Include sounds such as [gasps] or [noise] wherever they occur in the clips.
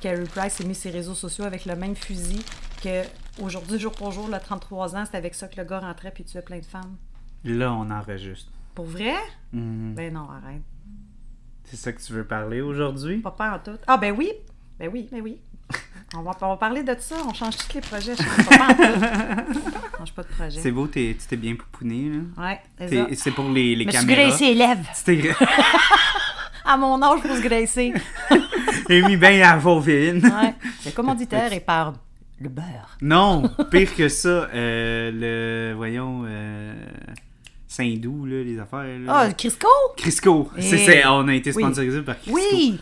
Carrie Price a mis ses réseaux sociaux avec le même fusil que aujourd'hui, jour pour jour, le 33 ans, c'est avec ça que le gars rentrait puis tuait plein de femmes. Là, on enregistre. Pour vrai? Mhm. Ben non, arrête. C'est ça que tu veux parler aujourd'hui? Pas peur en tout. Ah ben oui! Ben oui, ben [laughs] oui. On va, on va parler de ça, on change tous les projets, je change pas, en tout. On change pas de projet. C'est beau, t'es- tu t'es bien poupouné, là. Ouais, c'est ça. T'es- C'est pour les, les Je me suis caméras. graissée les lèvres. C'était [laughs] À mon âge, je me suis graissée. mis bien à la bovine. [laughs] Ouais. Le commanditaire est par le beurre. [laughs] Non, pire que ça, euh, le, voyons, euh, Saint-Doux, là, les affaires. Ah, Là. le Crisco? Crisco! C'est- Eh. c'est- on a été Oui. sponsorisé par Crisco. Oui!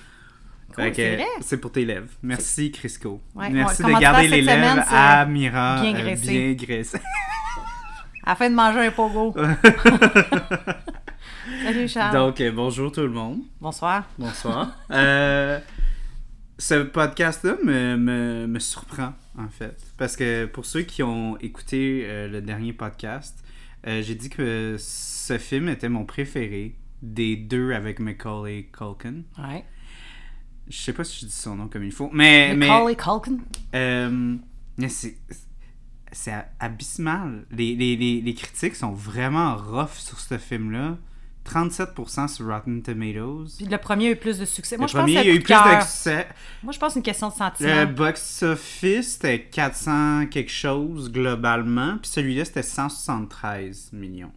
Fait Cool, que, c'est vrai. C'est pour tes lèvres. Merci, Crisco. Ouais, Merci on- de comment garder tu fais les cette semaine, lèvres c'est à Mira bien euh, graissé. bien graissées. [laughs] [laughs] Afin de manger un pogo. Salut Charles. Donc, euh, bonjour tout le monde. Bonsoir. Bonsoir. [laughs] Euh, ce podcast-là me, me- me surprend, en fait. Parce que pour ceux qui ont écouté euh, le dernier podcast, euh, j'ai dit que ce film était mon préféré des deux avec Macaulay Culkin. Ouais. Je sais pas si je dis son nom comme il faut, mais... mais Macaulay Culkin. euh, mais c'est c'est abysmal. Les, les- les- les critiques sont vraiment rough sur ce film-là. 37% sur Rotten Tomatoes. Puis le premier a eu plus de succès. Moi, le je pense que premier, c'est il y a un eu coup plus de cœur. de succès. Moi, je pense que c'est une question de sentiment. Le box-office, c'était 400 quelque chose globalement, puis celui-là, c'était 173 millions.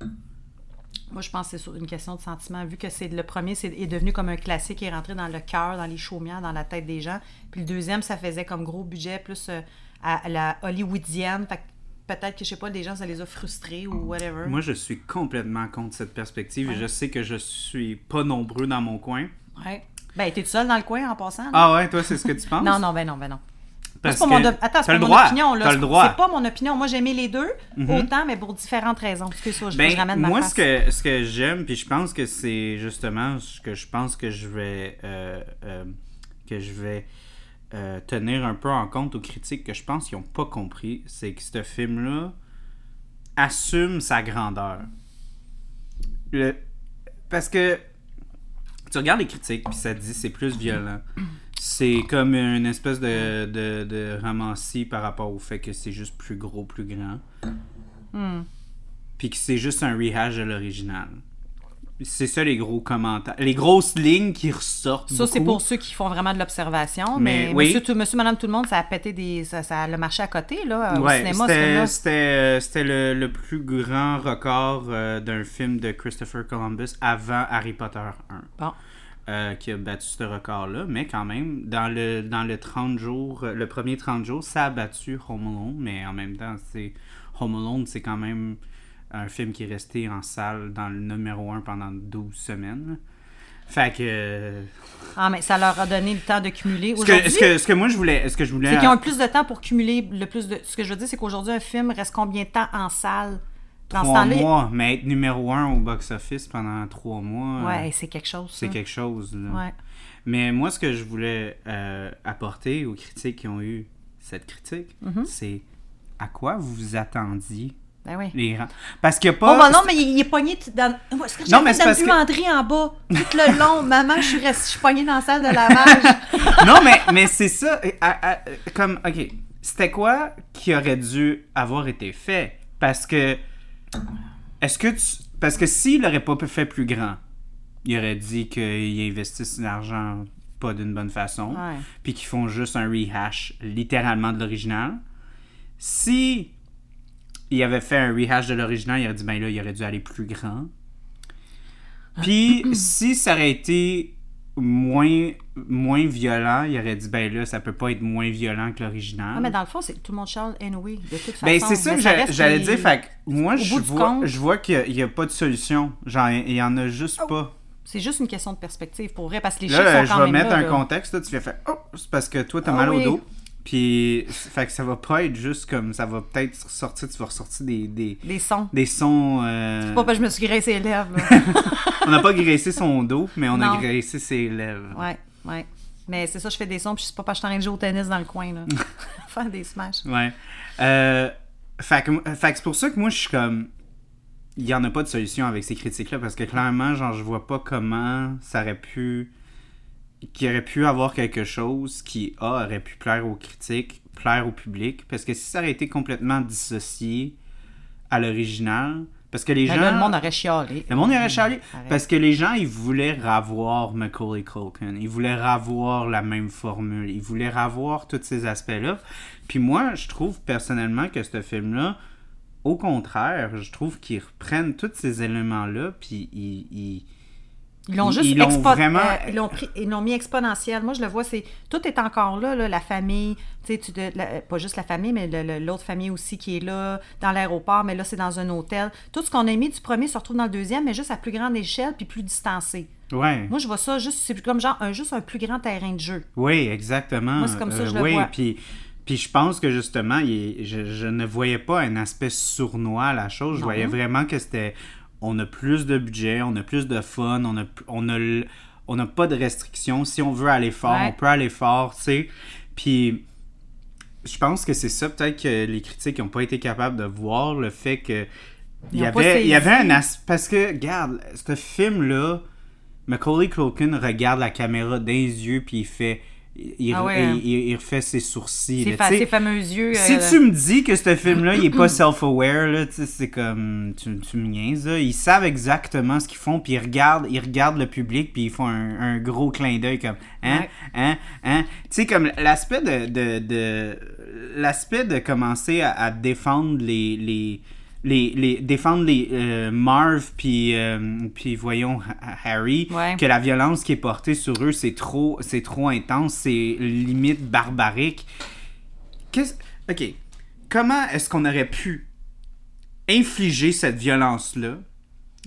Moi, je pense que c'est sur- une question de sentiment. Vu que c'est le premier c'est, est devenu comme un classique, il est rentré dans le cœur, dans les chaumières, dans la tête des gens. Puis le deuxième, ça faisait comme gros budget, plus euh, à, à la hollywoodienne. Fait que peut-être que, je sais pas, les gens, ça les a frustrés ou whatever. Moi, je suis complètement contre cette perspective et je sais que je suis pas nombreux dans mon coin. Ouais. Ben, t'es tout seul dans le coin en passant? là? Ah ouais, toi, c'est ce que [laughs] tu penses? Non, non, ben non, ben non. Parce c'est pas que mon op- Attends, c'est t'as pas le mon droit, opinion. Là. t'as le droit. Mhm. C'est pas mon opinion. Moi, j'aimais les deux autant, mais pour différentes raisons. Excuse-moi, je, Ben, je ramène ma moi, face. ce que, ce que j'aime, puis je pense que c'est justement ce que je pense que je vais, euh, euh, que je vais euh, tenir un peu en compte aux critiques que je pense qu'ils n'ont pas compris, c'est que ce film-là assume sa grandeur. Le- Parce que tu regardes les critiques, puis ça te dit c'est plus violent. C'est comme une espèce de, de, de romancier par rapport au fait que c'est juste plus gros, plus grand Hmm. puis que c'est juste un rehash de l'original. C'est ça les gros commentaires. Les grosses lignes qui ressortent. Ça, c'est beaucoup. pour ceux qui font vraiment de l'observation. Mais Mais, oui. monsieur, tout- monsieur, madame, tout le monde, ça a pété des. Ça, ça- le marché à côté, là, au Ouais, cinéma, ce c'était- film-là. c'était euh, c'était le, le plus grand record euh, d'un film de Christopher Columbus avant Harry Potter 1. Bon. euh, qui a battu ce record-là, mais quand même, dans le, dans le 30 jours, euh, le premier 30 jours, ça a battu Home Alone, mais en même temps, c'est Home Alone, c'est quand même un film qui est resté en salle dans le numéro 1 pendant 12 semaines. Fait que... euh, Ah, mais ça leur a donné le temps de cumuler. Ce que, Aujourd'hui, ce que, Ah. ce que moi, je voulais... Ce que je voulais c'est qu'ils ont eu plus de temps pour cumuler le plus de. Ce que je veux dire, c'est qu'aujourd'hui, un film reste combien de temps en salle dans ce trois temps-là? mois, mais être numéro 1 au box-office pendant trois mois, euh, Ouais, c'est quelque chose. c'est ça. quelque chose. là. Ouais. Mais moi, ce que je voulais euh, apporter aux critiques qui ont eu cette critique, Mhm. c'est à quoi vous vous attendiez Ben oui. les rangs. Parce qu'il n'y Oh, a pas... bah non, mais il, il est pogné t- dans. Moi, ce que Non, mais j'avais c'est parce fait de que- entrer en [laughs] bas tout le long. Maman, je suis restée, je suis pognée dans la salle de [laughs] lavage. [laughs] non, mais, mais c'est ça. euh, à- à- euh, comme, OK, c'était quoi qui aurait dû avoir été fait? Parce que... Est-ce que tu... Parce que s'il n'aurait pas fait plus grand, il aurait dit qu'ils investissent l'argent pas d'une bonne façon, Ouais. puis qu'ils font juste un rehash littéralement de l'original. Si il avait fait un rehash de l'original, il aurait dit, ben là, il aurait dû aller plus grand. Ah. [clears throat] Puis, si ça aurait été moins, moins violent, il aurait dit, ben là, ça peut pas être moins violent que l'original. Ah, mais dans le fond, c'est tout le monde Charles Henry, de toute façon. Ben, c'est ça Mais que j'a- reste j'allais qu'il- dire. Fait que moi, au je bout du vois, compte- Oh, je vois qu'il n'y a, pas de solution. Genre, il n'y en a juste pas. C'est juste une question de perspective pour vrai, parce que les Là, chiffres sont je quand vais même mettre là, un là. contexte. Là, tu viens faire Oh, c'est parce que toi, t'as Ah mal oui. au dos. Puis, fait que ça va pas être juste comme ça va peut-être ressortir. Tu vas ressortir des, des, Des sons. des sons. euh, Pas parce que je me suis graissé les lèvres. là. [laughs] on n'a pas graissé son dos, mais on a Non. graissé ses lèvres. ouais, ouais. Mais c'est ça, je fais des sons, puis je suis pas pas je suis en train de jouer au tennis dans le coin, [laughs] là. Faire des smash. Ouais. Euh, fait que, fait que c'est pour ça que moi, je suis comme. Il n'y en a pas de solution avec ces critiques-là, parce que clairement, genre, je vois pas comment ça aurait pu. Qu'il aurait pu avoir quelque chose qui, A, aurait pu plaire aux critiques, plaire au public, parce que si ça aurait été complètement dissocié à l'original, parce que les Ben gens. là, le monde aurait chialé. Le monde aurait chialé. Arrête. Parce que les gens, ils voulaient revoir Macaulay Culkin. Ils voulaient revoir la même formule. Ils voulaient revoir tous ces aspects-là. Puis moi, je trouve personnellement que ce film-là, au contraire, je trouve qu'ils reprennent tous ces éléments-là, puis ils... ils- Ils l'ont Ils- juste ils l'ont expo- vraiment- euh, ils l'ont pris- ils l'ont mis exponentiel. Moi, je le vois, c'est tout est encore là, là, la famille, tu sais, tu de- la- euh, pas juste la famille, mais le- le- l'autre famille aussi qui est là dans l'aéroport, mais là c'est dans un hôtel. Tout ce qu'on a mis du premier se retrouve dans le deuxième, mais juste à plus grande échelle puis plus distancé. Ouais. Moi, je vois ça juste, c'est comme genre un juste un plus grand terrain de jeu. Oui, exactement. Euh, Moi, c'est comme ça que je le oui, vois. Puis, puis je pense que justement, il est- je, je ne voyais pas un aspect sournois à la chose. Je Non. voyais vraiment que c'était. On a plus de budget, on a plus de fun, on a, on a, l- on n'a pas de restrictions. Si on veut aller fort, Ouais. on peut aller fort, tu sais. Puis je pense que c'est ça peut-être que les critiques n'ont pas été capables de voir le fait que il y ont pas avait il y saisi. avait un as- parce que regarde ce film là Macaulay Culkin regarde la caméra dans les yeux puis il fait il, Ah ouais, hein. il- il- il refait ses sourcils Ces, là, fa- tu sais. ces fameux yeux. si euh, tu me dis que ce film-là, il [clears throat] est pas self-aware, là, tu sais, c'est comme, tu, tu me niaises, là. Ils savent exactement ce qu'ils font, puis ils regardent, ils regardent le public, puis ils font un, un gros clin d'œil comme, hein, Ouais. hein, hein. Tu sais, comme l'aspect de, de, de- l'aspect de commencer à, à défendre les, les, les, les- défendre les euh, Marv puis euh, puis voyons Ha- Harry Ouais. que la violence qui est portée sur eux c'est trop c'est trop intense c'est limite barbarique Qu'est-ce- OK. Comment est-ce qu'on aurait pu infliger cette violence-là, Euh.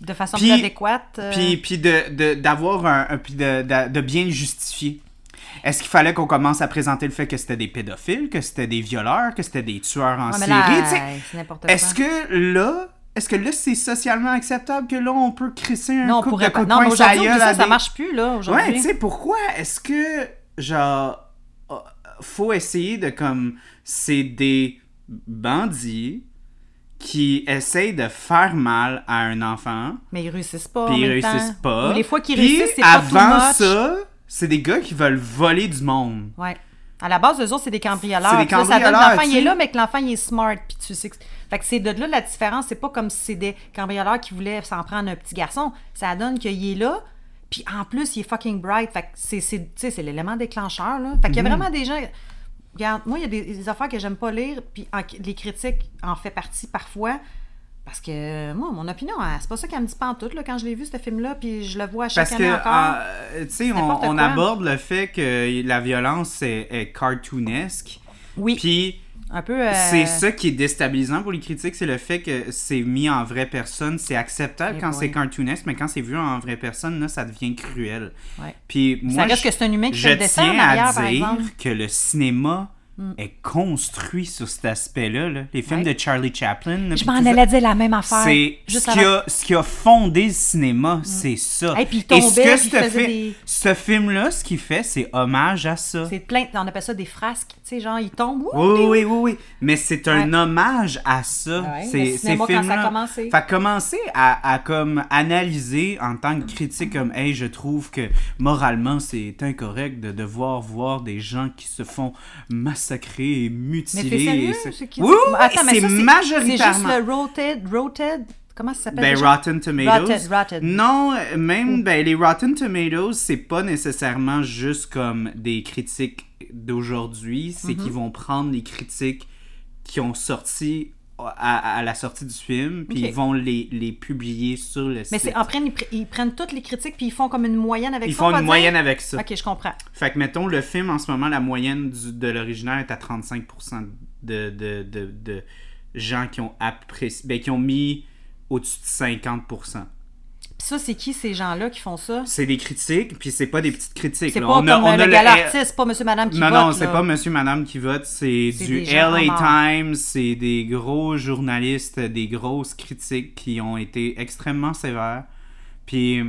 de façon Puis- plus adéquate. euh, puis, puis de, de- d'avoir un, un- puis de, de- de bien le justifier? Est-ce qu'il fallait qu'on commence à présenter le fait que c'était des pédophiles, que c'était des violeurs, que c'était des tueurs en ouais, mais série? là, euh, tu sais? c'est n'importe quoi. Est-ce que là, est-ce que là, c'est socialement acceptable que là, on peut crisser un non, on couple pourrait de pas. coups de Non, mais poing sur la aujourd'hui, on dit gueule à ça, ça des- marche plus, là, aujourd'hui. Ouais, tu sais, pourquoi est-ce que, genre, euh, faut essayer de comme. C'est des bandits qui essayent de faire mal à un enfant, Oh, Mais ils réussissent pas. en puis ils même temps. réussissent pas. Ou les fois qu'ils Puis réussissent, c'est pas tout Avant much. ça, c'est des gars qui veulent voler du monde. Ouais. À la base, eux autres, c'est des cambrioleurs. C'est des Puis là, ça cambrioleurs, donne l'enfant, il tu est sais. là, mais que l'enfant, il est smart. Puis tu sais que... Fait que c'est de là la différence. C'est pas comme si c'est des cambrioleurs qui voulaient s'en prendre à un petit garçon. Ça donne qu'il est là, puis en plus, il est fucking bright. Fait que c'est, c'est, tu sais, c'est l'élément déclencheur, là. Fait qu'il y Mm-hmm. a vraiment des gens... Regarde, moi, il y a des, des affaires que j'aime pas lire, puis en- les critiques en fait partie parfois. Parce que, euh, moi, mon opinion, hein, c'est pas ça qu'elle me dit pas en tout, là, quand je l'ai vu, ce film-là, puis je le vois à chaque Parce que, année encore. euh, tu sais, on, n'importe on quoi. aborde le fait que la violence est, est cartoonesque. oui, Puis, un peu... euh, C'est ça qui est déstabilisant pour les critiques, c'est le fait que c'est mis en vraie personne. C'est acceptable Eh quand boy. c'est cartoonesque, mais quand c'est vu en vraie personne, là, ça devient cruel. ouais. Puis Ça moi, reste je, que c'est un humain qui je fait le dessin tiens en arrière, à par dire exemple. Mm. que le cinéma est construit sur cet aspect-là. là. Les films Ouais. de Charlie Chaplin, là, Je puis m'en tout ça, allais dire la même affaire. c'est juste ce, qui avant. Mm. a, ce qui a fondé le cinéma, c'est ça. Hey, puis il ce tombait, que puis il ce, faisait fi- des- ce film-là, ce qu'il fait, c'est hommage à ça. C'est plein, on appelle ça des frasques, tu sais, genre, ils tombent. ouh, Oui, des- oui, oui, oui. Mais c'est un Ouais. hommage à ça. Ouais, ces, le ces cinéma, quand ça a films-là. commencé. Fait que commencer à, à comme analyser en tant que critique, comme, hey, je trouve que moralement, c'est incorrect de devoir voir des gens qui se font massacrer Mais et mutiler. t'es et sérieux? c'est- C'est qui- oui, oui, oui, Attends, mais c'est ça, majoritairement. C'est juste le Roted, Roted, comment ça s'appelle Ben, déjà? Rotten Tomatoes. Rotten, rotten. Non, euh, même, ben, les Rotten Tomatoes, c'est pas nécessairement juste comme des critiques d'aujourd'hui. Mm-hmm. C'est qu'ils vont prendre les critiques qui ont sorti à, à la sortie du film, puis Ok. ils vont les, les publier sur le site. Mais c'est après, ils, pr- ils prennent toutes les critiques puis ils font comme une moyenne avec Ils ça. on font va une dire? moyenne avec ça. Ok, je comprends. Fait que, mettons, le film, en ce moment, la moyenne du- de l'originaire est à 35% de, de, de, de gens qui ont apprécié, ben, qui ont mis au-dessus de 50%. Puis ça, c'est qui ces gens-là qui font ça? C'est des critiques, puis c'est pas des petites critiques. C'est là. pas comme euh, le le- gala artiste, c'est pas monsieur, madame qui Non, vote. non, c'est là. pas monsieur, madame qui vote, c'est C'est du des gens LA en Times, c'est des gros journalistes, des grosses critiques qui ont été extrêmement sévères. Puis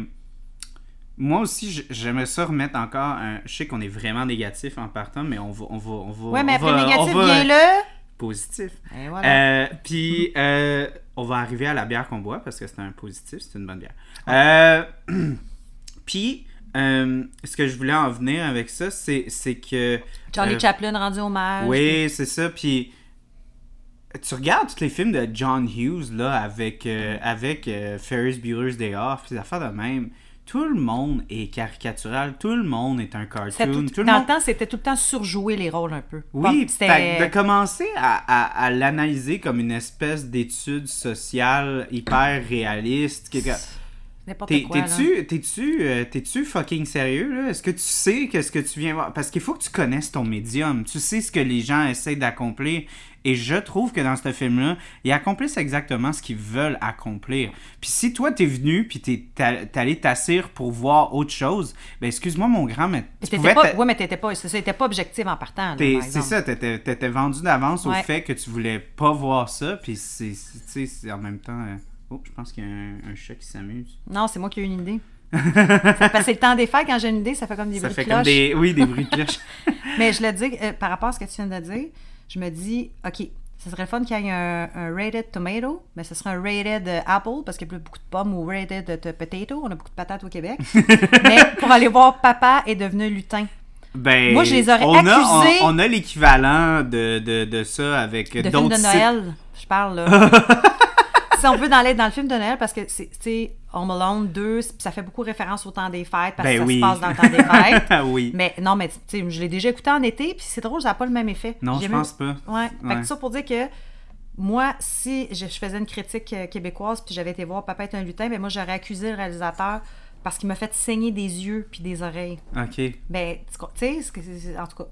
Moi aussi, j- j'aimerais ça remettre encore un. Je sais qu'on est vraiment négatif en partant, mais on va. On va, on va Ouais, mais on après va- négatif, on va- viens là. Positif. Et voilà. Euh, Puis, euh, on va arriver à la bière qu'on boit parce que c'est un positif, c'est une bonne bière. Euh, [clears throat] Puis, euh, ce que je voulais en venir avec ça, c'est c'est que. Charlie euh, Chaplin rendu hommage. Oui, c'est ça. Puis tu regardes tous les films de John Hughes là avec euh, Mm-hmm. avec euh, Ferris Bueller's Day Off, puis des affaires de même. Tout le monde est caricatural, tout le monde est un C'était cartoon, tout- tout, le dans le monde. temps, c'était tout le temps surjouer les rôles un peu. Oui, Comme fait que de c'était. commencer à, à- à l'analyser comme une espèce d'étude sociale hyper réaliste. qui est comme- N'importe T'es- quoi. là. T'es-tu t'es-tu, euh, t'es-tu fucking sérieux là Est-ce que tu sais qu'est-ce que tu viens voir Parce qu'il faut que tu connaisses ton médium. Tu sais ce que les gens essaient d'accomplir. Et je trouve que dans ce film-là, ils accomplissent exactement ce qu'ils veulent accomplir. Puis si toi t'es venu puis t'es t'as- t'es allé t'assire pour voir autre chose, ben excuse-moi mon grand, mais Mais tu t'étais pouvais pas, t'a- ouais, mais t'étais pas, c'est ça, t'étais pas objectif en partant. là, t'es- par c'est exemple. ça, t'étais t'étais vendu d'avance Ouais. au fait que tu voulais pas voir ça. Puis c'est c'est- tu sais, c'est en même temps. euh, Oh, je pense qu'il y a un, un chat qui s'amuse. Non, c'est moi qui ai eu une [laughs] idée. ça passait le temps des fêtes quand j'ai une idée, ça fait comme des Ça bruits fait de comme cloche. des. Oui, des bruits de [laughs] cloche. Mais je le dis, euh, par rapport à ce que tu viens de dire, je me dis, OK, ce serait le fun qu'il y ait un, un rated tomato, mais ce serait un rated euh, apple, parce qu'il y a plus beaucoup de pommes, ou rated euh, potato, on a beaucoup de patates au [laughs] Québec. mais pour aller voir Papa est devenu lutin. Ben, Moi, je les aurais on A, accusés. on, on a l'équivalent de, de, de ça avec De film d'autres de sites. Noël, je parle [laughs] là. si on veut dans les- dans le film de Noël, parce que c'est, tu sais, Home Alone 2, c'est- ça fait beaucoup référence au temps des fêtes, parce Ben que ça oui. se passe dans le temps des fêtes. [laughs] oui. Mais non, mais tu sais, je l'ai déjà écouté en été, puis c'est drôle, ça n'a pas le même effet. non, J'ai je même- pense pas. Ouais. Fait Ouais. que ça pour dire que moi, si je, je faisais une critique euh, québécoise puis j'avais été voir Papa est un lutin, ben moi j'aurais accusé le réalisateur parce qu'il m'a fait saigner des yeux puis des oreilles. OK. Ben, tu co- tu sais, ce que c'est- c'est- en tout cas,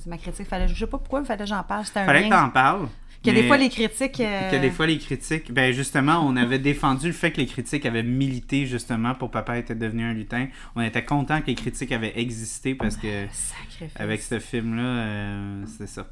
c'est ma critique. Fallait, je sais pas pourquoi il fallait que j'en parle. C'était un Fallait que lien. t'en parles. Que des mais- fois les critiques. euh, Que des fois, les critiques... Ben, justement, on avait défendu le fait que les critiques avaient milité, justement, pour Papa était devenu un lutin. On était content que les critiques avaient existé parce que... Sacrifice. avec ce film-là, euh, c'est ça.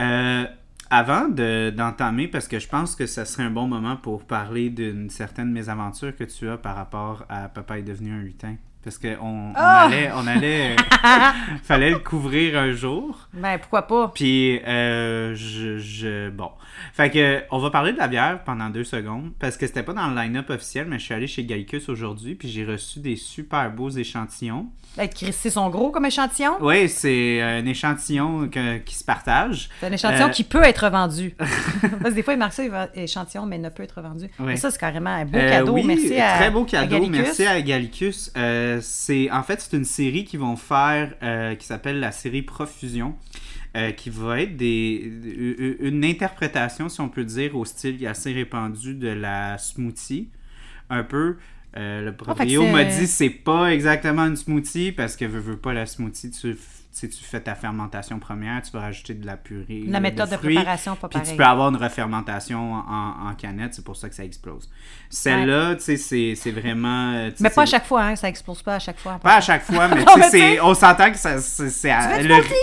Euh, avant de- d'entamer, parce que je pense que ça serait un bon moment pour parler d'une certaine mésaventure que tu as par rapport à Papa est devenu un lutin. Parce qu'on on allait, on allait, euh, [laughs] fallait le couvrir un jour. Ben, pourquoi pas? Puis, euh, je, je- Bon. Fait que, on va parler de la bière pendant deux secondes. Parce que c'était pas dans le line-up officiel, mais je suis allé chez Gallicus aujourd'hui. Puis, j'ai reçu des super beaux échantillons. Être crissé son gros comme échantillon. Oui, c'est un échantillon que- qui se partage. C'est un échantillon Euh, qui peut être [laughs] vendu. Parce que des fois, il marque ça, il va- échantillon, mais ne peut être vendu. Ouais. Mais ça, c'est carrément un beau Euh, cadeau. oui, merci à. Très beau à cadeau. Gallicus. merci à Gallicus. Euh, c'est, en fait, c'est une série qu'ils vont faire euh, qui s'appelle la série Profusion, euh, qui va être des, u- u- une interprétation, si on peut dire, au style assez répandu de la smoothie. Un peu. Euh, le prof Oh, fait que Rio m'a c'est- dit c'est pas exactement une smoothie parce que veux, veux pas la smoothie tu, f- tu sais, tu fais ta fermentation première tu vas rajouter de la purée La euh, méthode de, fruits. préparation, pas Puis pareil. tu peux avoir une refermentation en, en canette, c'est pour ça que ça explose. Celle-là, tu sais, c'est- c'est vraiment. euh, tu sais, Mais pas à c'est- chaque fois, hein, ça explose pas à chaque fois. hein, Pas à chaque [laughs] fois, mais Non, tu mais sais, tu sais- c'est- on s'entend que ça, c'est, c'est à- veux du le- confit?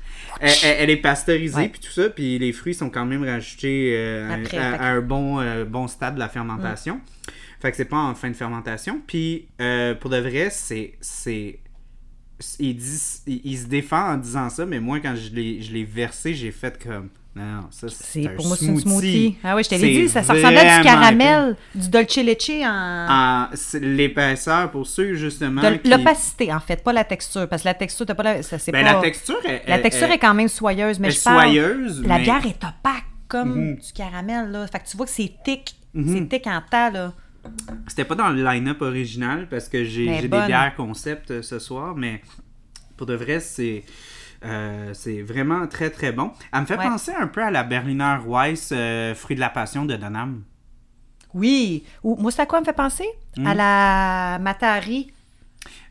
[laughs] elle, elle- elle est pasteurisée, Ouais. puis tout ça, puis les fruits sont quand même rajoutés euh, à- Après, à, fait que- Mm. à un bon, euh, bon stade de la fermentation. Fait que c'est pas en fin de fermentation. Puis, euh, pour de vrai, c'est. c'est il, dit, il, il se défend en disant ça, mais moi, quand je l'ai, je l'ai versé, j'ai fait comme. Non, non, ça, c'est, C'est un pour moi, c'est une smoothie. smoothie. Ah oui, je t'avais C'est dit, ça, ça ressemblait à du vraiment caramel, du dolce leche en. en- c'est l'épaisseur pour ceux justement de qui... L'opacité, en fait, pas la texture. Parce que la texture, t'as pas la. ça, c'est Ben, pas- la texture est, Oh. la texture est quand même soyeuse, mais est je parle. euh, soyeuse La mais- Mhm. bière est opaque, comme du caramel, là. Fait que tu vois que c'est thick. C'est thick en tas, là. c'était pas dans le line-up original parce que j'ai Mais j'ai des bonne. bières concept euh, ce soir mais pour de vrai c'est euh, c'est vraiment très très bon. Elle me fait Ouais. penser un peu à la Berliner Weiss euh, Fruit de la Passion de Donham. Oui. Ou, moi, c'est à quoi elle me fait penser? À Mhm. la Matari.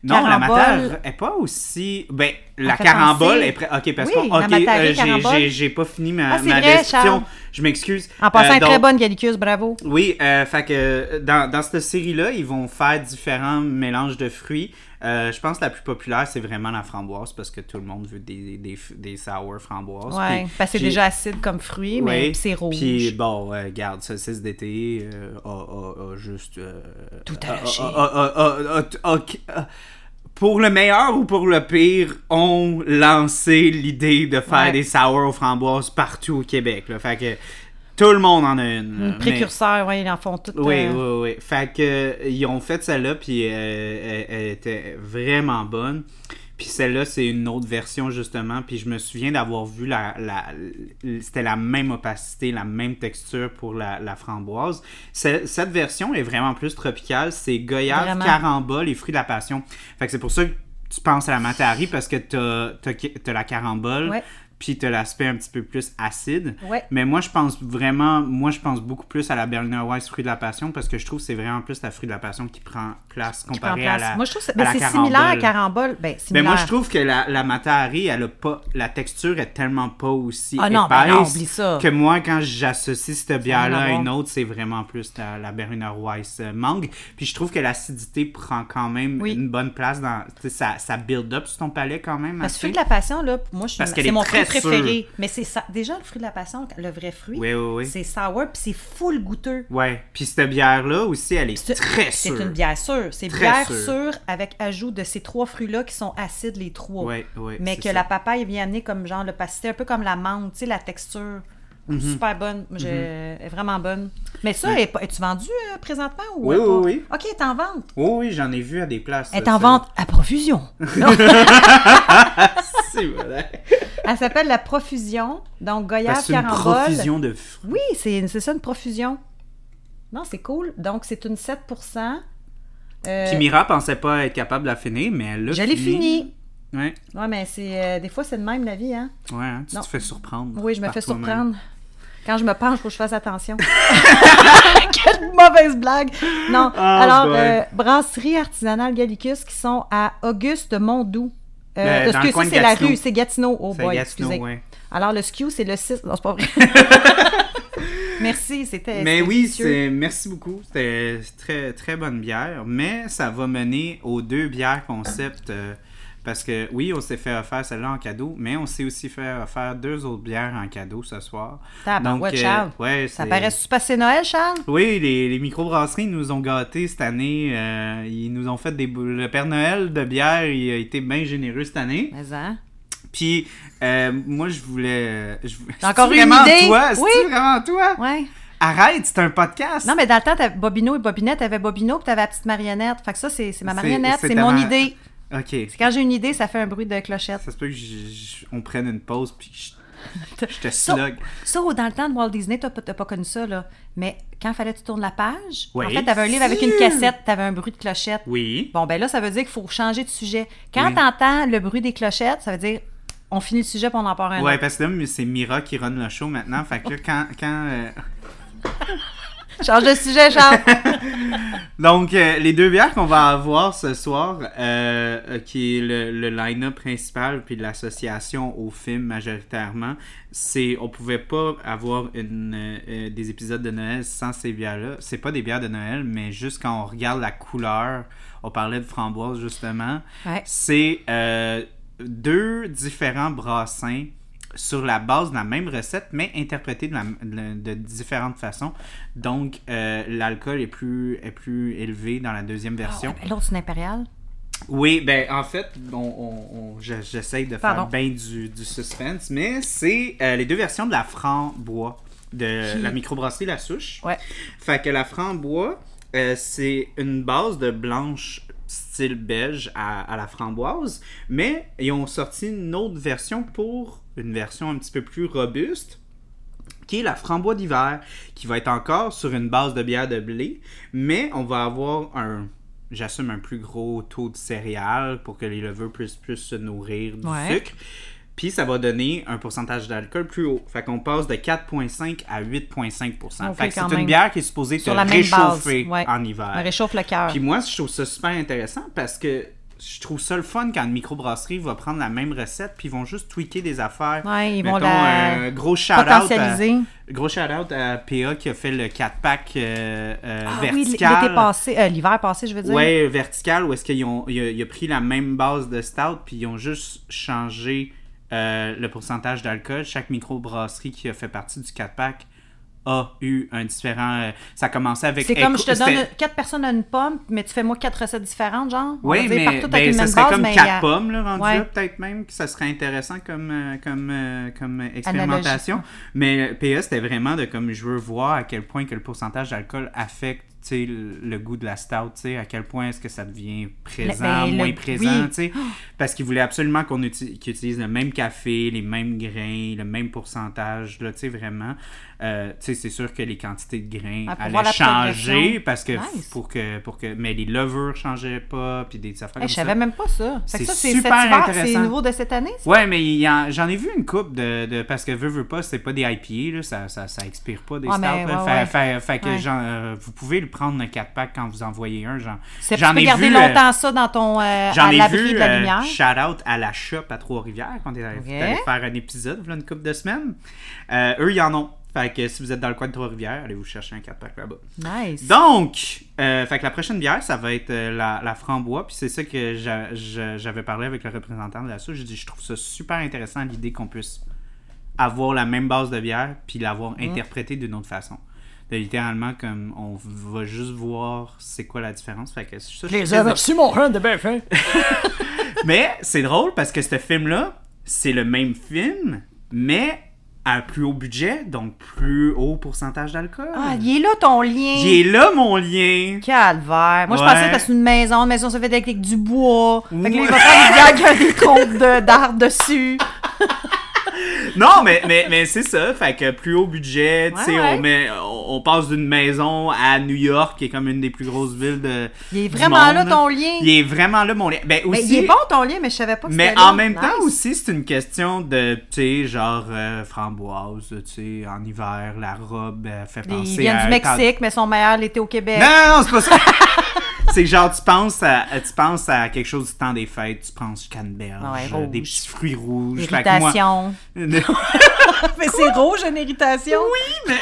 Non, Carambole. la matare est pas aussi. Ben, la fait carambole penser- est prête. Ok, parce Oui, que. la Ok, Matari, euh, j'ai- carambole. j'ai- j'ai pas fini ma, Ah, c'est ma vrai, description. Charles. Je m'excuse. En passant, Euh, une très donc- bonne Gallicus, bravo. Oui, euh, fait que euh, dans, dans cette série-là, ils vont faire différents mélanges de fruits. Euh, je pense que la plus populaire, c'est vraiment la framboise parce que tout le monde veut des, des, des sour framboises. Ouais, Puis parce que c'est j'ai- déjà acide comme fruit, mais Ouais, puis c'est rouge. Puis bon, euh, regarde, saucisse d'été euh, a, a- a juste. euh, Tout a- a- arraché. a- a- a- a- a- a- Pour le meilleur ou pour le pire, ont lancé l'idée de faire Ouais. des sour aux framboises partout au Québec. là. Fait que tout le monde en a une. là. Hum, Mais- Précurseur, ouais, ils en font tout. oui, euh, oui, oui. Fait que, euh, ils ont fait celle-là, puis euh, elle, elle était vraiment bonne. Puis celle-là, c'est une autre version, justement. Puis je me souviens d'avoir vu la. la- l- C'était la même opacité, la même texture pour la, la framboise. Ce- Cette version est vraiment plus tropicale. C'est goyave, Vraiment. caramba, les fruits de la passion. Fait que c'est pour ça que tu penses à la Matari, parce que t'as as, la carambole. Ouais. Puis t'as l'aspect un petit peu plus acide. Ouais. Mais moi, je pense vraiment, moi, je pense beaucoup plus à la Berliner Weiss fruit de la passion parce que je trouve que c'est vraiment plus la fruit de la passion qui prend place qui prend comparée à place. la. Moi, je trouve que à la c'est similaire à carambole. carambole. Ben, Mais similaire. moi, je trouve que la, la Matahari, elle a pas, la texture est tellement pas aussi Ah non, épaisse ben non, oublie ça. que moi, quand j'associe cette bière-là rien à à une voir. autre, c'est vraiment plus la, la Berliner Weiss euh, mangue. Puis je trouve que l'acidité prend quand même Oui. une bonne place dans, tu sais, ça, ça build up sur ton palais quand même. Parce que assez. fruit de la passion, là, pour moi, je suis- Parce qu'elle c'est est mon fruit très préféré. Mais c'est ça. Déjà, le fruit de la passion, le vrai fruit, Oui, oui, oui. c'est sour, puis c'est full goûteux. Ouais. Puis cette bière-là aussi, elle est C'est- très C'est sûre. une bière sûre. C'est Très bière sûre. sûre avec ajout de ces trois fruits-là qui sont acides, les trois. Ouais, ouais, Oh. Mais c'est que ça. la papaye vient amener comme genre l'opacité, un peu comme la mangue, tu sais, la texture. Mm-hmm. Super bonne. Moi, j'ai- elle est vraiment bonne. Mais ça, est pas- es-tu vendue euh, présentement? Ou Mm. Oui, elle oui, pas- OK, elle est en vente. Oh oui, j'en ai vu à des places. Elle est ça, en ça. vente à profusion. [laughs] [laughs] C'est vrai. elle s'appelle la profusion. Donc, Goyave Parce que c'est une Carambole. profusion de fruits. Oui, c'est c'est ça, une profusion. Non, c'est cool. Donc, c'est une 7 Euh, Puis Mira pensait pas être capable de la finir, mais elle l'a Je l'ai fini. Ouais, Ouais, mais c'est euh, des fois, c'est de même la vie, hein? ouais, hein, tu Non. te fais surprendre. Oui, je me par fais toi-même. surprendre. Quand je me penche, il faut que je fasse [laughs] attention. [laughs] Quelle mauvaise blague! Non. Ah, Alors, boy. euh, brasserie artisanale Gallicus qui sont à Auguste Mondou. Euh, Euh, dans le excusez, coin de c'est la Gatineau. rue, c'est Gatineau. Oh C'est boy, Gatineau, excusez. ouais. Alors, le SKU, c'est le 6. Non, c'est pas vrai. [laughs] Merci, c'était. Mais c'était oui, délicieux. c'est merci beaucoup. C'était très très bonne bière, mais ça va mener aux deux bières concept euh, parce que oui, on s'est fait offrir celle-là en cadeau, mais on s'est aussi fait offrir deux autres bières en cadeau ce soir. Tabarouette, euh, Charles. ouais, Ça c'est- paraît-tu passer Noël, Charles? Oui, les, les microbrasseries nous ont gâtés cette année. euh, ils nous ont fait des bou- Le Père Noël de bière, il a été bien généreux cette année. Mais hein? Puis, euh, moi, je voulais. euh, Je... C'est-tu encore eu une vraiment idée? toi? C'est-tu Oui. vraiment toi? Ouais. Arrête, c'est un podcast. Non, mais dans le temps, t'avais Bobino et Bobinette, t'avais Bobino, puis t'avais la petite marionnette. Fait que ça, c'est c'est ma C'est- marionnette, c'est c'est ta mon mar- idée. Ok. Puis quand j'ai une idée, ça fait un bruit de clochette. Ça se peut que je- je- on prenne une pause puis [laughs] que je, je te Ça, slug. ça, oh, dans le temps de Walt Disney, t'as pas, t'as pas connu ça, là. Mais quand fallait que tu tournes la page, Oui. en fait, t'avais un livre avec une Sûr. cassette, t'avais un bruit de clochette. Oui. Bon, ben là, ça veut dire qu'il faut changer de sujet. Quand Oui. t'entends le bruit des clochettes, ça veut dire on finit le sujet pour on en part un Ouais, autre. parce que là, mais c'est Mira qui run le show maintenant. Fait que là, quand. quand euh, Change de sujet, [laughs] Charles! Donc, euh, les deux bières qu'on va avoir ce soir, euh, euh, qui est le, le line-up principal, puis l'association au film majoritairement, c'est on pouvait pas avoir une, euh, euh, des épisodes de Noël sans ces bières-là. C'est pas des bières de Noël, mais juste quand on regarde la couleur, on parlait de framboise justement, Ouais. c'est euh, deux différents brassins sur la base de la même recette, mais interprétés de, la- de- de différentes façons. Donc, euh, l'alcool est plus, est plus élevé dans la deuxième version. Ben, L'autre, c'est une impériale. Oui, ben en fait, on, on- on- je- j'essaye de faire Pardon. bien du, du suspense, mais c'est euh, les deux versions de la framboise, de Qui- la microbrasserie La Souche. Ouais. Fait que la framboise, euh, c'est une base de blanche style beige à, à la framboise, mais ils ont sorti une autre version pour une version un petit peu plus robuste qui est la framboise d'hiver, qui va être encore sur une base de bière de blé, mais on va avoir un, j'assume, un plus gros taux de céréales pour que les levures puissent plus se nourrir du Ouais. sucre. Puis ça va donner un pourcentage d'alcool plus haut. Fait qu'on passe de 4,5 à 8,5 Ok, Fait que c'est quand une même. bière qui est supposée Sur te la même base. réchauffer ouais. en hiver. On réchauffe le cœur. Puis moi, je trouve ça super intéressant parce que je trouve ça le fun quand une microbrasserie va prendre la même recette puis ils vont juste tweaker des affaires. Ouais, ils vont Mettons, la un gros shout out à, potentialiser. gros shout out à PA qui a fait le 4 pack euh, euh, Ah oui, vertical. l'été passé, euh, l'hiver passé, je veux dire. Ouais, vertical, où est-ce qu'ils ont il a, il a pris la même base de stout, puis ils ont juste changé euh, le pourcentage d'alcool. Chaque microbrasserie qui a fait partie du 4-pack a eu un différent. euh, ça a commencé avec. C'est comme Echo- je te donne c'était- quatre personnes à une pomme, mais tu fais moi quatre recettes différentes, genre. On Oui, va dire mais partout ben, avec une ça même serait base, comme mais quatre à- pommes, là, rendu Ouais. là, peut-être même, que ça serait intéressant comme, euh, comme, euh, comme expérimentation. Mais euh, PA, c'était vraiment de comme je veux voir à quel point que le pourcentage d'alcool affecte tu sais, le le goût de la stout, tu sais, à quel point est-ce que ça devient présent, ben, le- moins oui. Oh! présent, tu sais, parce qu'ils voulaient absolument qu'on uti- qu'ils utilisent le même café, les mêmes grains, le même pourcentage, là, tu sais, vraiment. Euh, tu sais, c'est sûr que les quantités de grains Ah, pour voir allaient la changer progression. parce que Nice. pour que pour que mais les levures changeaient pas puis des affaires Hey, comme je ça. savais même pas ça. Fait que C'est ça, c'est super cet hiver, C'est intéressant. nouveau de cette année, ça? Ouais, mais il y en- j'en ai vu une coupe de, de- parce que veux veux pas, c'est pas des IPA là, ça ça, ça expire pas des Ouais, stouts. mais là. ouais, fait, fait- fait que Ouais. genre, euh, vous pouvez le prendre un 4 pack quand vous envoyez un genre. C'est- Tu J'en peux ai garder vu euh, longtemps ça dans ton euh, J'en à ai l'abri vu de la euh, lumière. shout out à la shop à Trois-Rivières quand on est allé Ok. allé faire un épisode voilà une couple de semaines. Euh, eux ils en ont. Fait que si vous êtes dans le coin de Trois-Rivières, allez vous chercher un 4 pack là-bas. Nice. Donc, euh, fait que la prochaine bière, ça va être euh, la, la framboise. Puis c'est ça que j'a- j'a- j'avais parlé avec le représentant de la SO. J'ai dit, je trouve ça super intéressant l'idée qu'on puisse avoir la même base de bière puis l'avoir interprétée d'une autre façon. De littéralement, comme on va juste voir c'est quoi la différence. Fait que ça, je suis très reçus mon run de hein. BF1. mais c'est drôle parce que ce film-là, c'est le même film, mais à plus haut budget, donc plus haut pourcentage d'alcool. Ah, il est là ton lien. Il est là mon lien. Calvaire. Moi, je Ouais. pensais que c'était une maison. Une maison, ça fait avec, avec du bois. Fait que là, il Ouais. va faire des gags avec des troncs de- d'art dessus. Non, mais, mais, mais c'est ça. Fait que plus haut budget, tu sais, Ouais, on, ouais. met- on, on passe d'une maison à New York, qui est comme une des plus grosses villes de. Il est du vraiment monde, là, ton lien. Il est vraiment là, mon lien. Ben, Mais aussi, il est bon ton lien, mais je savais pas que mais c'était là. en même Nice. temps aussi, c'est une question de, tu sais, genre euh, framboise, tu sais, en hiver, la robe euh, fait Ils penser viennent à. du Mexique, mais sont meilleurs l'été au Québec. Non, non, non, c'est pas ça. [laughs] c'est genre, tu penses, à, tu penses à quelque chose du temps des fêtes, tu penses canneberge, Ouais, euh, des rouge. petits fruits rouges. Fait que [laughs] [laughs] moi- Irritation. Ah, Mais c'est rouge, une irritation. Oui,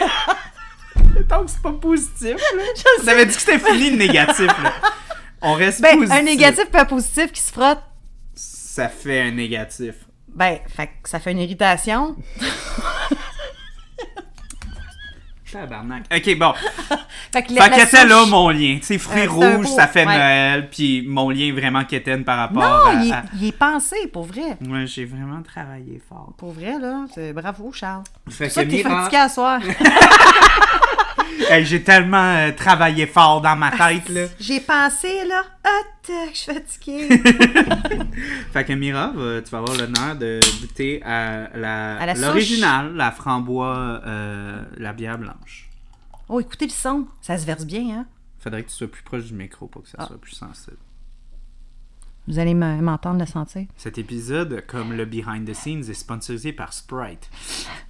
[laughs] Tant que c'est pas positif, là. je Vous avez dit que c'était fini le négatif, là. On reste Ben, positif. un négatif puis un positif qui se frotte, Ça fait un négatif. ben, fait que ça fait une irritation. Tabarnak. Ok, bon. Fait que, Fait qu'était là, souche- mon lien. Tu sais, fruits Euh, c'est un rouges, beau- ça fait ouais. Noël, puis mon lien est vraiment quétaine par rapport à... Non, il, à- est- il est pensé, pour vrai. Ouais, j'ai vraiment travaillé fort. Pour vrai, là. c'est- Bravo, Charles. C'est Fait ça que t'es Mira- fatigué à soir. Hey, j'ai tellement euh, travaillé fort dans ma Ah, tête, [laughs] là. J'ai pensé, là. Hot, euh, que je suis [laughs] fatiguée. Fait que Mira, va- tu vas avoir l'honneur de goûter à la- À la l'original, la, framboise, euh, la bière blanche. Oh, écoutez le son. Ça se verse bien, hein. Faudrait que tu sois plus proche du micro pour que Ah. ça soit plus sensible. Vous allez me- m'entendre le sentir. Cet épisode, comme le behind the scenes, est sponsorisé par Sprite.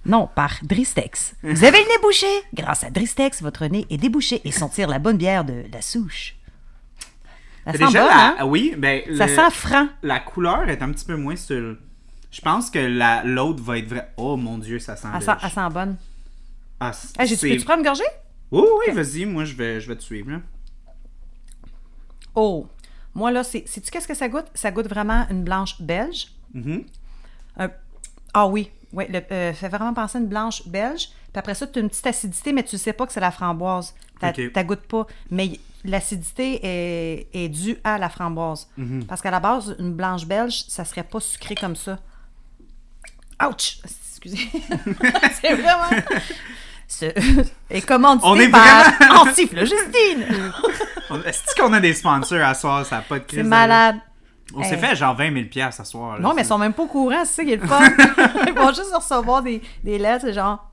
Non, par Dristex. Vous avez le nez bouché. Grâce à Dristex, votre nez est débouché et sentir la bonne bière de la souche. Ça sent bon, la- hein? oui, ben Ça le- sent franc. la couleur est un petit peu moins sur. le- Je pense que la l'autre va être vrai. Oh mon dieu, ça sent. Elle belge. sent, elle Ah, sent bonne. Ah, c- Hey, j'ai- c'est- Peux-tu prendre une gorgée? Oui, oui, vas-y, moi je vais, je vais te suivre. là. [laughs] Oh! Moi, là, c'est- sais-tu qu'est-ce que ça goûte? Ça goûte vraiment une blanche belge. Mm-hmm. Un- Ah oui, oui, le- euh, ça fait vraiment penser à une blanche belge. Puis après ça, tu as une petite acidité, mais tu ne sais pas que c'est la framboise. Tu Ok. la goûtes pas. Mais y- l'acidité est, est due à la framboise. Mm-hmm. Parce qu'à la base, une blanche belge, ça serait pas sucré comme ça. Ouch! [laughs] Excusez. c'est vraiment... Ce- [laughs] Et commandité On est par vraiment- [laughs] Justine! On- Est-ce qu'on a des sponsors à soir Ça n'a pas de crise. C'est malade. On s'est Hey. fait genre 20 000 piastres à soir. là. Euh. Non, mais ils sont même pas au courant, c'est ça qui est [laughs] le fun. ils vont juste recevoir des, des lettres, c'est genre.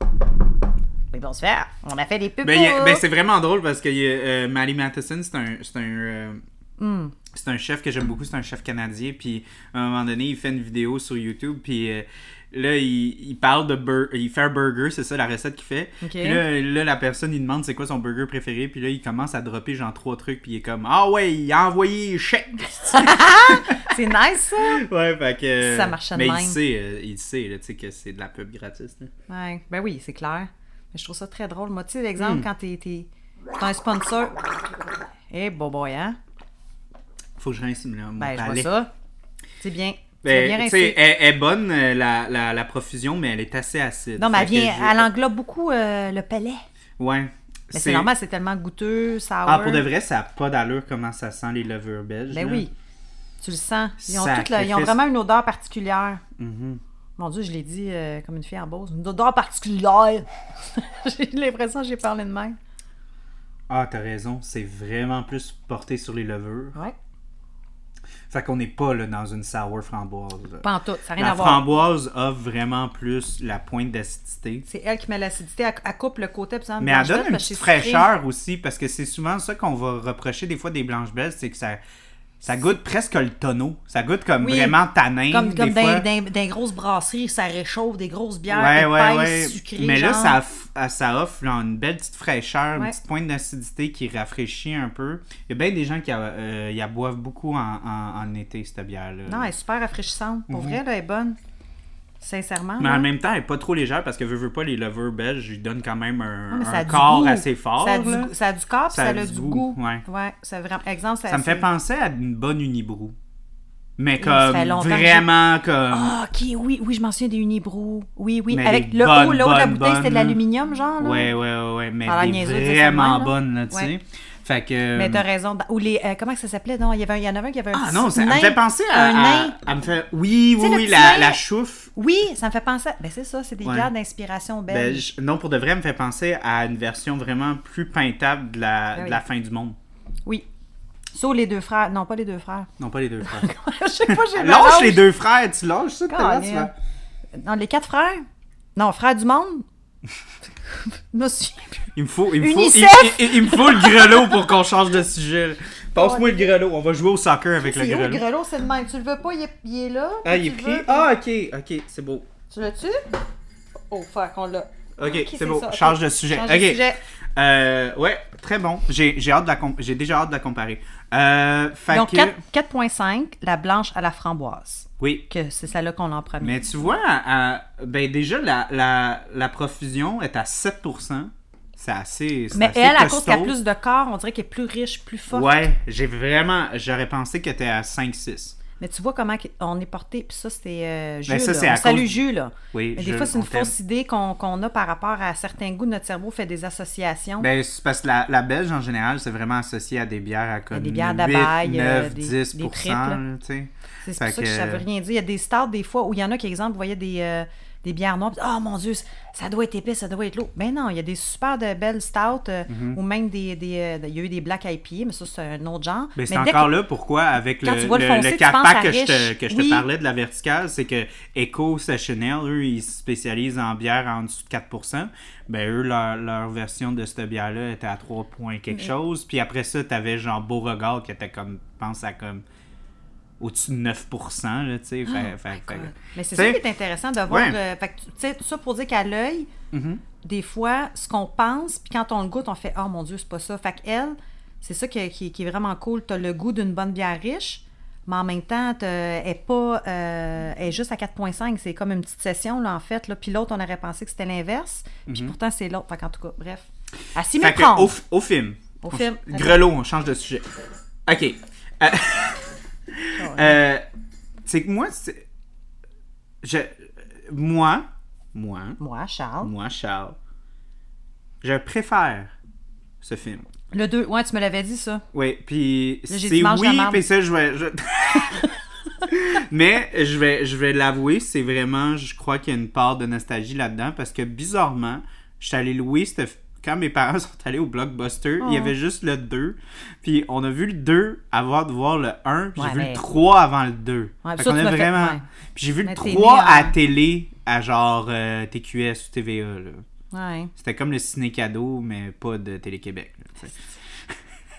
Ils vont se faire. On a fait des pubs. Ben, il y a- pour- ben, c'est vraiment drôle parce que il y a, euh, Mally Matheson, c'est un. C'est un euh, Hmm. C'est un chef que j'aime beaucoup, c'est un chef canadien. Puis à un moment donné, il fait une vidéo sur YouTube. Puis euh, Là, il, il parle de bur il fait un burger, c'est ça la recette qu'il fait. Ok. Puis là, là, la personne, il demande c'est quoi son burger préféré. Puis là, il commence à dropper genre trois trucs. Puis il est comme Ah ouais, il a envoyé chèque. [laughs] [laughs] C'est nice, ça! ouais, fait que. Ça marchait de Mais même. il sait, euh, il sait là, tu sais, que c'est de la pub gratis. là. Ouais. Ben oui, c'est clair. Mais je trouve ça très drôle. Moi, tu sais, l'exemple, Hmm. quand t'es t'es- t'es un sponsor. Eh, bon boy, hein? Faut que je rince mon mon Ben, je vois palais. ça. C'est bien. C'est bien Ben, tu sais, rincé. elle, elle est bonne, euh, la, la, la profusion, mais elle est assez acide. Non, mais elle, Fait que vient, euh, ben, je- elle englobe beaucoup euh, le palais. Ouais. Mais c'est normal, c'est tellement goûteux, sour. Ah, pour de vrai, ça n'a pas d'allure comment ça sent les levures belges. Ben là. oui. Tu le sens. Ils ont, Sacrifice. toutes la- ils ont vraiment une odeur particulière. Mhm. Mon Dieu, je l'ai dit euh, comme une fille en bourse. Une odeur particulière. [laughs] j'ai l'impression que j'ai parlé de même. Ah, t'as raison, c'est vraiment plus porté sur les levures. Ouais. Fait qu'on n'est pas là, dans une sour framboise. là. Pas en tout. Ça n'a rien La à voir. framboise offre vraiment plus la pointe d'acidité. C'est elle qui met l'acidité. Elle, elle coupe le côté. puis ça me Mais elle mange donne tout une parce que petite c'est sucré. fraîcheur aussi, parce que c'est souvent ça qu'on va reprocher des fois des blanches belles, c'est que ça, ça goûte presque le tonneau. Ça goûte comme Oui. vraiment tanin. Comme, hein, des comme fois. dans des grosses brasseries, ça réchauffe des grosses bières Ouais, ouais, épaisses, ouais. sucrées. Mais là, genre. ça, f- ah, ça offre genre, une belle petite fraîcheur, Ouais. une petite pointe d'acidité qui rafraîchit un peu. Il y a bien des gens qui a- euh, y a boivent beaucoup en, en- en été, cette bière-là. Non, elle est super rafraîchissante. Pour vrai, là, elle est bonne. Sincèrement. Mm-hmm. mais là. en même temps, elle est pas trop légère parce que veux, veux pas les lovers belges, lui donnent quand même Non, un, mais Ah, ça un a du corps goût. assez fort. Ça a là. du, ça a du corps, puis ça, a du goût. ouais. ça vraiment. Exemple, ça, Ça me fait c'est- penser à une bonne unibrou. Mais ça comme fait longtemps que j'ai- vraiment comme Ah, ok, oui, oui, je m'en souviens des unibrous. Oui, oui. Mais Avec des le haut, bonnes, le haut de la bonnes, bouteille, c'était de bonnes, là. l'aluminium, genre. Là. ouais ouais ouais, ouais, mais Ça a l'air des niaiseux de dire ça de vraiment même, là. bonne là, tu Ouais. sais. Fait que Mais t'as raison. Ou les. euh, comment que ça s'appelait? Non, il y, avait, un- il y en avait un qui avait un. Ah petit non, ça elle me nain. fait penser à. Un à- nain. elle me fait... Oui, sais, oui, le oui, petit la, nain. la chouffe Oui, ça me fait penser. à- Ben, c'est ça, c'est des Ouais. bières d'inspiration belge. belge. Ben, Non, pour de vrai, elle me fait penser à une version vraiment plus peintable de la, Ah oui. de la fin du monde. Oui. Sauf les deux frères. Non, pas les deux frères. [laughs] Non, pas les deux frères. je sais pas, j'ai lâche les deux frères, tu lâches ça, t'as là, tu Colin. vas- Non, les quatre frères? Non, frères du monde? [laughs] [laughs] Je me souviens plus. Il me faut, il me faut, il, Unicef. il- il- il me faut le grelot pour qu'on change de sujet. là. Passe-moi le grelot, on va jouer au soccer avec le C'est où le grelot. grelot? C'est le même. Tu le veux pas? Il est, il est là? Ah, puis il est tu pris. le veux, Ah, ok, ok, c'est beau. Tu l'as-tu? Oh, fuck, on l'a. Ok, c'est c'est beau. ça, ok. Change de sujet. Change ok. de sujet. Euh, ouais, très bon. J'ai j'ai hâte de la com- j'ai déjà hâte de la comparer. Euh, fait Donc, que- 4 4.5, la blanche à la framboise. Oui. Que c'est celle-là qu'on a en premier. Mais tu vois, à- à- ben déjà, la, la, la profusion est à 7%. C'est assez. c'est Mais assez elle, à cause costaud. qu'elle a plus de corps, on dirait qu'elle est plus riche, plus forte. Ouais, j'ai vraiment. J'aurais pensé que t'es à 5-6. Mais tu vois comment qu- on est porté, puis ça, c'est euh, Jus. Mais ça, là. c'est on à salue cause- Jus, là. Oui, Mais des je- fois, c'est une on t'aime. fausse idée qu'on qu'on a par rapport à certains goûts. Notre cerveau fait des associations. Ben, c'est parce que la, la belge, en général, c'est vraiment associé à des bières à comme des bières 8, d'abeille, euh, 9, des- 10 des triples. là, tu sais. c'est Fait pour ça que, que- ça veut rien dire. Il y a des stars, des fois, où il y en a qui, exemple, vous voyez des, euh, des bières noires, puis, oh mon Dieu, ça doit être épais, ça doit être lourd. Ben non, il y a des super de belles stouts, euh, Mm-hmm. ou même des, des, euh, Il y a eu des black IPA, mais ça, c'est un autre genre. Mais Ben, c'est dès encore que- là pourquoi, avec le, Quand tu vois le le, foncé, le tu Carpac penses à que je, te, riche. que je Oui. te parlais de la verticale, c'est que Echo Sessionnel, eux, ils se spécialisent en bière en dessous de 4 Ben, eux, leur, leur version de cette bière-là était à 3 points quelque chose. Puis après ça, t'avais genre Beauregard qui était comme, je pense à comme au-dessus de 9 là, tu sais. Fait- fait- fait- Oh Mais c'est tu ça sais, qui est intéressant de voir. Ouais. Mm-hmm. euh, fait que, tu sais, tout ça pour dire qu'à l'œil, des fois, ce qu'on pense, puis quand on le goûte, on fait Oh mon Dieu, c'est pas ça. Fait qu'elle, c'est ça qui, qui- qui est vraiment cool. T'as le goût d'une bonne bière riche, mais en même temps, t'as- elle est pas. euh, elle est juste à 4,5. C'est comme une petite session, là, en fait. Là. Puis l'autre, on aurait pensé que c'était l'inverse. Puis pourtant, c'est l'autre. Fait qu'en tout cas, bref. À s'y Mm-hmm. fait que méprendre. au, f- au film. Au film. Grelot, on change de sujet. OK. [laughs] Euh, euh, c'est que moi, c'est- je, moi, moi, Moi, Charles. moi, Charles, je préfère ce film. Le 2. Ouais, tu me l'avais dit, ça. Oui, puis j'ai c'est dit, mange la oui, marde. puis ça, je vais... je- [laughs] Mais je vais, je vais l'avouer, c'est vraiment, je crois qu'il y a une part de nostalgie là-dedans, parce que bizarrement, je suis allé louer ce- Quand mes parents [laughs] sont allés au Blockbuster, il y Oh. avait juste le 2. Puis on a vu le 2 avant de voir le 1, puis Ouais, j'ai vu mais- le 3 avant le 2. Ouais, Fait ça, qu'on tu a m'as fait- vraiment... ouais. Puis j'ai vu Mais le t'es 3 né en- à télé, à genre euh, TQS ou TVA, là. Ouais. C'était comme le ciné-cadeau, mais pas de Télé-Québec. là, tu sais.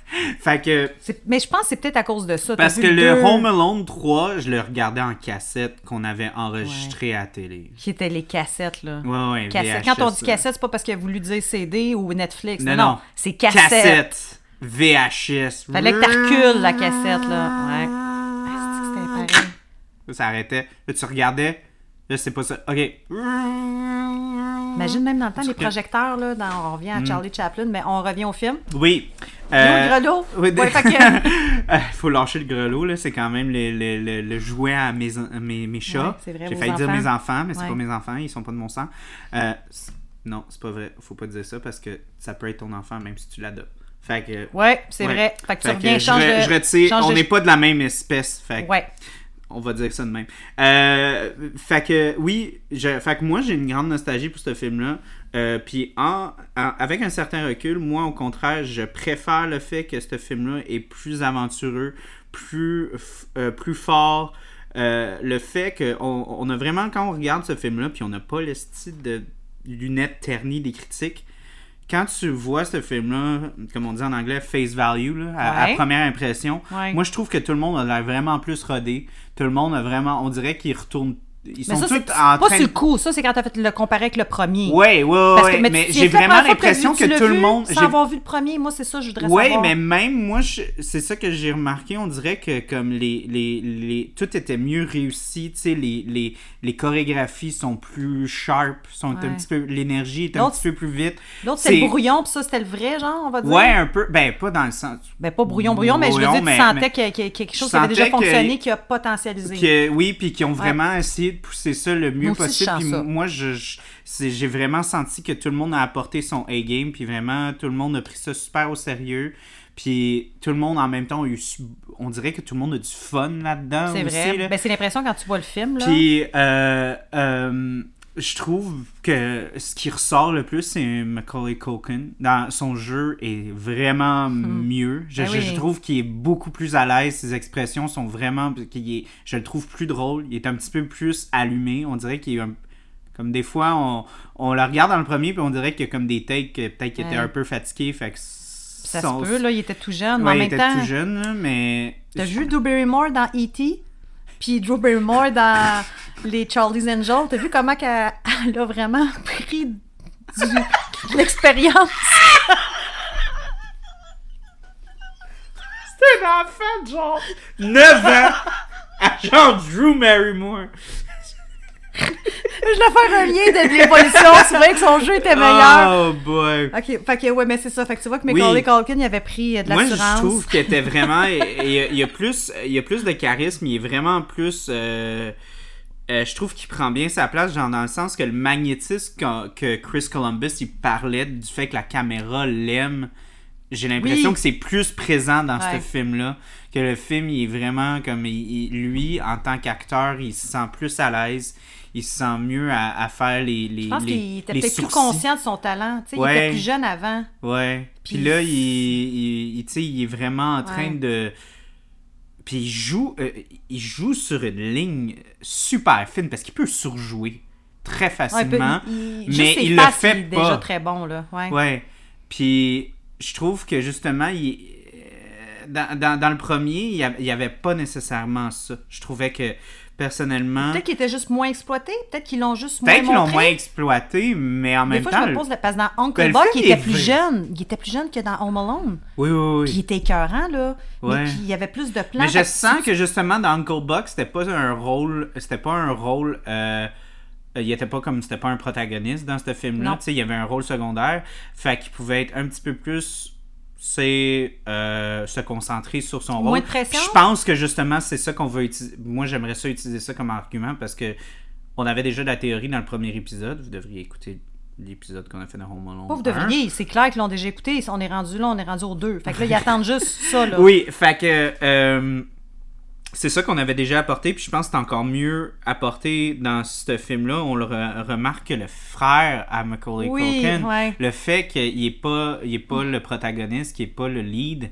[laughs] fait que. C'est- Mais je pense que c'est peut-être à cause de ça. T'as Parce vu que le deux Home Alone 3, je le regardais en cassette qu'on avait enregistré à la télé. Qui étaient les cassettes, là. Ouais, ouais, Cassette. VHS, Quand on dit là. cassette, c'est pas parce qu'il a voulu dire CD ou Netflix. Non, Non, non. non. C'est cassette. Cassette. VHS. Fallait que t'arcules la cassette, là. Ouais. Ah, c'est-tu que c'était pareil. Ça arrêtait. Là, tu regardais. Là, c'est pas ça. OK. Imagine même dans le temps, les que- projecteurs, là, dans- on revient à Charlie Chaplin, mais on revient au film. Oui. Euh... Hmm. Euh, Grelot. oui, Ouais, fait [laughs] que- Euh, faut lâcher le grelot, là. C'est quand même le, le- le- le jouet à mes, en- mes, mes chats. Ouais, c'est vrai, J'ai vos failli dire enfants. mes enfants, mais c'est Ouais. pas mes enfants, ils sont pas de mon sang. Euh, c- non, c'est pas vrai. Faut pas dire ça parce que ça peut être ton enfant même si tu l'adoptes. Fait que. Ouais, c'est Ouais. vrai. Fait que tu Fait reviens, je change re- de. je retire. change on de- n'est pas de la même espèce. Fait que Ouais. on va dire ça de même. Euh, fait que oui, je, fait que moi j'ai une grande nostalgie pour ce film-là. Euh, Puis en, en- avec un certain recul, moi au contraire, je préfère le fait que ce film-là est plus aventureux, plus f- euh, plus fort. Euh, le fait que on, on a vraiment quand on regarde ce film-là, puis on n'a pas le style de lunettes ternies des critiques. Quand tu vois ce film-là, comme on dit en anglais, face value, là, à, à Ouais. première impression, Ouais. moi, je trouve que tout le monde a l'air vraiment plus rodé. Tout le monde a vraiment. On dirait qu'ils retournent. Ils Mais sont ça, tous c'est en pas train. sur le coup. Ça, c'est quand t'as fait le comparer avec le premier. Ouais, ouais, ouais. Parce que, mais mais tu- j'ai c'est la vraiment première fois tu l'as l'impression vu, que tu l'as tout le vu monde. Sans j'ai- avoir vu le premier, moi, c'est ça, je voudrais Ouais, savoir. mais même moi, je- c'est ça que j'ai remarqué. On dirait que comme les, les, les- tout était mieux réussi. Tu sais, les, les, les chorégraphies sont plus sharp, sont un Ouais. petit peu l'énergie est un L'autre- petit peu plus vite. L'autre, c'est le brouillon, puis ça, c'était le vrai, genre, on va dire. Ouais, un peu. Ben pas dans le sens. Ben, pas brouillon, brouillon, mais je veux Brouillon, dire, tu mais- sentais mais- qu'il y a- qu'il y a quelque chose Je qui avait déjà sentais que- fonctionné, qui a potentialisé. Que, oui, puis qui ont vraiment essayé de pousser ça le mieux Moi aussi, je possible. sens Puis ça. moi, je, je- c'est- j'ai vraiment senti que tout le monde a apporté son A-game, puis vraiment, tout le monde a pris ça super au sérieux. Puis tout le monde, en même temps, a eu, su- on dirait que tout le monde a du fun là-dedans C'est aussi, vrai. là. Ben, c'est l'impression quand tu vois le film, là. Puis, euh, euh, je trouve que ce qui ressort le plus, c'est Macaulay Culkin. Dans son jeu est vraiment mieux. Je, Ben je- je oui. trouve qu'il est beaucoup plus à l'aise. Ses expressions sont vraiment... qu'il est- je le trouve plus drôle. Il est un petit peu plus allumé. On dirait qu'il est un- Comme des fois, on, on le regarde dans le premier, puis on dirait qu'il y a comme des takes que peut-être qu'il était Ouais. un peu fatigué. Fait que ça son- se peut, là, il était tout jeune, mais Ouais, en il même était temps. tout jeune, là, mais... T'as vu Drew Barrymore dans E.T.? Puis Drew Barrymore dans [laughs] les Charlie's Angels. T'as vu comment qu'elle elle a vraiment pris du- de l'expérience? C'est un enfant de genre 9 ans [laughs] à genre Drew Barrymore. Je vais faire un lien de l'évolution. C'est vrai que son jeu était meilleur. Oh boy. OK, fait que, ouais, mais c'est ça. Fait que tu vois que Oui. Macaulay Culkin, il avait pris euh, de Moi, je l'assurance. trouve qu'il était vraiment. et- et Il y, a plus, il y a plus de charisme, il est vraiment plus. euh, euh, je trouve qu'il prend bien sa place, genre dans le sens que le magnétisme qu'a- que, Chris Columbus il parlait du fait que la caméra l'aime, j'ai l'impression Oui. que c'est plus présent dans ce Ouais. film-là. Que le film, il est vraiment comme. il- il- lui, en tant qu'acteur, il se sent plus à l'aise, il se sent mieux à, à faire les. les Je pense les- qu'il était les peut-être plus sourcils. conscient de son talent. Tu sais, Il Ouais. était plus jeune avant. Ouais. Puis Puis- là, il, il, il- tu sais, il est vraiment en train Ouais. de. Puis il joue, euh, il joue sur une ligne super fine parce qu'il peut surjouer très Ouais, il peut- facilement. il- il- mais juste ses il le faces, fait il est pas. déjà très bon, là. Ouais. Ouais. Puis je trouve que justement, il... euh, dans, dans, dans le premier, il y av- il y avait pas nécessairement ça. Je trouvais que personnellement, Peut-être qu'il était juste moins exploité. Peut-être qu'ils l'ont juste moins peut-être qu'ils l'ont montré. moins exploité, mais en Des même fois, temps. je me pose la parce que dans Uncle Ben, le Bob, film il est était plus vrai. jeune. Il était plus jeune que dans Home Alone. Oui, oui, oui. Puis il était écœurant, là. Ouais. Mais puis il y avait plus de plans. Mais Fait je que sens que justement dans Uncle Buck, c'était pas un rôle, c'était pas un rôle, euh, il était pas comme, c'était pas un protagoniste dans ce film-là. Non. Tu sais, il y avait un rôle secondaire, fait qu'il pouvait être un petit peu plus, c'est euh, se concentrer sur son Moins rôle. de pression? Puis Je pense que justement c'est ça qu'on veut utiliser. Moi, j'aimerais ça utiliser ça comme argument parce que on avait déjà de la théorie dans le premier épisode. Vous devriez écouter l'épisode qu'on a fait dans Home Alone. Pas Oh, vous 1. devriez, c'est clair qu'ils l'ont déjà écouté. On est rendu là, on est rendu aux deux. Fait que [laughs] là, ils attendent juste ça, là. Oui, fait que euh, c'est ça qu'on avait déjà apporté, puis je pense que c'est encore mieux apporté dans ce film-là. On le re- remarque que le frère à Macaulay Oui, Culkin, ouais. le fait qu'il n'est pas, il est pas le protagoniste, qu'il n'est pas le lead,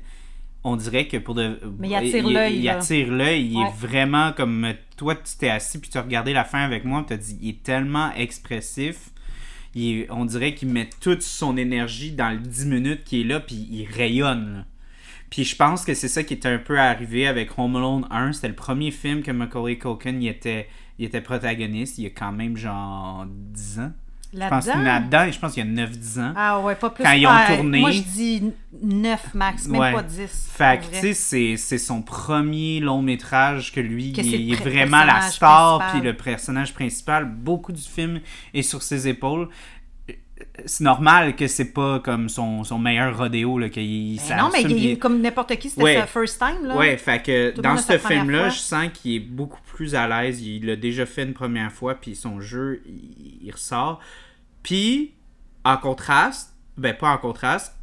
on dirait que pour de. Mais il attire l'œil, Il là. attire l'œil, il Ouais. est vraiment comme. Toi, tu t'es assis, puis tu as regardé la fin avec moi, tu as dit, il est tellement expressif. Il est- on dirait qu'il met toute son énergie dans le 10 minutes qui est là, puis il rayonne. là. Puis je pense que c'est ça qui était un peu arrivé avec Home Alone 1. C'était le premier film que Macaulay Culkin il était, il était protagoniste. Il y a quand même genre 10 ans. Je pense Là-dedans? qu'il est là-dedans, je pense qu'il y a 9-10 ans. Ah ouais, pas plus. Quand ils ont Ah, tourné. Moi, je dis 9 max, même Ouais. pas 10. Fait en que, vrai. tu sais, c'est- c'est son premier long métrage que lui, Que il, c'est est- le il est pr- vraiment la personnage star, principal. puis le personnage principal. Beaucoup du film est sur ses épaules. Euh, C'est normal que c'est pas comme son, son meilleur rodéo, là, qu'il Ben ça non, mais assume, il- puis- comme n'importe qui, c'était Ouais. sa first time. Là. Ouais, fait que Tout le dans monde a ce sa première film-là, fois. je sens qu'il est beaucoup plus à l'aise. Il l'a déjà fait une première fois, puis son jeu, il, il ressort. Puis, en contraste, ben pas en contraste,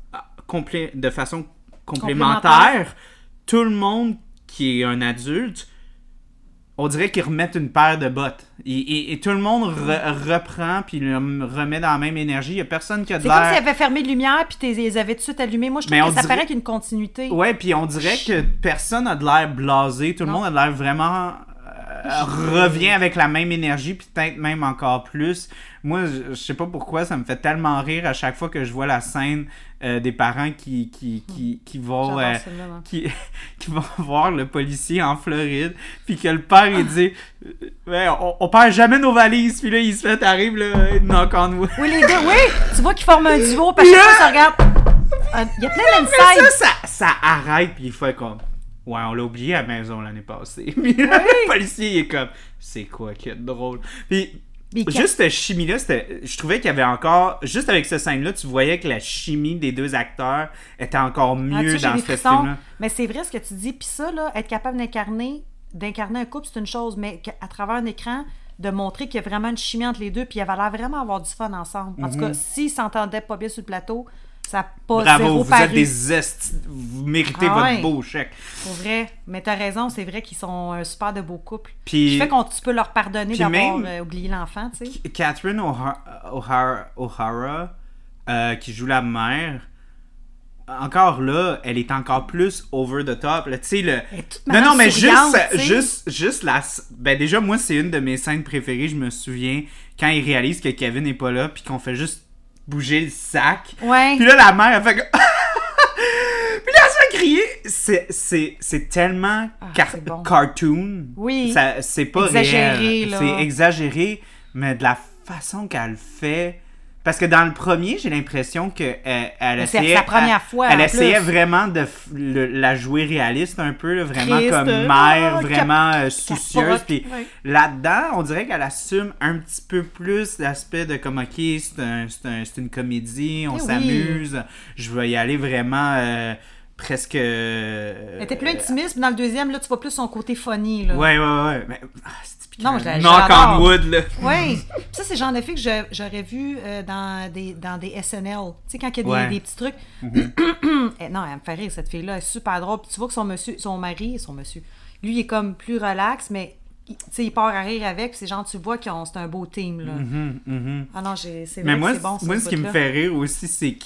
complé- de façon complémentaire, Complémentaire. tout le monde qui est un adulte, on dirait qu'ils remettent une paire de bottes. Et, et- et tout le monde re- reprend, puis le remet dans la même énergie. Il n'y a personne qui a de C'est comme l'air... s'il avait fermé les lumières puis t'es- les avait tout de suite allumées. Moi, je trouve Mais que on ça dirait- paraît qu'il y a une continuité. Ouais, puis on dirait que personne a de l'air blasé, tout le Non. monde a de l'air vraiment euh, revient avec la même énergie puis peut-être même encore plus. Moi, je, je sais pas pourquoi ça me fait tellement rire à chaque fois que je vois la scène euh, des parents qui qui qui, qui vont Hmm. J'adore euh, celle-là, moi. qui, [laughs] qui vont voir le policier en Floride puis que le père il dit Ah. euh, Ouais, on, on perd jamais nos valises puis là il se fait arrive le knock on [laughs] wood. Oui, les deux, oui! Tu vois qu'ils forment un duo, parce que Là- chaque fois, ça regarde. Ah, Il y a plein Mais d'insides. ça, ça, ça arrête, puis il fait comme. Ouais, on l'a oublié à la maison l'année passée. [laughs] Puis là, le policier, il est comme. C'est quoi qui est drôle? Puis. Mais qu'est- Juste cette chimie-là, c'était- je trouvais qu'il y avait encore. Juste avec cette scène-là, tu voyais que la chimie des deux acteurs était encore Ah, tu mieux sais, j'ai dans des ce frissons. film-là. Mais c'est vrai ce que tu dis. Puis ça, là, être capable d'incarner, d'incarner un couple, c'est une chose, mais qu'à- à travers un écran, de montrer qu'il y a vraiment une chimie entre les deux, puis il avait l'air vraiment avoir du fun ensemble. En tout cas, s'ils s'entendaient pas bien sur le plateau, ça n'a pas Mhm. Bravo, zéro vous pari. êtes des zestes. Vous méritez Ah votre ouais. beau chèque. Pour vrai. Mais t'as raison, c'est vrai qu'ils sont un super de beau couple. Puis- Qui fait qu'on tu peux leur pardonner Puis d'avoir même- euh, oublié l'enfant, tu sais. Catherine O'Hara, O'Hara, O'Hara, euh, qui joue la mère, encore là, elle est encore plus over the top. là. Tu sais, le. est toute Non, non, madame mais souriante, juste, tu sais. juste, juste la. s- Ben, déjà, moi, c'est une de mes scènes préférées. Je me souviens quand ils réalisent que Kevin n'est pas là, puis qu'on fait juste bouger le sac. Ouais. Puis là, la mère, elle fait que. [laughs] Puis là, elle se fait crier. C'est- C'est c'est tellement car- Ah, c'est bon. cartoon. Oui. Ça- C'est pas Exagéré, réel. là. C'est exagéré, mais de la façon qu'elle fait. Parce que dans le premier, j'ai l'impression que elle, elle Mais c'est essayait. sa première elle- fois, Elle en essayait plus. vraiment de f- le- la jouer réaliste un peu, là, vraiment Triste. comme mère, Ah, vraiment euh, soucieuse. capote. Puis Ouais. là-dedans, on dirait qu'elle assume un petit peu plus l'aspect de comme, ok, c'est un- c'est un- c'est une comédie, on Eh oui. s'amuse, je vais y aller vraiment euh, presque. euh, Elle était plus intimiste, puis dans le deuxième, là, tu vois plus son côté funny, là. Ouais, ouais, ouais. Mais, ah, c'est typique. Non, un je la- knock j'adore. on wood, là. Oui. Puis ça, c'est le genre de filles que je- j'aurais vu euh, dans, des, dans des SNL. Tu sais, quand il y a des, Ouais. Mm-hmm. des petits trucs. [coughs] Eh, non, elle me fait rire, cette fille-là. Elle est super drôle. Puis tu vois que son, monsieur, son mari, son monsieur, lui, il est comme plus relax, mais il- tu sais, il part à rire avec. Puis c'est genre, tu vois que c'est un beau team, là. Ah non, j'ai- c'est vrai Mm-hmm, Mais moi, que c'est bon, moi ce qui me bout-là. fait rire aussi, c'est que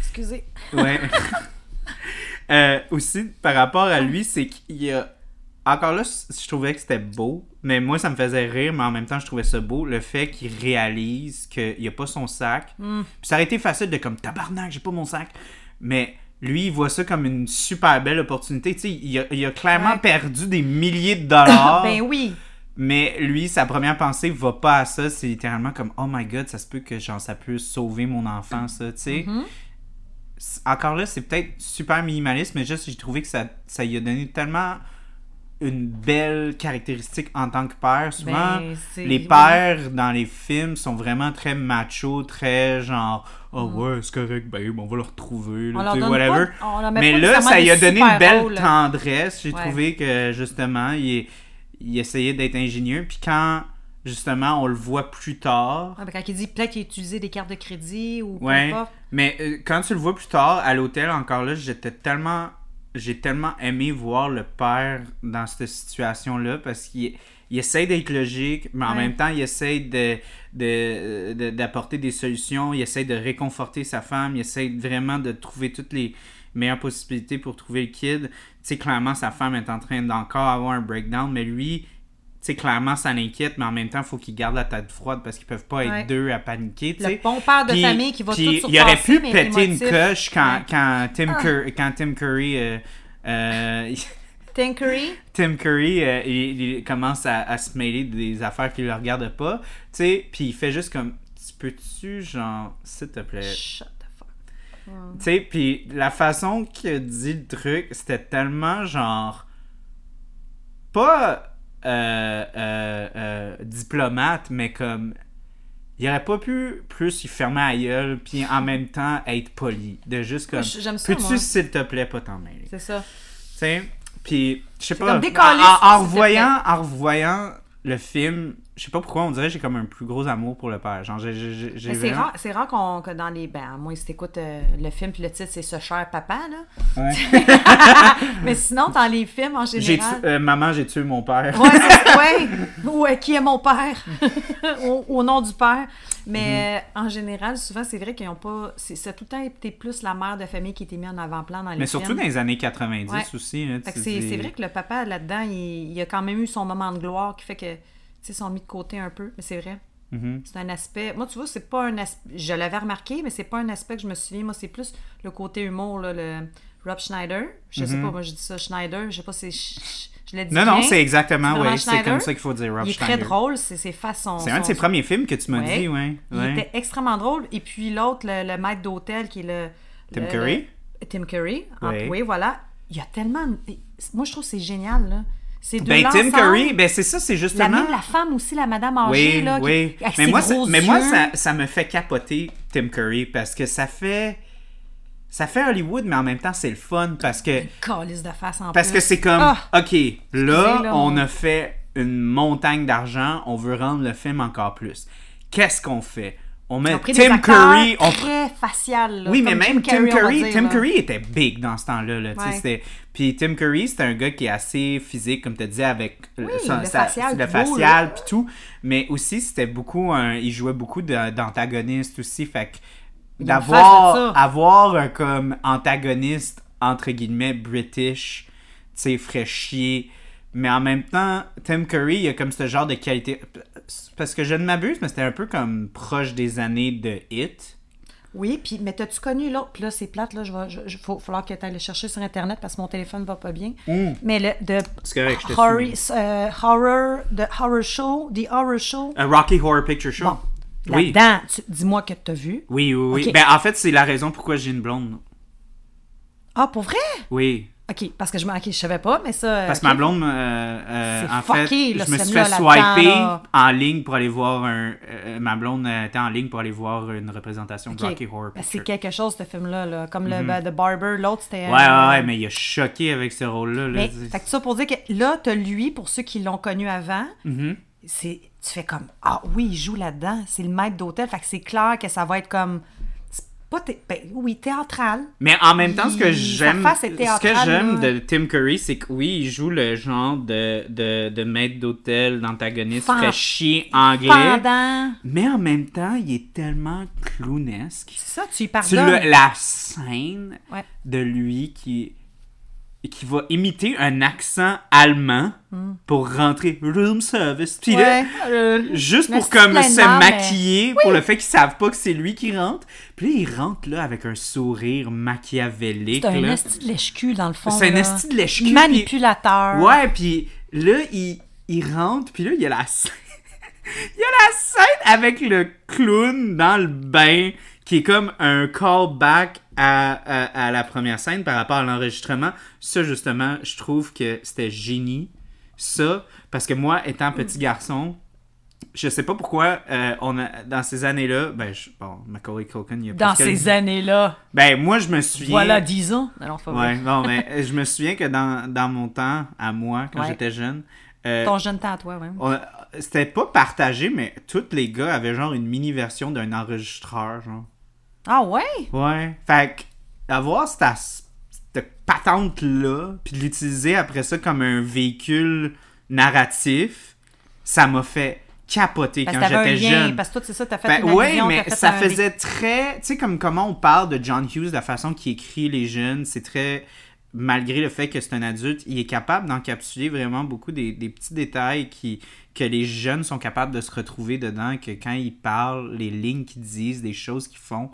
Excusez. Ouais. [laughs] Euh, aussi, par rapport à lui, c'est qu'il y a. Encore là, c- je trouvais que c'était beau, mais moi, ça me faisait rire, mais en même temps, je trouvais ça beau, le fait qu'il réalise qu'il n'y a pas son sac. Hmm. Puis ça aurait été facile de comme tabarnak, j'ai pas mon sac. Mais lui, il voit ça comme une super belle opportunité. Tu sais, il a, il a clairement Ouais. perdu des milliers de [coughs] dollars. Ben oui. Mais lui, sa première pensée va pas à ça. C'est littéralement comme Oh my god, ça se peut que genre, ça puisse sauver mon enfant, ça, tu sais. Mm-hmm. C- Encore là, c'est peut-être super minimaliste, mais juste j'ai trouvé que ça, ça lui a donné tellement une belle caractéristique en tant que père. Souvent, Ben, c'est- les oui. pères dans les films sont vraiment très machos, très genre Oh ouais, c'est correct, babe, on va le retrouver, là, Mm. On leur tu sais, donne whatever. pas- on leur met mais pas là, nécessairement ça lui a des donné une super belle rôles. tendresse. J'ai Ouais. trouvé que justement, il est il essayait d'être ingénieux, puis quand justement on le voit plus tard, Ah, ben, quand il dit peut-être qu'il a utilisé des cartes de crédit ou peu ouais, importe. mais euh, quand tu le vois plus tard à l'hôtel, encore là, j'étais tellement, j'ai tellement aimé voir le père dans cette situation-là parce qu'il il essaie d'être logique, mais en Ouais. même temps, il essaie de, de- de- d'apporter des solutions, il essaie de réconforter sa femme, il essaie vraiment de trouver toutes les meilleures possibilités pour trouver le kid. Tu sais, clairement, sa femme est en train d'encore avoir un breakdown, mais lui, sais, clairement, ça l'inquiète, mais en même temps, il faut qu'ils gardent la tête froide parce qu'ils peuvent pas être Ouais. deux à paniquer. tu Le sais. bon père de Puis- famille qui va puis tout Il aurait pu surpasser, mais péter une émotif. coche quand, Ouais. Ah. quand, Tim, Cur- quand Tim Curry. euh, euh, [laughs] Tinkery. Tim Curry, euh, il, il commence à, à se mêler des affaires qui ne le regardent pas, tu sais, puis il fait juste comme, tu peux-tu, genre, s'il te plaît, Shut the fuck. tu sais, puis la façon qu'il a dit le truc, c'était tellement, genre, pas euh, euh, euh, diplomate, mais comme, il aurait pas pu plus y fermer la gueule, puis en même temps être poli, de juste comme, Moi, j'aime ça, moi. peux-tu, s'il te plaît, pas t'en mêler? C'est ça. Tu sais, puis je sais pas. comme décoller, en, en s'il te revoyant, en revoyant le film, je sais pas pourquoi on dirait que j'ai comme un plus gros amour pour le père. Genre, j'ai- j'ai j'ai- j'ai Mais C'est vraiment- rare, c'est rare qu'on, que dans les. Ben, à moins si t'écoutes euh, le film, puis le titre, c'est Ce cher papa, là. [laughs] Ouais. Mais sinon, dans les films, en J'ai général. tu- euh, maman, j'ai tué mon père. Ouais, c'est- ouais. Ou euh, qui est mon père, [laughs] au, au nom du père. Mais Mm-hmm. euh, en général, souvent, c'est vrai qu'ils n'ont pas. C'est, ça a tout le temps été plus la mère de famille qui était mise en avant-plan dans les Mais surtout films. dans les années 90 Ouais. aussi. là, Fait que tu c'est, dis- c'est vrai que le papa, là-dedans, il, il a quand même eu son moment de gloire qui fait que. Tu sais, ils sont mis de côté un peu. Mais c'est vrai. Mhm. C'est un aspect. Moi, tu vois, c'est pas un aspect. Je l'avais remarqué, mais c'est pas un aspect que je me souviens. Moi, c'est plus le côté humour, là, le Rob Schneider. Je sais pas, moi, je dis ça, Schneider. Je sais pas si je, je- je l'ai dit. Mm-hmm. Non, non, bien. c'est exactement, C'est ouais, vraiment c'est Schneider. comme ça qu'il faut dire Rob Il est Schneider. très drôle, c'est ses façons. C'est un de ses premiers films que tu m'as Ouais. dit, ouais. Il ouais. était extrêmement drôle. Et puis l'autre, le, le maître d'hôtel qui est le. Tim le- Curry? le- Tim Curry. Ah, Ouais. oui, voilà. Il y a tellement. Moi, je trouve que c'est génial, là. C'est deux Ben, Tim l'ensemble. Curry, ben c'est ça, c'est La, justement. même, la femme aussi, la madame âgée, Oui, là. qui- oui. avec mais ses moi, ça, gros mais moi yeux. ça, ça me fait capoter Tim Curry parce que ça fait. Ça fait Hollywood, mais en même temps, c'est le fun parce que. Câlisse de face en Parce plus. que c'est comme. euh, Ah! OK, là, là, on mon- a fait une montagne d'argent, on veut rendre le film encore plus. Qu'est-ce qu'on fait? On met Ils ont pris des Tim acteurs Curry, on Très facial, là, oui, mais comme même Jim Carrey, Tim on va Curry, dire, Tim là. Curry était big dans ce temps-là. là, tu sais, Ouais. c'était- Puis Tim Curry, c'était un gars qui est assez physique, comme tu disais, avec le- le facial le beau, facial là. puis tout. Mais aussi, c'était beaucoup. un- il jouait beaucoup de- d'antagonistes aussi. Fait que a une face de d'avoir ça. avoir un comme antagoniste, entre guillemets, british, tu sais, frais chier. Mais en même temps, Tim Curry, il a comme ce genre de qualité. Parce que je ne m'abuse, mais c'était un peu comme proche des années de Hit. Oui, puis, mais t'as-tu connu l'autre? Puis là, c'est plate, là, je vais, je, je- faut falloir que t'ailles le chercher sur Internet parce que mon téléphone va pas bien. Mais le, de C'est correct, je te horror, suis, euh, horror, the horror show, the horror show. Un Rocky Horror Picture Show. Bon, Ah, oui. là-dedans, tu- dis-moi que t'as vu. oui, oui, oui. Ok. Ben, en fait, c'est la raison pourquoi j'ai une blonde. Ah, pour vrai? Oui. OK, parce que je, ne je savais pas, mais ça... Parce que ma blonde, euh, euh, C'est en fait, fucké, là, je me ce suis fait film-là, là-dedans, swiper là. en ligne pour aller voir un. euh, ma blonde euh, était en ligne pour aller voir une représentation de OK. Rocky Horror Ben, c'est Picture. Mm-hmm. quelque chose, ce film-là, là. comme le ben, The Barber, l'autre, c'était... euh, Ouais, ouais, ouais, mais il a choqué avec ce rôle-là. là. Mais, C'est- fait que ça pour dire que là, t'as lui, pour ceux qui l'ont connu avant, Mm-hmm. c'est tu fais comme Ah oui, il joue là-dedans, c'est le maître d'hôtel, fait que c'est clair que ça va être comme. c'est Pas thé- ben, oui, théâtral. Mais en même temps, ce que Il- j'aime, sa face est ce que théâtrale, j'aime là. de Tim Curry, c'est que oui, il joue le genre de, de, de maître d'hôtel, d'antagoniste, Fan- fait chier anglais. Pendant. Mais en même temps, il est tellement clownesque. C'est ça, tu y Tu pardonnes. l'as- la scène Ouais. de lui qui qui va imiter un accent allemand pour rentrer room service. Puis là, Hmm. Ouais, euh, juste mais pour c'est comme plein de se mal, mais- maquiller pour le fait qu'ils savent pas que c'est lui qui rentre. Puis là, il rentre là avec un sourire machiavélique. C'est un là. esti de lèche-cul, dans le fond. C'est un là. esti de lèche-cul, puis- Manipulateur. Ouais, puis là, il, il rentre, puis là, il y a la [laughs] scène. il y a la scène avec le clown dans le bain, qui est comme un callback à, à, à la première scène par rapport à l'enregistrement. Ça, justement, je trouve que c'était génie. Ça, parce que moi, étant petit Mm. garçon, je sais pas pourquoi, euh, on a, dans ces années-là, ben, je, bon, Macaulay Culkin, il y a Dans presque- ces années-là. Ben, moi, je me souviens... Voilà 10 ans. Alors, faut Ouais, [laughs] non, mais euh, je me souviens que dans, dans mon temps, à moi, quand Ouais. j'étais jeune, euh, Ton jeune temps à toi, ouais. on- c'était pas partagé, mais tous les gars avaient genre une mini-version d'un enregistreur, genre. Ah ouais? Ouais. Fait que, avoir cette, as- cette patente-là, puis de l'utiliser après ça comme un véhicule narratif, ça m'a fait capoter Parce que quand t'avais Ben, un j'étais lien. jeune. Parce que toi, c'est ça, t'as fait Ben, une ouais, allusion, mais t'as fait ça un- faisait très. Tu sais, comme comment on parle de John Hughes, la façon qu'il écrit les jeunes, c'est très malgré le fait que c'est un adulte, il est capable d'encapsuler vraiment beaucoup des, des petits détails qui, que les jeunes sont capables de se retrouver dedans, que quand ils parlent, les lignes qu'ils disent, des choses qu'ils font,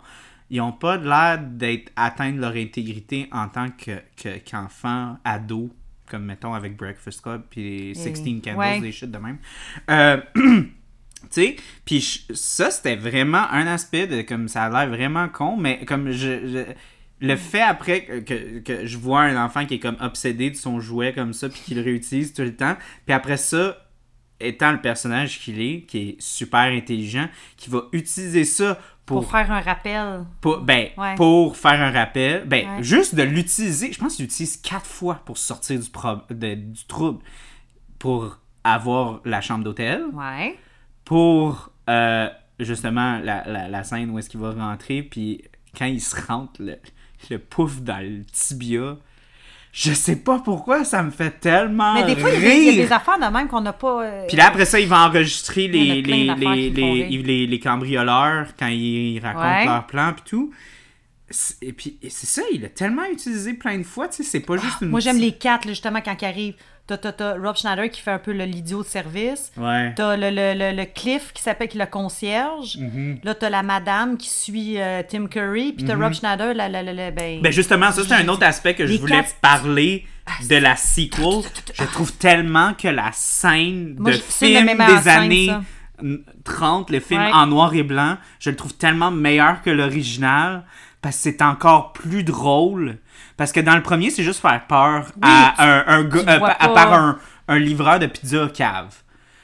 ils n'ont pas l'air d'être atteints de leur intégrité en tant qu'enfants, que, qu'enfants, ados, comme mettons avec Breakfast Club, puis les 16 Candles, ouais. des shit de même. Euh, tu sais, puis je- ça, c'était vraiment un aspect de, comme ça a l'air vraiment con, mais comme je... je- le fait après que, que- que je vois un enfant qui est comme obsédé de son jouet comme ça, puis qu'il le réutilise tout le temps, puis après ça, étant le personnage qu'il est, qui est super intelligent, qui va utiliser ça pour Pour faire un rappel. pour, ben, Ouais. pour faire un rappel, ben, Ouais. juste de l'utiliser, je pense qu'il l'utilise quatre fois pour sortir du, pro- de- du trouble, pour avoir la chambre d'hôtel, Ouais. pour euh, justement la, la- la scène où est-ce qu'il va rentrer, puis quand il se rentre le, le pouf dans le tibia, je sais pas pourquoi ça me fait tellement Mais des fois, il rire. y a des- il y a des affaires de même qu'on n'a pas. euh, Puis là, après ça, il va enregistrer y en a les, les, plein d'affaires les, qui font les, rire. les- les cambrioleurs quand ils racontent Ouais. leurs plans puis tout. C'est- Et puis, et c'est ça, il l'a tellement utilisé plein de fois, tu sais, c'est pas juste une... Ah, Moi, j'aime petite- les quatre, là, justement, quand ils arrivent. T'as, t'as- t'as Rob Schneider qui fait un peu le- l'idiot de service. Ouais. T'as le, le, le, le Cliff qui s'appelle qui est le concierge. Mm-hmm. Là, t'as la madame qui suit euh, Tim Curry. Puis t'as Rob Schneider, la, la, la, la- ben... Ben justement, ça c'est un autre aspect que je Les voulais quatre- Ah, parler de la sequel. Je trouve tellement que la scène Moi, de je- c'est le film meilleur des scène, années ça. 30, le film Ouais. en noir et blanc, je le trouve tellement meilleur que l'original parce que c'est encore plus drôle. Parce que dans le premier, c'est juste faire peur à un, un gars, le euh, vois à pas. part un, un livreur de pizza au cave.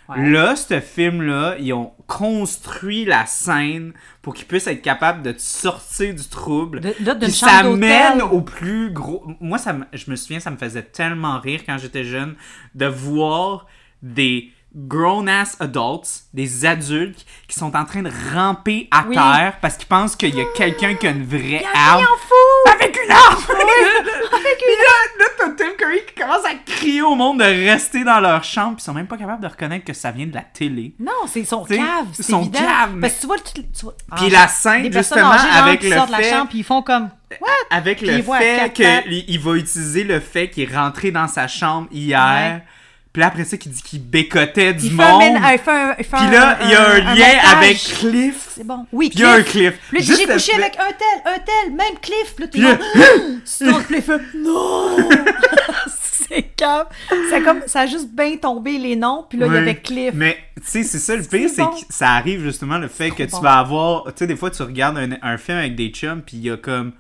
Ouais. Là, ce film-là, ils ont construit la scène pour qu'ils puissent être capables de te sortir du trouble. De- là, d'une Puis chambre ça d'hôtel. mène au plus gros. Moi, ça, me- je me souviens, ça me faisait tellement rire quand j'étais jeune de voir des grown-ass adults, des adultes qui sont en train de ramper à Oui. terre parce qu'ils pensent qu'il y a quelqu'un qui a une vraie Il y a un arme. en fou! Avec une [laughs] arme! Puis là, là, t'as Tim Curry qui commence à crier au monde de rester dans leur chambre, puis ils sont même pas capables de reconnaître que ça vient de la télé. Non, c'est son T'sais, cave. c'est C'est son évident. cave, mais- Parce que tu vois, tu, tu vois- Puis Ah, la scène, des personnes justement, âgées, genre, avec qui le sortent de fait- euh, la chambre, puis ils font comme. What? Avec Puis le il voit à fait quatre pattes. qu'il il va utiliser le fait qu'il est rentré dans sa chambre hier. Ouais. Puis là, après ça, qu'il dit qu'il bécotait du Il fait, un, monde. men- il fait un- il fait Puis un- là, il y a un, lien montage. avec Cliff. C'est bon. Oui, Puis il y a un Cliff. Puis là, Juste j'ai le couché fait- avec un tel, un tel, même Cliff. Puis là, t'es Puis là, [gasps] genre, [gasps] sur le Cliff. hein. [laughs] Non! c'est comme, ça comme, ça a juste bien tombé les noms, puis là, il y Ouais. avait Cliff. Mais, tu sais, c'est ça le pire, c'est bon. que ça arrive justement le fait que tu bon. vas avoir. Tu sais, des fois, tu regardes un, un film avec des chums, puis il y a comme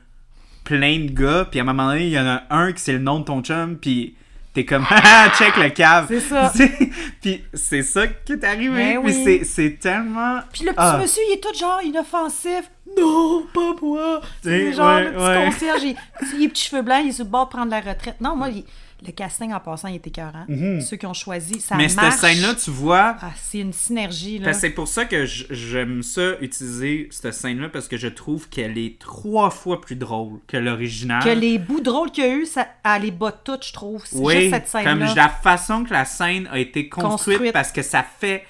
plein de gars, puis à un moment donné, il y en a un qui c'est le nom de ton chum, puis t'es comme, [laughs] ah, check le cave. C'est [laughs] ça. Tu sais, puis c'est ça qui est arrivé. Ben Puis oui. c'est- c'est tellement. Puis le petit Ah. monsieur, il est tout genre inoffensif. Non, pas moi. T'sais, C'est genre ouais, le petit ouais. concierge, [laughs] il, il est petit cheveux blancs, il est sur le bord de prendre la retraite. Non, moi, il- le casting en passant, il est écœurant. Ceux qui ont choisi, ça Mhm. Mais cette marche. scène-là, tu vois, Ah, c'est une synergie, là. Parce que c'est pour ça que j- j'aime ça utiliser cette scène-là parce que je trouve qu'elle est trois fois plus drôle que l'original. Que les bouts drôles qu'il y a eu, ça, elle les bat toutes, je trouve. C'est oui, juste cette comme scène-là. la façon que la scène a été construite, Construite. parce que ça fait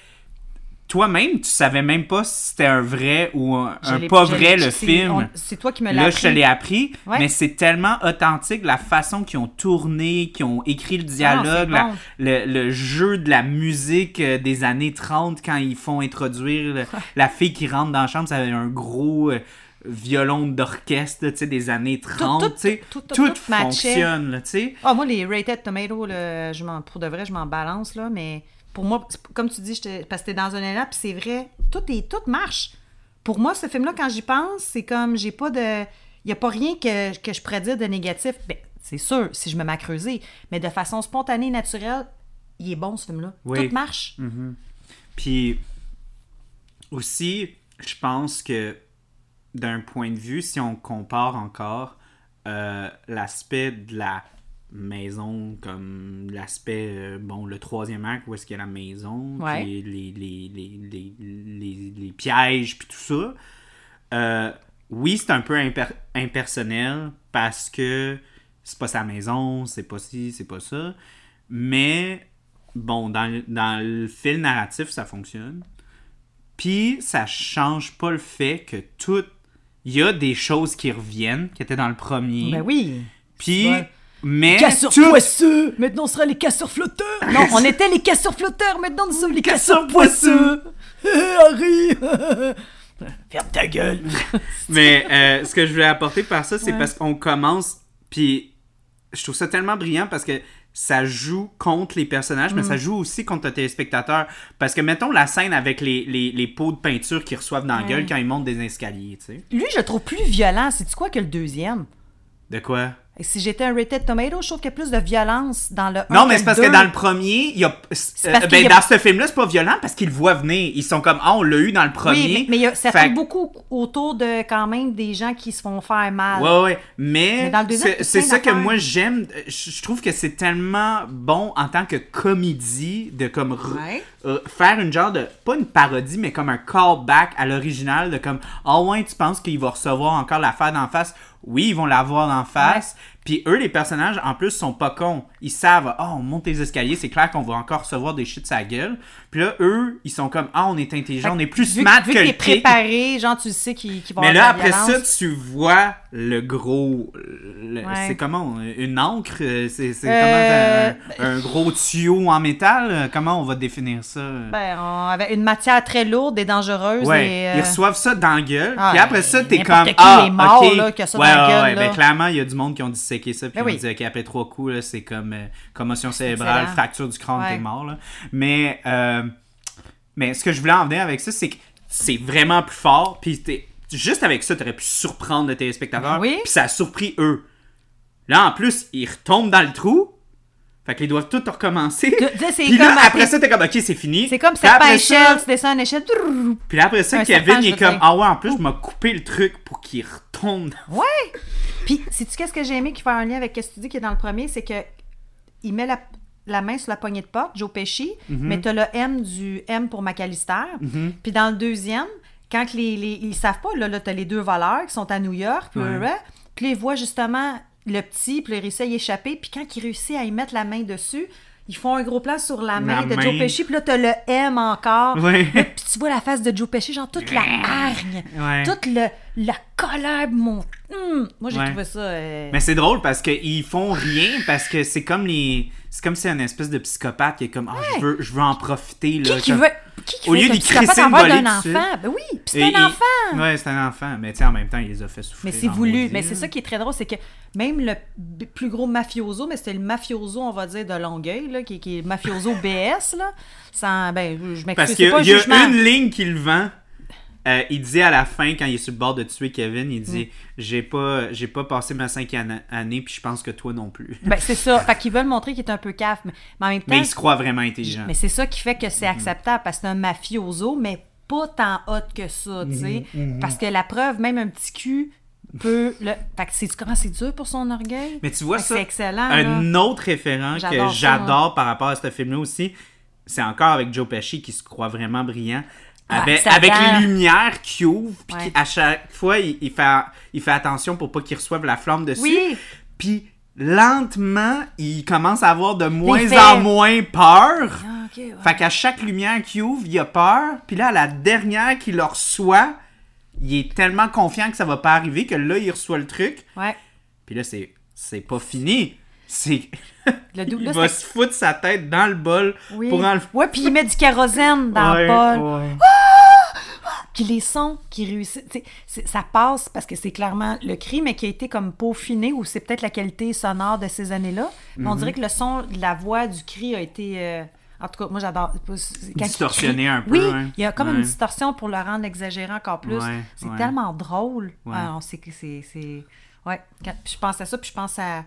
toi-même, tu savais même pas si c'était un vrai ou un, Je un l'ai- pas je vrai l'ai- le c'est- film. on- C'est toi qui me l'as Là, je te appris. l'ai appris, Ouais. mais c'est tellement authentique la façon qu'ils ont tourné, qu'ils ont écrit le dialogue, Ah, c'est la- bon. le, le jeu de la musique euh, des années 30 quand ils font introduire le- la fille qui rentre dans la chambre, ça avait un gros euh, violon d'orchestre, tu sais, des années 30, tout- tu sais. tout- tout- tout tout matchait. fonctionne, là, tu sais. Ah, moi, les Rated Tomatoes, là, je m'en- pour de vrai, je m'en balance, là, mais pour moi, c'est- comme tu dis, je te- parce que t'es dans un élan, puis c'est vrai, tout, est, tout marche. Pour moi, ce film-là, quand j'y pense, c'est comme, j'ai pas de... Il n'y a pas rien que, que je pourrais dire de négatif. Ben, c'est sûr, si je me mets à creuser, mais de façon spontanée, naturelle, il est bon, ce film-là. Oui. Mhm. Tout marche. Puis aussi, je pense que d'un point de vue, si on compare encore euh, l'aspect de la maison, comme l'aspect, euh, bon, le troisième acte, où est-ce qu'il y a la maison, Ouais. puis les, les, les, les, les- les pièges, puis tout ça, euh, oui, c'est un peu imper- impersonnel parce que c'est pas sa maison, c'est pas ci, c'est pas ça. Mais bon, dans, le- dans le fil narratif, ça fonctionne. Puis ça change pas le fait que tout. Il y a des choses qui reviennent, qui étaient dans le premier. Ben oui. Puis Ouais. Mais Casseurs tout- poisseux Maintenant, on sera les casseurs flotteurs Eh, Non, on était les casseurs flotteurs, maintenant nous sommes les casseurs Poisseux Hé, [laughs] Harry Ferme ta gueule Mais euh, ce que je voulais apporter par ça, c'est parce qu'on commence, puis je trouve ça tellement brillant parce que ça joue contre les personnages, Mm. mais ça joue aussi contre le téléspectateur. Parce que, mettons, la scène avec les, les, les pots de peinture qu'ils reçoivent dans la gueule quand ils montent des escaliers, tu sais. Lui, je le trouve plus violent, c'est quoi que le deuxième? De quoi? Et si j'étais un Rated Tomato, je trouve qu'il y a plus de violence dans le un Non, mais que c'est parce deux. que dans le premier, il y a. euh, parce ben, qu'il y a- dans ce film-là, c'est pas violent parce qu'ils le voient venir. Ils sont comme, ah, on l'a eu dans le premier. Oui, mais, mais il y a- ça Fait fait que- beaucoup autour de quand même des gens qui se font faire mal. Ouais, ouais. Mais, Mais dans le deuxième, c'est- t'as c'est plein ça que d'affaires. moi j'aime. euh, Je je trouve que c'est tellement bon en tant que comédie de comme re- Ouais. euh, faire une genre de pas une parodie mais comme un callback à l'original de comme ah ouais tu penses qu'ils vont recevoir encore l'affaire d'en face. Oui, ils vont l'avoir d'en face. Puis eux, les personnages, en plus, sont pas cons. Ils savent, ah, on monte les escaliers, c'est clair qu'on va encore recevoir des shit de sa gueule. Puis là, eux, ils sont comme, ah, on est intelligent, on est plus Vu, smart vu que que le t'es kid. préparé, genre tu sais qu'il qu'il va y Mais là, avoir de la après ça, violence. tu vois le gros. le- Ouais. C'est comment Une encre euh, C'est c'est Euh, comment un, un gros tuyau en métal euh, Comment on va définir ça Ben, on avait une matière très lourde et dangereuse. Ouais, et, ils euh, reçoivent ça dans la gueule, Ah, puis après ça, mais t'es n'importe comme qui ah, est mort, ok. là, qui a ça dans ouais, la ouais, gueule, ouais. là. Ben, clairement, il y a du monde qui ont disséqué ça, puis Ben on oui. dit ok, après trois coups, là, c'est comme euh, commotion cérébrale, excellent. fracture du crâne, Ouais. t'es mort. Là. Mais euh, mais ce que je voulais en venir avec ça, c'est que c'est vraiment plus fort, puis t'es- juste avec ça, t'aurais pu surprendre le téléspectateur, Ben oui. puis ça a surpris eux. Là, en plus, ils retombent dans le trou. Fait qu'ils doivent tout recommencer. Tu- tu sais, c'est Puis là, comme- après ça, t'es comme, OK, c'est fini. C'est comme Puis serpent à après ça, échelle, tu descends une échelle. trrrr. puis là, après ça, Un Kevin serpent, il je est veux comme dire. Ah ouais, en plus, je m'a coupé le truc pour qu'il retombe. dans- Ouais! Puis, sais-tu qu'est-ce que j'ai aimé qui fait un lien avec ce que tu dis qui est dans le premier? C'est que il met la, la main sur la poignée de porte, Joe Pesci, mais t'as le M du M pour McAllister. Puis dans le deuxième, quand que les, les- ils savent pas, là, là t'as les deux voleurs qui sont à New York, puis Ouais. euh, puis là, ils voient justement le petit, puis là, il réussit à y échapper, puis quand il réussit à y mettre la main dessus, ils font un gros plan sur la main de Joe main. Pesci, puis là, t'as le M encore. Ouais. Là, puis tu vois la face de Joe Pesci, genre toute la hargne, Ouais. toute le, la colère, mon... Hum! Moi, j'ai Ouais. trouvé ça... euh, Mais c'est drôle parce qu'ils font rien parce que c'est comme les. C'est comme si c'est un espèce de psychopathe qui est comme Ah, je, veux, je veux en profiter. Là, Qui qui comme- veut... Qui qui Au veut lieu être d'y psychopathe crisser en une vol volée d'un dessus. enfant? Ben oui, puis c'est Et- et- un enfant! Ouais, c'est un enfant. Mais tu sais, en même temps, il les a fait souffrir. Mais c'est en voulu. maudit, Mais là. c'est ça qui est très drôle, c'est que même le b- plus gros mafioso, mais c'était le mafioso, on va dire, de Longueuil, là, qui, qui est mafioso BS, là, sans... Ben, je Parce m'excuse, qu'il c'est y a, pas un il y a jugement. une ligne qu'il vend. Euh, il dit à la fin, quand il est sur le bord de tuer Kevin, il Mm. dit J'ai pas, j'ai pas passé ma cinquième année, puis je pense que toi non plus. Ben, c'est ça. Fait qu'ils veulent montrer qu'il est un peu caf, mais, mais en même temps... Mais il se croit vraiment intelligent. Mais c'est ça qui fait que Mm-hmm. c'est acceptable parce que c'est un mafioso, mais pas tant hot que ça, tu sais. Mm-hmm. Parce que la preuve, même un petit cul peut. Le... Fait que c'est comment c'est dur pour son orgueil. Mais tu vois Fait que ça, Ah, c'est excellent. là. un autre référent J'adore que ça, j'adore par rapport à ce film-là aussi, c'est encore avec Joe Pesci qui se croit vraiment brillant. Ouais, Avec, ça avec vend. les lumières qui ouvrent, puis Ouais. qui, à chaque fois, il, il fait, il fait attention pour pas qu'il reçoive la flamme dessus. Oui. Puis lentement, il commence à avoir de moins fait- en moins peur. Ah, ok, ouais. Fait qu'à chaque lumière qui ouvre, il a peur. Puis là, à la dernière qu'il le reçoit, il est tellement confiant que ça va pas arriver que là, il reçoit le truc. Ouais. Puis là, c'est, c'est pas fini. C'est... Le dou- [laughs] il là, va c'est- se foutre sa tête dans le bol Oui. pour enlever... Ouais, puis il met du kérosène dans Ouais, le bol. ouais. Puis les sons qui réussissent, tu sais, c'est- ça passe parce que c'est clairement le cri, mais qui a été comme peaufiné, ou c'est peut-être la qualité sonore de ces années-là. Mais Mhm. on dirait que le son, de la voix du cri a été. euh, En tout cas, moi j'adore. c'est pas- c'est- quand il Distorsionné crie- un peu, Oui, hein. il y a comme une Ouais. distorsion pour le rendre exagéré encore plus. Ouais, c'est ouais. tellement drôle. Ouais. Ah, on sait que c'est. c'est- Ouais. Quand- puis je pense à ça, puis je pense à.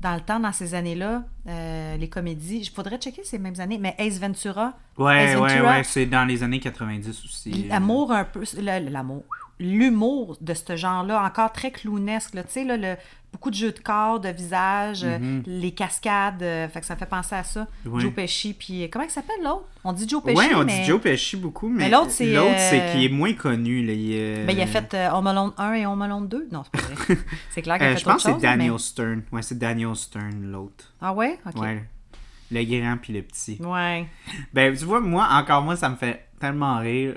Dans le temps, dans ces années-là, euh, les comédies, je faudrait checker ces mêmes années, mais Ace Ventura. Ouais, Ace ouais, Ventura, ouais, c'est dans les années 90 aussi. L'amour un peu, le- l'amour, l'humour de ce genre-là, encore très clownesque, là, tu sais, là, le- beaucoup de jeux de corps, de visage, euh, Mm-hmm. les cascades, euh, fait que ça me fait penser à ça. Oui. Joe Pesci, puis euh, comment il s'appelle l'autre? On dit Joe Pesci, Ouais, on mais- dit Joe Pesci beaucoup, mais, mais l'autre, c'est, l'autre, c'est euh, qu'il est moins connu. Là, il, est- Ben, il a fait euh, Home Alone 1 et Home Alone 2. Non, c'est pas [laughs] vrai. c'est clair qu'il a Euh, fait je pense que autre c'est chose, Daniel mais- Stern. Ouais, c'est Daniel Stern, l'autre. Ah ouais? OK. Ouais. Ouais. Le grand puis le petit. [laughs] Ben, tu vois, moi, encore moi, ça me fait tellement rire.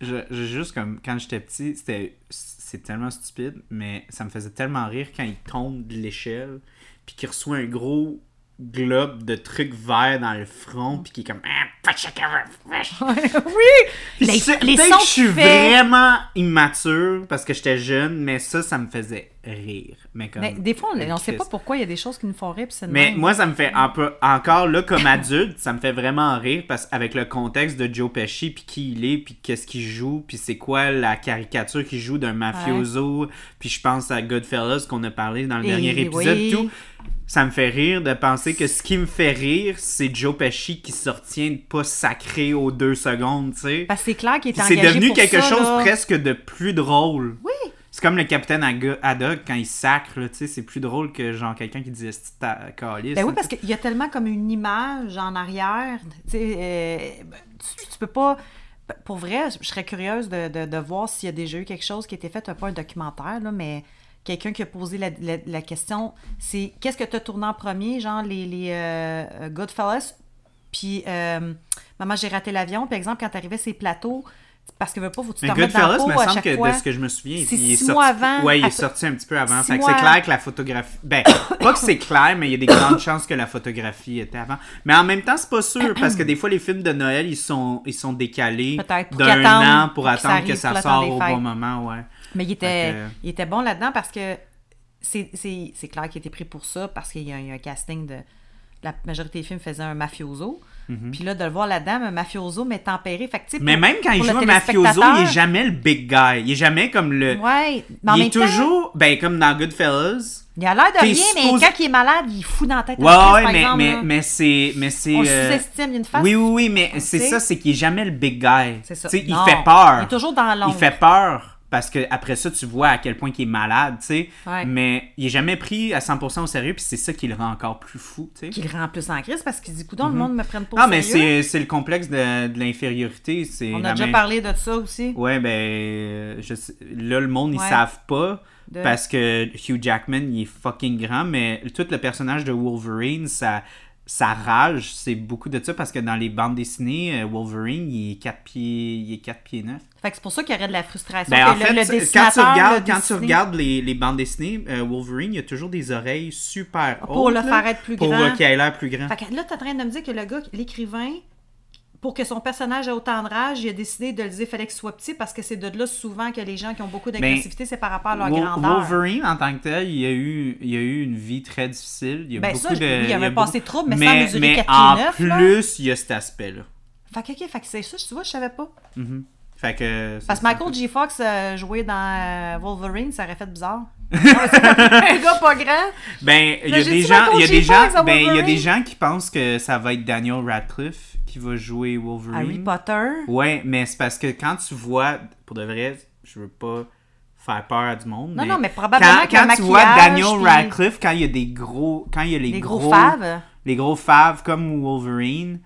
Je, je- juste comme quand j'étais petit, c'était c'est tellement stupide, mais ça me faisait tellement rire quand il tombe de l'échelle, puis qui reçoit un gros globe de trucs verts dans le front, puis qui est comme. Ah, pas chacun, wesh. oui! Puis Les- c'est- les peut-être sons que je suis qu'il fait. vraiment immature parce que j'étais jeune, mais ça, ça me faisait rire. Mais comme. Mais Ben, des fois, on Christ. ne sait pas pourquoi il y a des choses qui nous font rire. puis c'est de Mais même. moi, ça me fait un peu- encore là comme adulte, ça me fait vraiment rire parce qu'avec le contexte de Joe Pesci, puis qui il est, puis qu'est-ce qu'il joue, puis c'est quoi la caricature qu'il joue d'un mafioso, puis je pense à Goodfellas qu'on a parlé dans le Et dernier épisode, Eh oui. tout. Ça me fait rire de penser que ce qui me fait rire, c'est Joe Pesci qui se retient de pas sacrer aux deux secondes, tu sais. Parce que c'est clair qu'il est Puis c'est engagé devenu pour quelque ça, chose là. presque de plus drôle. Oui. C'est comme le capitaine Aga- Haddock quand il sacre, là, tu sais, c'est plus drôle que genre quelqu'un qui dit Esti de ta calice. Ben oui, parce qu'il y a tellement comme une image en arrière. Tu sais, euh, tu, tu peux pas. Pour vrai, je serais curieuse de, de- de voir s'il y a déjà eu quelque chose qui a été fait, pas un documentaire, là, mais quelqu'un qui a posé la, la- la question c'est qu'est-ce que tu as tourné en premier Genre les, les euh, Goodfellas, puis euh, Maman, j'ai raté l'avion. Par exemple, quand t'arrivais ces plateaux, parce que veux pas, faut que tu Mais te remettes dans la Goodfellas, peau me à semble chaque que fois. de ce que je me souviens, C'est il est six sorti. mois avant. Ouais, il est Après- sorti un petit peu avant. Six Fait que mois c'est clair que la photographie. Ben, [coughs] pas que c'est clair, mais il y a des grandes chances que la photographie était avant. Mais en même temps, c'est pas sûr, parce que des fois, les films de Noël, ils sont, ils sont décalés Peut-être, pour d'un qu'ils attendent, an pour pour que ça attendre que arrive ça, pour le temps sort des au fêtes. bon moment, ouais. Mais il était, Fait que- il était bon là-dedans parce que c'est c'est- c'est clair qu'il était pris pour ça parce qu'il y, a il y a un casting de. La majorité des films faisaient un mafioso. Puis là, de le voir là-dedans, un mafioso, mais tempéré. Fait que, tu sais, Mhm. Mais pour- même quand il pour le joue un mafioso, il est téléspectateur, jamais le big guy. Il est jamais comme le. Ouais, mais en il même est toujours. Ben, comme dans Goodfellas. Il a l'air de T'es rien, mais supposé- quand il est malade, il fout dans la tête. en Ouais, crise, ouais, par mais, exemple, mais, là. mais c'est. Mais c'est On le euh, sous-estime, il y a une face. Oui, oui, oui, mais c'est sait. ça, c'est qu'il est jamais le big guy. C'est ça. Tu sais, il Non, fait peur. il est toujours dans l'ombre. Il fait peur parce que après ça, tu vois à quel point il est malade, tu sais. Ouais. Mais il est jamais pris à 100% au sérieux, puis c'est ça qui le rend encore plus fou, tu sais. Qu'il rend plus en crise parce qu'il dit Coudon, le monde me prenne pour Ah, mais sérieux. c'est c'est le complexe de, de l'infériorité. c'est On la a déjà même- parlé de ça aussi. Ouais, ben. euh, je sais- Là, le monde, ils Ouais. savent pas. De- Parce que Hugh Jackman, il est fucking grand, mais tout le personnage de Wolverine, ça. Sa rage, c'est beaucoup de ça parce que dans les bandes dessinées, euh, Wolverine, il est 4 pieds, il est 4 pieds 9. Fait que c'est pour ça qu'il y aurait de la frustration. Ben, que en le- fait, le quand tu dessinateur, regardes, le quand tu dessiné- regardes les, les bandes dessinées, euh, Wolverine, il a toujours des oreilles super hautes. Pour le là, faire être plus pour, grand. euh, qu'il ait l'air plus grand. Fait que là, t'es en train de me dire que le gars, l'écrivain, pour que son personnage ait autant de rage, il a décidé de le dire, fallait qu'il soit petit, parce que c'est de là souvent que les gens qui ont beaucoup d'agressivité, c'est par rapport à leur Ben, Wo- grandeur. Wolverine, en tant que tel, il a eu, il a eu une vie très difficile. Il y a Ben, beaucoup ça, de. oui, il y avait a un passé beaucoup- trouble, mais sans mesurer quatre pieds en neuf, là. plus, il y a cet aspect-là. Fait que, ok, fait que c'est ça, tu vois, je savais pas. Fait que. Parce que c'est- Michael G. Fox euh, jouer dans euh, Wolverine, ça aurait fait [laughs] bizarre. Non, c'est un gars pas grand. Ben, il y a j'ai des dit gens, Michael il y a J. des Fox gens, dans ben, il y a des Wolverine. gens qui pensent que ça va être Daniel Radcliffe qui va jouer Ah Wolverine. Harry Potter. Ouais, mais c'est parce que quand tu vois, pour de vrai, je veux pas faire peur à du monde. Non, non, mais probablement quand, que quand le tu vois maquillage, Daniel puis- Radcliffe, quand il y a des gros, quand il y a les Des gros, gros faves. les gros faves comme Wolverine,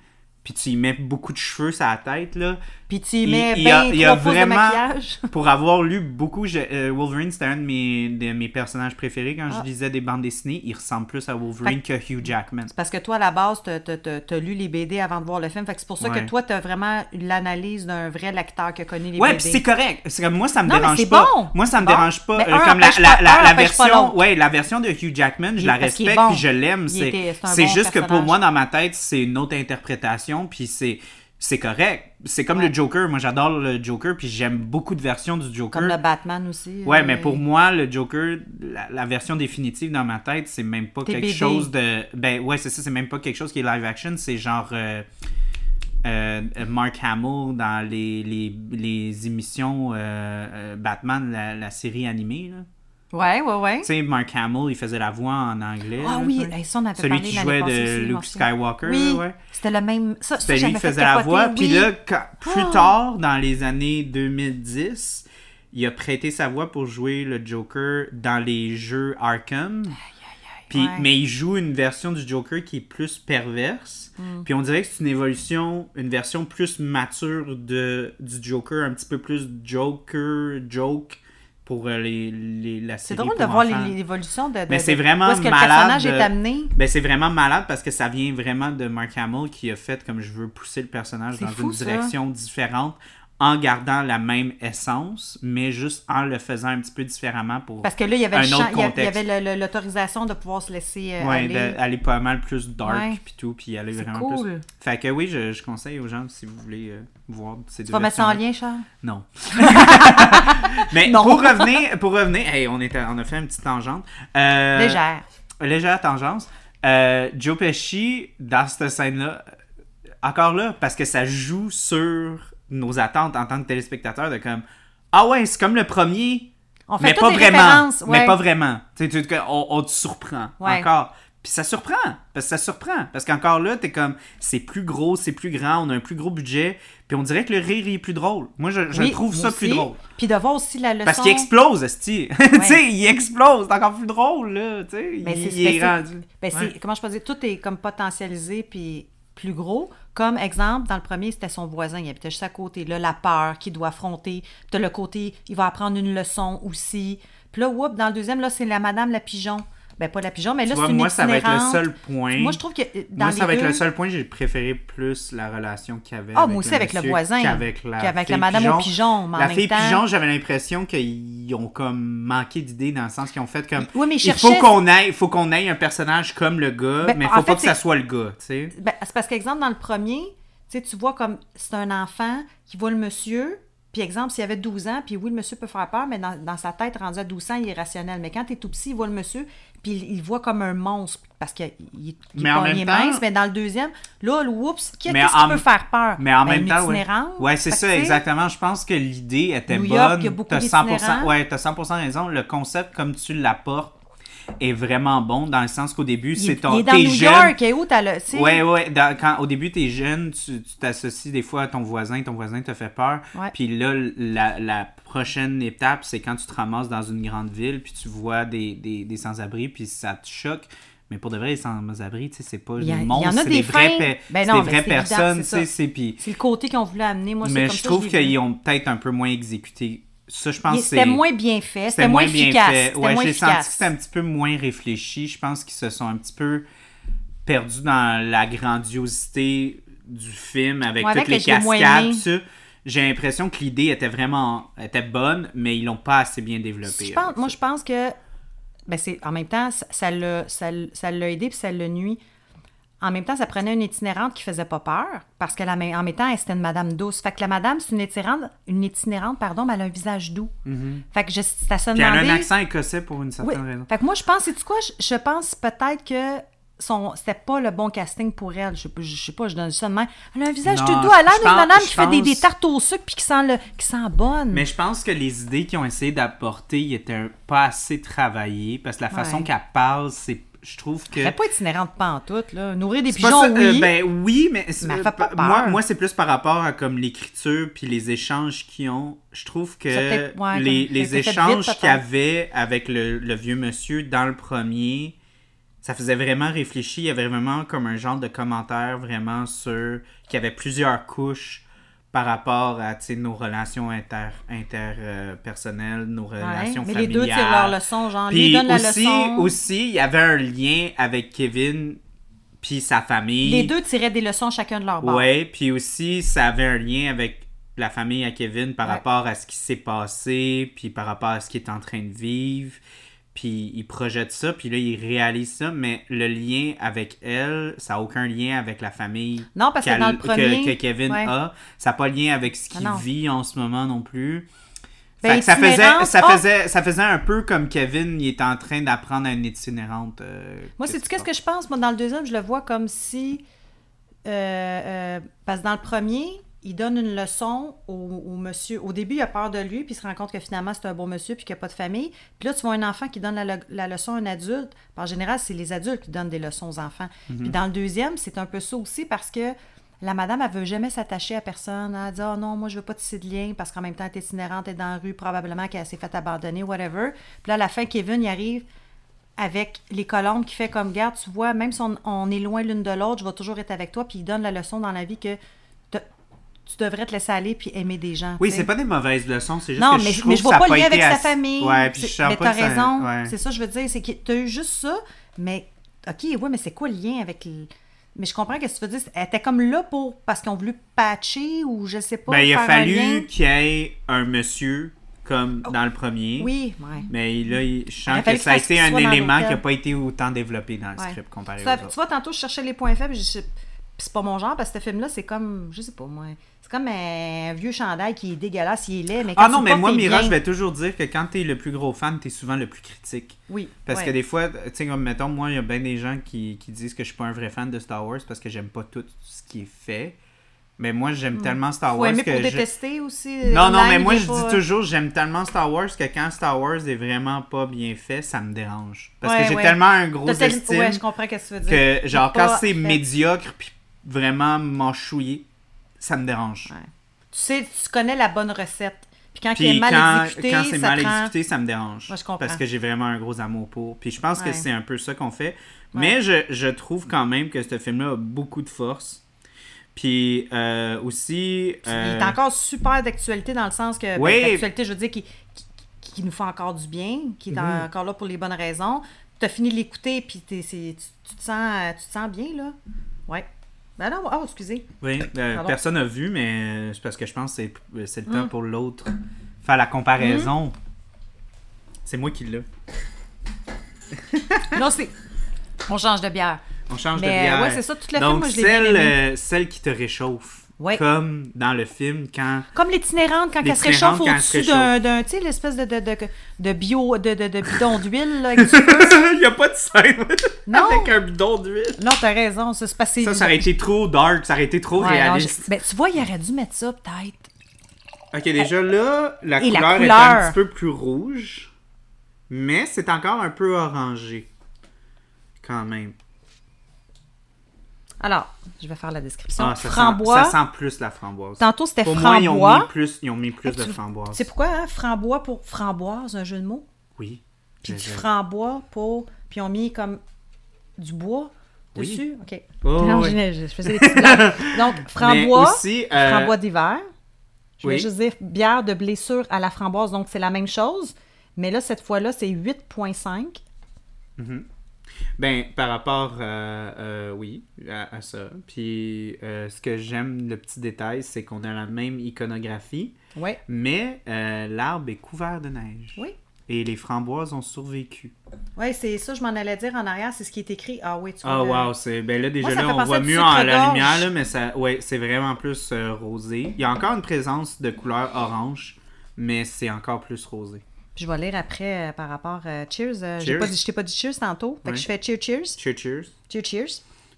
puis tu y mets beaucoup de cheveux sur la tête là. Puis tu y Il- mets il y a- ben il y trois a pouces de vraiment- maquillage. [laughs] pour avoir lu beaucoup, je- euh, Wolverine, c'était un de mes, de mes personnages préférés quand je lisais des bandes dessinées. Il ressemble plus à Wolverine que Hugh Jackman. Parce que toi, à la base, t'as t'as- t'as- t'as lu les BD avant de voir le film. Fait que c'est pour ça Ouais. que toi, t'as vraiment eu l'analyse d'un vrai lecteur qui a connu les Ouais, puis BD. c'est correct. C'est comme moi, ça me Non, mais dérange c'est pas. bon. Moi, ça me Bon. dérange pas. Mais Euh, un comme la, empêche la, pas- la, un la empêche pas version, l'autre. ouais, la version de Hugh Jackman, je Il- la parce qu'il est respecte bon. puis je l'aime. Il C'est était- c'est un c'est bon juste que pour personnage. moi, dans ma tête, c'est une autre interprétation puis c'est c'est correct. C'est comme le Joker. Moi, j'adore le Joker puis j'aime beaucoup de versions du Joker. Comme le Batman aussi. Mm. Ouais, euh, mais pour moi, le Joker, la, la version définitive dans ma tête, c'est même pas T'es quelque BD. chose de. Ben ouais, c'est ça, c'est même pas quelque chose qui est live action, c'est genre. euh, euh, euh, Mark Hamill dans les, les, les émissions euh, euh, Batman, la, la série animée. là. Ouais, ouais, ouais. Tu sais, Mark Hamill, il faisait la voix en anglais. Ah là, oui, tu sais. hey, ça, on avait Celui parlé qui l'année jouait passée de aussi, Luke Martin. Skywalker. Oui, ouais. c'était le même... Ça, ça C'était lui j'avais qui fait faisait la capoter, voix. Puis oui. là, quand- plus Ah. tard, dans les années 2010, il a prêté sa voix pour jouer le Joker dans les jeux Arkham. Puis, Ouais. Mais il joue une version du Joker qui est plus perverse. Mm. Puis on dirait que c'est une évolution, une version plus mature de, du Joker, un petit peu plus Joker, joke pour euh, les, les, la C'est série. drôle de pour voir enfants. les- l'évolution de, de- Mais de- c'est vraiment Où est-ce que malade. le personnage est euh, amené. Ben c'est vraiment malade parce que ça vient vraiment de Mark Hamill qui a fait comme je veux pousser le personnage C'est dans fou, une ça. direction différente en gardant la même essence, mais juste en le faisant un petit peu différemment pour Parce que là, il y avait, un le autre champ- il y a- il y contexte. avait le- le- l'autorisation de pouvoir se laisser euh, Ouais, aller. de- aller... pas mal plus Ouais. dark puis tout, puis aller C'est vraiment plus. cool. Fait que oui, je, je conseille aux gens si vous voulez euh, voir ces deux Tu vas mettre ça en versions-là. lien, Charles? [laughs] Non. [laughs] Mais Non. pour revenir, pour revenir, hey, on, est, à- on a fait une petite tangente. Euh, Légère. Légère tangente. Euh, Joe Pesci, dans cette scène-là, euh, encore là, parce que ça joue sur nos attentes en tant que téléspectateurs de comme Ah ouais, c'est comme le premier, On fait mais toutes pas, des vraiment, références, ouais. mais pas vraiment. Tu sais, tu- On, on te surprend Ouais. encore. Puis ça surprend, parce que ça surprend. Parce qu'encore là, t'es comme, c'est plus gros, c'est plus grand, on a un plus gros budget. Puis on dirait que le rire il est plus drôle. Moi, je, je Oui, trouve ça moi plus aussi. drôle. Puis de voir aussi la leçon. Parce qu'il explose, esti. [laughs] tu sais, il explose, c'est encore plus drôle, là. Tu sais, Ben, il, c'est- il est ben, rendu. Ben, c'est- Ouais. Comment je peux dire? Tout est comme potentialisé puis plus gros. Comme exemple, dans le premier, c'était son voisin. Il habitait juste à côté. Là, la peur qu'il doit affronter. T'as le côté, il va apprendre une leçon aussi. Puis là, whoop, dans le deuxième, là, c'est la madame la pigeon. Ben, pas la pigeon, mais là, Tu c'est vois, une moi, ça va être le itinérante. seul point. Moi, je trouve que euh, dans Moi, les ça va être deux- le seul point, j'ai préféré plus la relation qu'il y avait. Ah, moi aussi, avec le monsieur voisin, Qu'avec la, qu'avec la fille madame pigeon. au pigeon, mais en la même fille temps- pigeon, j'avais l'impression qu'ils ont comme manqué d'idées dans le sens qu'ils ont fait comme. Oui, mais ils il faut cherchaient- qu'on aille, faut qu'on aille un personnage comme le gars, Ben, mais en faut fait, pas que ça c'est- soit le gars, tu sais. Ben, c'est parce qu'exemple, dans le premier, tu sais, tu vois comme c'est un enfant qui voit le monsieur, puis exemple, s'il avait 12 ans, puis oui, le monsieur peut faire peur, mais dans, dans sa tête, rendu à 12 ans, il est rationnel. Mais quand t'es tout petit, il voit le monsieur, puis il, il voit comme un monstre, parce qu'il il, il Mais est en pas- même il est temps- mince, mais dans le deuxième, là, le whoops, qu'est- Mais qu'est-ce en- qui peut faire peur? Mais en Ben, même une temps, ouais. itinérante. Ouais, Fait c'est que, ça, tu sais, exactement. Je pense que l'idée était New bonne. York, il y a beaucoup T'as 100%, d'itinérants. ouais, t'as 100% raison. Le concept, comme tu l'apportes, est vraiment bon dans le sens qu'au début, Il, c'est est- ton. il est dans t'es New jeune. York, et où t'as le. tu sais, Ouais, ouais. dans- quand, au début, t'es jeune, tu tu t'associes des fois à ton voisin, ton voisin te fait peur. Ouais. Puis là, la, la prochaine étape, c'est quand tu te ramasses dans une grande ville, puis tu vois des, des, des sans-abri, puis ça te choque. Mais pour de vrai, les sans-abri, tu sais, c'est pas Il y a- des il y monstres, en a c'est des des vraies, fins. pe- Ben c'est non, mais des vraies c'est évident, personnes, tu c'est sais, ça. c'est... Puis C'est le côté qu'ils ont voulu amener. Moi, Ah, c'est mais comme ça je que trouve l'ai vu. qu'ils ont peut-être un peu moins exécuté. Ça, je pense Il- que C'était c'est- moins bien fait, c'était c'était moins efficace. c'était Ouais, moins j'ai senti que efficace. c'était un petit peu moins réfléchi. Je pense qu'ils se sont un petit peu perdus dans la grandiosité du film avec Ouais, toutes avec les les jeux moins cascades. aimés. tout ça. J'ai l'impression que l'idée était vraiment était bonne, mais ils l'ont pas assez bien développée. Je pense, avec moi, ça. je pense que. Ben c'est, en même temps, ça- ça l'a, ça, l'a- ça l'a aidé puis ça l'a nuit. En même temps, ça prenait une itinérante qui faisait pas peur parce qu'en en même temps, elle, c'était une madame douce. Fait que la madame, c'est une itinérante, une itinérante pardon, mais elle a un visage doux. Fait que je, ça se Mm-hmm. Puis elle a un demandait- accent écossais pour une certaine oui. raison. Fait que moi, je pense, c'est quoi? Je, je pense peut-être que son, c'était pas le bon casting pour elle. Je, sais pas- je sais pas, je donne ça de même. Elle a un visage Non, tout doux. Elle a l'air d'une je pense- madame je qui fait des, des pense- tartes au sucre puis qui sent, le, qui sent bonne. Mais je pense que les idées qu'ils ont essayé d'apporter ils étaient un- pas assez travaillées parce que la façon Ouais. qu'elle parle, c'est je trouve que Elle est pas itinérante pantoute, là. Nourrir des C'est pas pigeons, ça, euh, oui. ben oui, mais, c'est- Mais elle fait pas euh, moi, peur. moi c'est plus par rapport à comme l'écriture puis les échanges qu'ils ont. Je trouve que Ça peut-être- ouais, les, comme- les ça peut-être vite, échanges peut-être. qu'il y avait avec le, le vieux monsieur dans le premier, ça faisait vraiment réfléchir. Il y avait vraiment comme un genre de commentaire vraiment sur qu'il y avait plusieurs couches par rapport à tu sais, nos relations inter interpersonnelles, nos relations mais les familiales. deux tirent leur leçon, genre, lui, il euh, Puis donne la aussi, leçon. aussi, il y avait un lien avec Kevin puis sa famille. Les deux tiraient des leçons chacun de leur bord. Ouais, puis aussi, ça avait un lien avec la famille à Kevin par Ouais. rapport à ce qui s'est passé, puis par rapport à ce qu'il est en train de vivre. Puis il projette ça, puis là, il réalise ça, mais le lien avec elle, ça n'a aucun lien avec la famille Non, parce que qu'elle- dans le premier, que, que Kevin ouais. a. Ça n'a pas lien avec ce qu'il Ah non. vit en ce moment non plus. Ben, Fait que ça, faisait, itinérante, ça, ah! faisait, ça faisait un peu comme Kevin, il est en train d'apprendre à une itinérante. euh, Moi, c'est qu'est-ce que je pense? Moi, dans le deuxième, je le vois comme si... euh, euh, parce que dans le premier, il donne une leçon au, au monsieur. Au début, il a peur de lui, puis il se rend compte que finalement, c'est un bon monsieur, puis qu'il n'y a pas de famille. Puis là, tu vois un enfant qui donne la, le- la leçon à un adulte. En général, c'est les adultes qui donnent des leçons aux enfants. Puis dans le deuxième, c'est un peu ça aussi, parce que la madame, elle veut jamais s'attacher à personne. Elle dit « Ah non, moi, je veux pas tisser de lien, parce qu'en même temps, elle est itinérante, elle est dans la rue, probablement qu'elle s'est faite abandonner, whatever. » Puis là, à la fin, Kevin, il arrive avec les colombes qui fait comme garde, tu vois, même si on, on est loin l'une de l'autre, je vais toujours être avec toi, puis il donne la leçon dans la vie que te- tu devrais te laisser aller puis aimer des gens. Oui, tu sais. c'est pas des mauvaises leçons, c'est juste Non, que mais je je, trouve mais je vois que ça pas a le lien avec été sa assez- famille. Ouais, puis je C'est- sens mais pas t'as que ça- raison, ouais. c'est ça que je veux dire, c'est que t'as eu juste ça, mais OK, oui, mais c'est quoi le lien avec le- Mais je comprends que ce que tu veux dire. Elle était comme là pour. parce qu'ils ont voulu patcher ou je sais pas. Ben, il a faire un lien. Oh. fallu qu'il y ait un monsieur, comme dans le premier. Oui, ouais. Mais là, il- je Il a sens que fallu ça a qu'il fasse été qu'il un soit dans élément qui n'a l'hôtel. pas été autant développé dans le Ouais. script comparé Tu aux vois, autres. tu vois, tantôt, je cherchais les points faibles. Je... sais- pis C'est pas mon genre parce que ce film-là, c'est comme. Je sais pas, moi. C'est comme un vieux chandail qui est dégueulasse, il est laid. Mais quand Ah tu non, le mais portes, moi, t'es Mira, bien. je vais toujours dire que quand t'es le plus gros fan, t'es souvent le plus critique. Oui. ben, Parce ouais. que des fois, tu sais, comme mettons, moi, il y a bien des gens qui, qui disent que je suis pas un vrai fan de Star Wars parce que j'aime pas tout ce qui est fait. Mais moi, j'aime tellement Hmm. Star Faut Wars aimer que. pour je- détester aussi. euh, Non, non, Online, mais moi, des je fois. dis toujours, j'aime tellement Star Wars que quand Star Wars est vraiment pas bien fait, ça me dérange. Parce Ouais, que j'ai ouais. tellement un gros T'as tel- estime Ouais, je comprends ce que tu veux dire. que, genre, quand Pas c'est fait. médiocre puis vraiment manchouillé, ça me dérange. Ouais. Tu sais, tu connais la bonne recette. Puis quand il Puis est mal quand, exécuté, quand c'est ça mal prend... exécuté, ça me dérange. Moi, je comprends. Parce que j'ai vraiment un gros amour pour. Puis je pense Ouais. que c'est un peu ça qu'on fait. Mais je, je trouve quand même que ce film-là a beaucoup de force. Puis euh, aussi. Il euh, est encore super d'actualité dans le sens que Oui. ben, d'actualité, je veux dire, qui, qui, qui nous fait encore du bien, qui est Mhm. encore là pour les bonnes raisons. Tu as fini de l'écouter, puis t'es- c'est- tu, tu te sens, euh, tu te sens bien, là. Ouais. Ben non, oh, [laughs] excusez. oui, euh, Pardon. Mm. personne n'a vu, mais c'est parce que je pense que c'est, c'est le temps pour l'autre faire la comparaison. C'est moi qui l'ai. Non, c'est. On change de bière. On change de Mais, bière. ouais, c'est ça, tout le film, Donc, moi, je l'ai bien celle, aimé. euh, celle qui te réchauffe. Ouais. Comme dans le film, quand. Comme l'itinérante, quand elle se réchauffe L'itinérante, euh, quand elle se au-dessus d'un, réchauffe. d'un- tu sais, l'espèce de, de, de, de bio, de, de, de bidon d'huile, [laughs] là, avec du feu. Il n'y a pas de scène [laughs] Non. avec un bidon d'huile. Non, t'as raison, ça se passait. Ça, ça aurait été trop dark, ça aurait été trop Ouais, non, réaliste. je- ben, tu vois, il aurait dû mettre ça, peut-être. Ok, déjà là, la Et la couleur, est couleur. un petit peu plus rouge, mais c'est encore un peu orangé. Quand même. Alors, je vais faire la description. Ah, ça, framboise. Sent, ça sent plus la framboise. Tantôt, c'était Pour framboise. moi, ils ont mis plus, ils ont mis plus Tu- de framboise. Tu sais pourquoi, hein? Frambois pour framboise, un jeu de mots. Oui. Puis Mais du Ben, je- frambois pour. Puis ils ont mis comme du bois Oui. dessus. OK. Oh, Non, oui. je, je faisais des petites blagues. [laughs] Donc, frambois, Mais aussi, euh, frambois d'hiver. Je vais oui. juste dire bière de blessure à la framboise. Donc, c'est la même chose. Mais là, cette fois-là, c'est 8,5. Ben, par rapport, euh, euh, oui, à, à ça. Puis, euh, ce que j'aime, le petit détail, c'est qu'on a la même iconographie, Oui. mais euh, l'arbre est couvert de neige. Oui. Et les framboises ont survécu. Oui, c'est ça, je m'en allais dire en arrière, c'est ce qui est écrit. Ah oui, tu vois. Ah, le- wow, c'est. Ben là, déjà Moi, ça là, fait on penser à voit du mieux en la sucre-gorge. lumière, là, mais ça. Ouais, c'est vraiment plus euh, rosé. Il y a encore une présence de couleur orange, mais c'est encore plus rosé. Je vais lire après euh, par rapport euh, Cheers. euh, j'ai Cheers. pas dit- je t'ai pas dit Cheers tantôt. Fait Ouais. que je fais Cheers, Cheers. Cheers, cheers. Cheers, Cheers.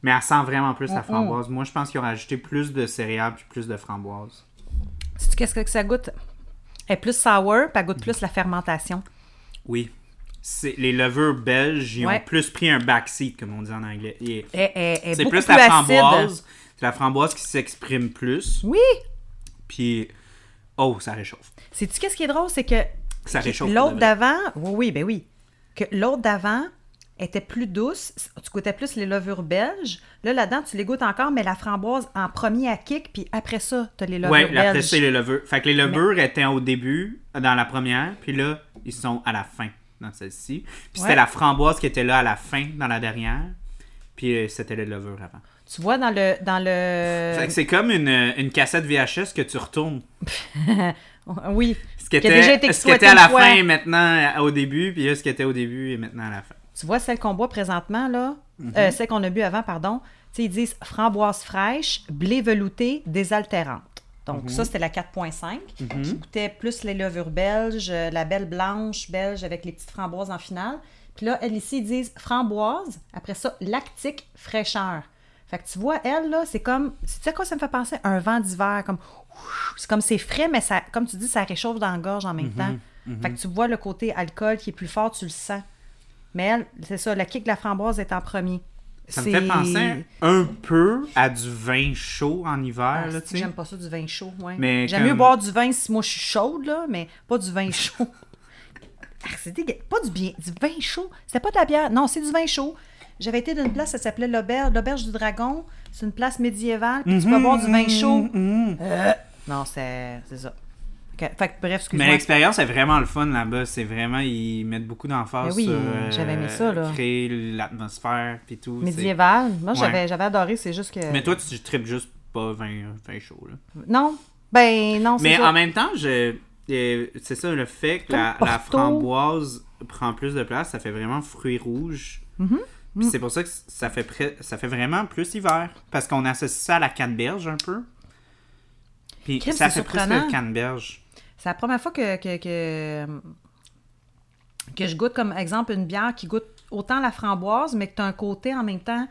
Mais elle sent vraiment plus la Mm-mm. framboise. Moi, je pense qu'ils ont ajouté plus de céréales puis plus de framboises. Sais-tu qu'est-ce que ça goûte? Elle est plus sour, puis elle goûte plus la fermentation. Oui. C'est, les levures belges, ils Ouais. ont plus pris un backseat, comme on dit en anglais. Et- Elle, elle- elle est c'est beaucoup plus plus, la acide. framboise. C'est la framboise qui s'exprime plus. Oui! Puis, oh, ça réchauffe. Sais-tu qu'est-ce qui est drôle? C'est que Ça réchauffe. pour l'autre de vrai. d'avant, oui, oui, ben oui, que l'autre d'avant était plus douce, tu goûtais plus les levures belges. Là, là-dedans, tu les goûtes encore, mais la framboise en premier à kick, puis après ça, t'as les levures Ouais, la belges. pressée, les levures. Fait que les levures étaient au début, dans la première, puis là, ils sont à la fin, dans celle-ci. Puis Ouais. c'était la framboise qui était là à la fin, dans la dernière. Puis euh, c'était les levures avant. Tu vois, dans le... Dans le... Fait que c'est comme une, euh, une cassette VHS que tu retournes. Oui. Ce qui Qui était, a déjà été ce qui exploité était à une la fois. fin et maintenant euh, au début, puis là, ce qui était au début et maintenant à la fin. Tu vois, celle qu'on boit présentement, là, euh, celle qu'on a bu avant, pardon, tu sais, ils disent framboise fraîche, blé velouté, désaltérante. Donc, ça, c'était la 4.5, qui goûtait plus les levures belges, euh, la belle blanche belge avec les petites framboises en finale. Puis là, elle, ici, ils disent framboise, après ça, lactique, fraîcheur. Fait que tu vois, elle, là, c'est comme, tu sais quoi ça me fait penser? Un vent d'hiver, comme, ouf, c'est comme c'est frais, mais ça, comme tu dis, ça réchauffe dans la gorge en même temps. Fait que tu vois le côté alcool qui est plus fort, tu le sens. Mais elle, c'est ça, la kick de la framboise est en premier. Ça me C'est- fait penser un peu à du vin chaud en hiver, Ah, là, c'est-tu tu que sais. J'aime pas ça du vin chaud, ouais. Mais J'aime comme- mieux boire du vin si moi je suis chaude, là, mais pas du [laughs] vin chaud. Ah, c'est dégueu. Pas du bien. Du vin chaud. C'était pas de la bière. Non, c'est du vin chaud. J'avais été d'une place, ça s'appelait l'auberge, l'auberge du dragon. C'est Mm-hmm, une place médiévale, puis tu peux boire du vin chaud. Euh, Non, c'est c'est ça. Que- fait que, bref, excuse-moi. Mais l'expérience est vraiment le fun là-bas. C'est vraiment, ils mettent beaucoup Mais d'emphase oui, sur euh, j'avais aimé ça, là. créer l'atmosphère puis tout. c'est- Médiéval. Moi, Ouais. j'avais j'avais adoré, c'est juste que. Mais toi, tu tripes juste pas 20, 20 shows, là. Non. Ben, non, c'est Mais ça. en même temps, je... euh, c'est ça, le fait que Comme la, la Porto. framboise prend plus de place, ça fait vraiment fruit rouge. Mm-hmm. Puis Mm. C'est pour ça que c- ça fait, pre- ça fait vraiment plus hiver. Parce qu'on associe ça à la canneberge un peu. Puis Crime, ça c'est fait presque surprenant. canneberge. C'est la première fois que, que, que, que je goûte, comme exemple, une bière qui goûte autant la framboise, mais que tu as un côté en même temps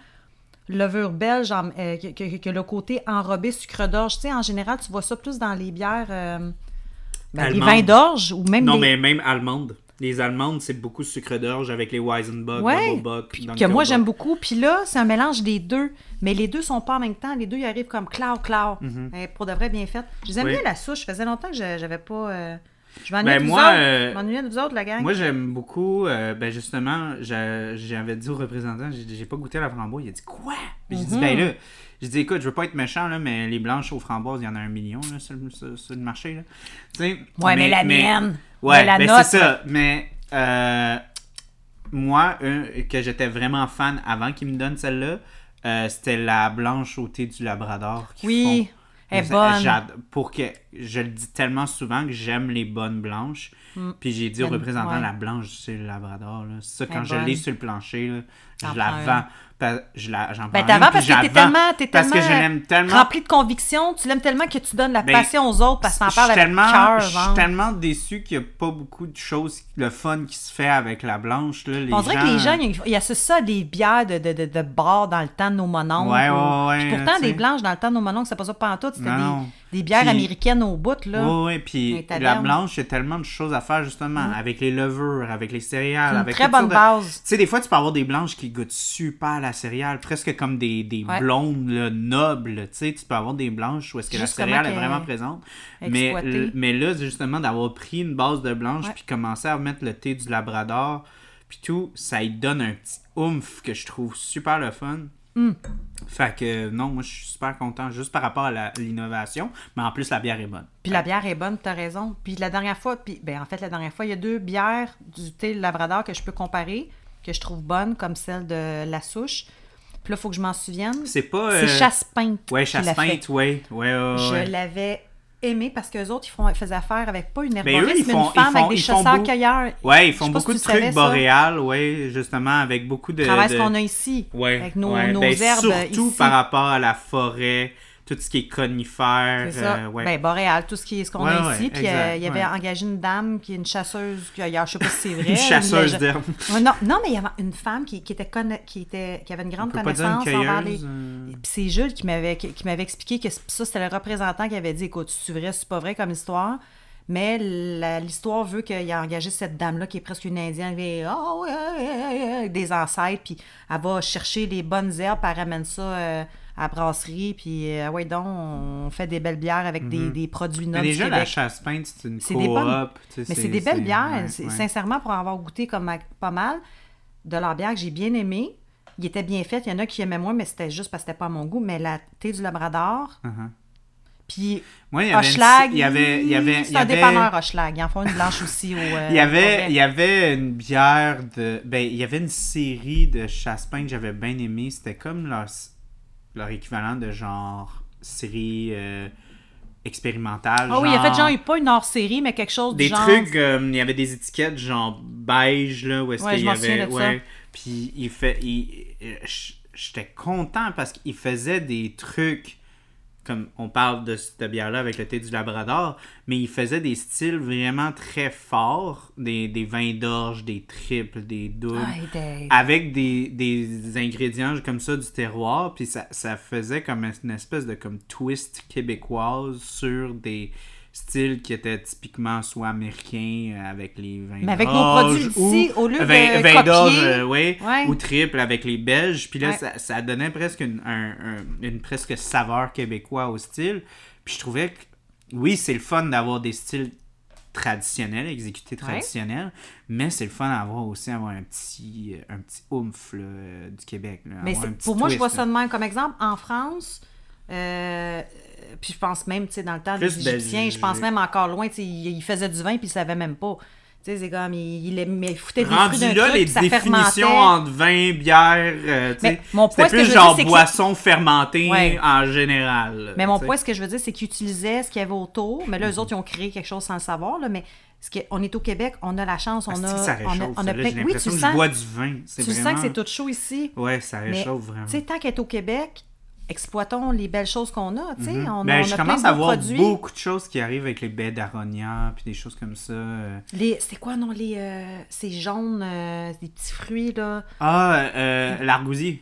levure belge, en- euh, que, que- que le côté enrobé sucre d'orge. Tu sais, en général, tu vois ça plus dans les bières, euh, ben, les Allemandes. vins d'orge ou même Non, les... mais même allemande. Les allemandes, c'est beaucoup sucre d'orge avec les Weizenbock, Ouais, Doppelbock, puis- que Dunkelbock. moi j'aime beaucoup. Puis là, c'est un mélange des deux, mais les deux sont pas en même temps. Les deux, ils arrivent comme clau, clau. Hein, pour de vrai, bien fait. Je les aime Mhm. Oui. bien la souche. Ça faisait longtemps que je- j'avais pas. euh, Je Ben, m'ennuyais de nous moi, autres. euh, Je m'ennuyais de nous autres, la gang. Moi, j'aime beaucoup. euh, ben, justement, j'a- j'avais dit au représentant, j'ai dit, j'ai pas goûté à la framboise. Il a dit, quoi? Puis J'ai Mm-hmm. dit, ben là, j'ai dit, écoute, je veux pas être méchant, là, mais les blanches aux framboises, il y en a un million là, sur, le- sur- sur le marché. Là. Tu sais, Ouais, mais la mienne, Ouais, mais la ben, nôtre. c'est ça. Mais euh, moi, un que j'étais vraiment fan avant qu'ils me donnent celle-là, euh, c'était la blanche au thé du Labrador. qu'ils Oui, font. elle est Mais bonne. j'ad- Pour que, je le dis tellement souvent que j'aime les bonnes blanches. Puis j'ai dit au Mm. Elle- représentant ouais. la blanche sur le Labrador. Là. Ça, Elle quand est je bonne. l'ai sur le plancher, là, T'en je la prends une. vends. Pa- Je la, j'en Ben, prends t'as une, avant puis parce que t'es j'avance. tellement, t'es Parce tellement, que je l'aime tellement. rempli de conviction, tu l'aimes tellement que tu donnes la Ben, passion aux autres parce que t'en Je suis parles avec le tellement- cœur, Je suis genre. tellement déçu qu'il n'y a pas beaucoup de choses, le fun qui se fait avec la blanche. Là, les On dirait gens, que les gens, ils- ils associent ça à des bières de, de, de, de bar dans le temps de nos mononcles. Ouais, ou- ouais, ouais, Puis là, pourtant, tu des sais. blanches dans le temps de nos mononcles, c'est pas ça pantoute. C'était Non, non. des, des bières Puis- Oh. américaines au bout, là. Oui, oui, puis Dans les la tavernes. blanche, il y a tellement de choses à faire, justement, avec les levures, avec les Mm. céréales. C'est une avec très toutes sortes bonne de- base. Tu sais, des fois, tu peux avoir des blanches qui goûtent super à la céréale, presque comme des, des Ouais. blondes là, nobles. Tu sais, tu peux avoir des blanches où est-ce que la Juste comment céréale est qu'elle- vraiment présente. Mais, Exploitée. l- mais là, justement, d'avoir pris une base de blanche puis commencer à mettre le thé du Labrador, puis tout, ça y donne un petit oomph que je trouve super le fun. Mm. Fait que non, moi je suis super content juste par rapport à la- l'innovation, mais en plus la bière est bonne. Puis la bière est bonne, t'as raison. Puis la dernière fois, puis ben en fait la dernière fois, il y a deux bières du thé Labrador que je peux comparer, que je trouve bonnes comme celle de la souche. Puis là, faut que je m'en souvienne. C'est pas. C'est euh, Chasse-Pinte. Ouais, qui l'a Chasse-Pinte, fait. ouais. Ouais, ouais, ouais. Je l'avais aimé parce qu'eux autres, ils, font, faisaient affaire avec pas une Ben, eux, ils herboriste, mais font- une femme ils font- avec des ils font beau- chasseurs-cueilleurs. Ouais, ils Je font sais pas si tu beaucoup de trucs savais ça. boréales, ouais, justement, avec beaucoup de. Le travail de- qu'on a ici, Ouais, avec nos, ouais. nos Ben, herbes Surtout ici. par rapport à la forêt, tout ce qui est conifère. C'est ça. euh, ouais. Ben, boréal, tout ce qui est ce qu'on Ouais, a ouais, ici. puis exact, euh, il y avait ouais. engagé une dame qui est une chasseuse cueilleur. Je sais pas si [laughs] c'est vrai. Une chasseuse légende- d'herbes. Ouais, non, non, mais il y avait une femme qui, qui était, conna- qui était qui avait une grande peut pas dire connaissance une envers les. cueilleuse, euh. Puis c'est Jules qui m'avait qui, qui m'avait expliqué que c- ça, c'était le représentant qui avait dit écoute, c'est vrai, c'est pas vrai comme histoire. Mais la- l'histoire veut qu'il ait engagé cette dame-là qui est presque une Indienne, elle est, Ah ouais, ouais, ouais, ouais, des ancêtres, puis elle va chercher les bonnes herbes, puis elle ramène ça euh, à la brasserie, puis euh, Ah ouais, donc, on fait des belles bières avec des, des produits Mais nobles du déjà, la Québec. chasse-peinte, c'est une C'est des coop. bonnes- tu sais, Mais c'est des belles bières. ouais, C'est- ouais. Sincèrement, pour avoir goûté comme à- pas mal de leur bière que j'ai bien aimé, il était bien fait. Il y en a qui aimaient moins, mais c'était juste parce que c'était pas à mon goût. Mais la thé du Labrador, Uh-huh. puis Moi, il y avait. une- Hochelag, Il y avait. Il y avait. il c'est y un avait- dépanneur Hochelag. Ils en font une blanche aussi. Au, euh, Il y, avait, au- il y avait une bière de. Ben, il y avait une série de chasse-pain que j'avais bien aimé. C'était comme leur, leur équivalent de genre série euh, expérimentale. Ah oui, il a fait genre genre, pas une hors-série, mais quelque chose du Des genre... trucs, euh, il y avait des étiquettes genre beige, là, où est-ce Ouais, qu'il je y m'en avait. souviens de ça. ouais. Puis il fait. il- euh, j- J'étais content parce qu'il faisait des trucs. Comme on parle de cette bière-là avec le thé du Labrador, mais il faisait des styles vraiment très forts, des, des vins d'orge, des triples, des doubles, Ah, il était- avec des, des ingrédients comme ça du terroir, puis ça, ça faisait comme une espèce de comme twist québécoise sur des styles qui étaient typiquement soit américains euh, avec les vins Mais avec nos d'orge produits d'ici, ou au lieu de vins- copier- vins d'orge, euh, ouais, Ouais. ou triple avec les belges puis là Ouais. ça, ça donnait presque une, un- un- une presque saveur québécois au style puis je trouvais que oui c'est le fun d'avoir des styles traditionnels exécutés traditionnels mais c'est le fun d'avoir aussi avoir un petit un petit oomph là, euh, du Québec là, Mais avoir c'est- un petit pour moi, je twist, vois là. ça de même. Comme exemple, en France, Euh, puis je pense même, tu sais, dans le temps Chris des Égyptiens, je pense Belgique. même encore loin, tu sais, il, il faisait du vin puis il savait même pas. Tu sais, c'est comme, il, il, aimait- il foutait des fruits d'un Rendu là, truc, les puis ça fermentait. définitions entre vin, bière, euh, tu Mais sais, mon point, c'était ce que je plus veux genre dire, c'est que boisson fermentée Ouais. en général. Mais mon tu sais. Mhm. point, ce que je veux dire, c'est qu'ils utilisaient ce qu'il y avait autour. Mais là, eux autres, ils ont créé quelque chose sans le savoir. Là, mais ce que, on est au Québec, on a la chance, on Asti a, que ça on a, réchauffe, on ça, a là, plein- j'ai Oui, l'impression tu que le je sens. bois du vin. Tu C'est le vraiment... sens que c'est tout chaud ici. Ouais, ça Mais réchauffe vraiment. tu sais, tant qu'elle est au Québec, exploitons les belles choses qu'on a. tu sais. on, Ben, on je a commence plein à de beaux voir produits. beaucoup de choses qui arrivent avec les baies d'aronia puis des choses comme ça. euh. Les- C'est quoi, non, les, euh, ces jaunes, euh, des petits fruits, là. Ah, euh, l'argousier.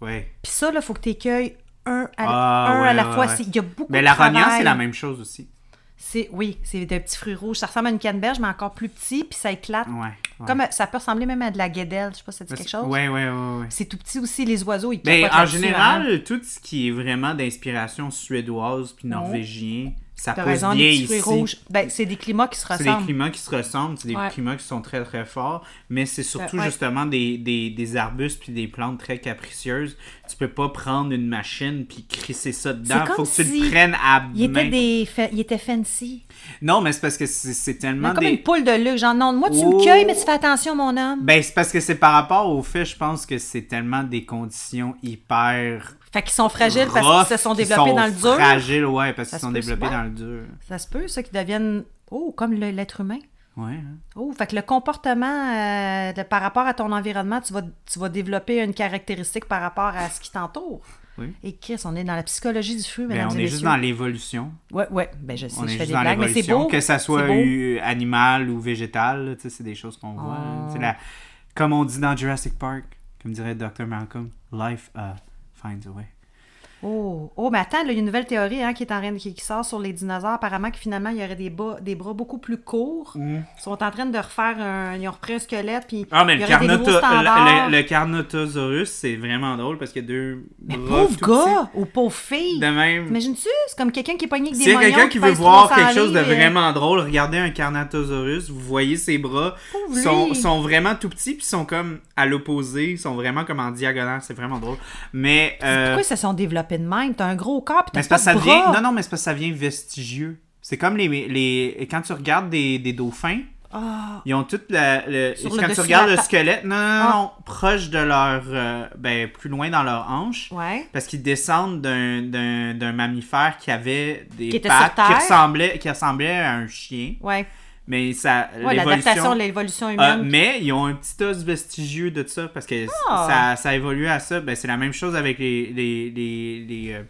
Ouais. Puis ça, là, faut que tu écueilles un à, Ah, un à ouais, la ouais, fois. ouais. C'est- Il y a beaucoup Mais de Ben, l'aronia, c'est travail. la même chose aussi. C'est- Oui, c'est des petits fruits rouges. Ça ressemble à une canneberge, mais encore plus petit, puis ça éclate. Ouais. ouais. Comme euh, ça peut ressembler même à de la guédelle, je sais pas si ça dit quelque chose. Ouais, ouais, ouais. ouais. C'est tout petit aussi, les oiseaux, ils Ben, capotent en là-dessus, hein. général, tout ce qui est vraiment d'inspiration suédoise puis norvégien, ça Oh. T'as pousse raison, bien les petits ici. fruits rouges. Ben, c'est des climats qui se C'est des ressemblent. climats qui se ressemblent, c'est des Ouais. climats qui sont très très forts, mais c'est surtout Euh, ouais. justement des, des, des arbustes puis des plantes très capricieuses. Tu peux pas prendre une machine puis crisser ça dedans, comme faut que tu le si prennes à Il était, main. des fa- il était fancy. Non, mais c'est parce que c'est c'est tellement Comme des... une poule de luxe. Genre, non, moi, tu Oh. me cueilles, mais tu fais attention, mon homme. Ben, c'est parce que c'est par rapport au fait, je pense que c'est tellement des conditions hyper Fait qu'ils sont fragiles parce rough qu'ils se sont qui développés sont dans le dur. fragiles, ouais, parce Ça qu'ils se sont peut, développés ouais. dans le dur. Ça se peut, ça, qu'ils deviennent, oh, comme le- l'être humain. Ouais. hein. Oh, fait que le comportement euh, de- par rapport à ton environnement, tu vas, tu vas développer une caractéristique par rapport à ce qui t'entoure. Oui. Et Chris, on est dans la psychologie du fruit, Ben, mesdames on et est juste messieurs. dans l'évolution. Ouais, ouais, ben je sais, je On est fais juste des dans blagues, mais c'est l'évolution, beau. que ça soit c'est beau. euh, animal ou végétal, là, tu sais, c'est des choses qu'on voit. là. Oh. C'est la- Comme on dit dans Jurassic Park, comme dirait Dr. Malcolm, life uh, finds a way. Oh, oh, mais attends, là, il y a une nouvelle théorie hein, qui, est en train de- qui, qui sort sur les dinosaures. Apparemment que finalement, il y aurait des, bas- des bras beaucoup plus courts. Ils sont en train de refaire un... Ils ont repris un squelette, puis Mm. Ah, mais il y le, aurait des nouveaux Carnota- standards. le- le- le Carnotosaurus, c'est vraiment drôle parce qu'il y a deux. Mais bras pauvre tout gars ou pauvre fille! petits. De même. T'imagines-tu? C'est comme quelqu'un qui est pogné avec des S'il y a moignons quelqu'un qui veut pèse voir 300 quelque chose de livres, euh, vraiment drôle, regardez un Carnatosaurus, vous voyez ses bras, Pauvre sont, lui. sont vraiment tout petits, puis sont comme à l'opposé, ils sont vraiment comme en diagonale, c'est vraiment drôle. Mais, euh, Pourquoi ils se sont développés de même? T'as un gros corps, puis t'as mais c'est pas parce que ça de devient... bras. Non, non, mais c'est parce que ça devient vestigieux. C'est comme les, les... Quand tu regardes des, des dauphins, Ah, ils ont toute la... le- Sur le Quand tu dessus regardes de la le ta- squelette, non, non, non, Ah. non, proche de leur... euh, ben, plus loin dans leur hanche. ouais. Parce qu'ils descendent d'un- d'un d'un mammifère qui avait des Qui était sur pattes qui Terre. ressemblaient, qui ressemblaient à un chien. Ouais, Mais ça, ouais l'adaptation l'évolution... de l'évolution Ah, humaine. mais ils ont un petit os vestigieux de ça parce que Ah. ça, ça a évolué à ça. Ben, c'est la même chose avec les, les, les, les, euh,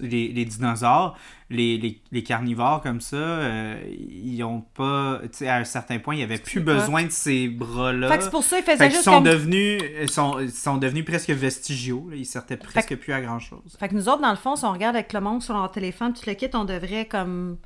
les- les dinosaures. Les, les- les carnivores comme ça, euh, ils ont pas. tu sais, À un certain point, il n'y avait plus pas. besoin de ces bras-là. Fait que c'est pour ça, ils Fait faisaient qu'ils juste sont, comme... devenus, ils sont, ils sont devenus presque vestigiaux. là. Ils sortaient presque plus à grand-chose. Fait que nous autres, dans le fond, si on regarde avec le monde sur leur téléphone, tout le kit, on devrait comme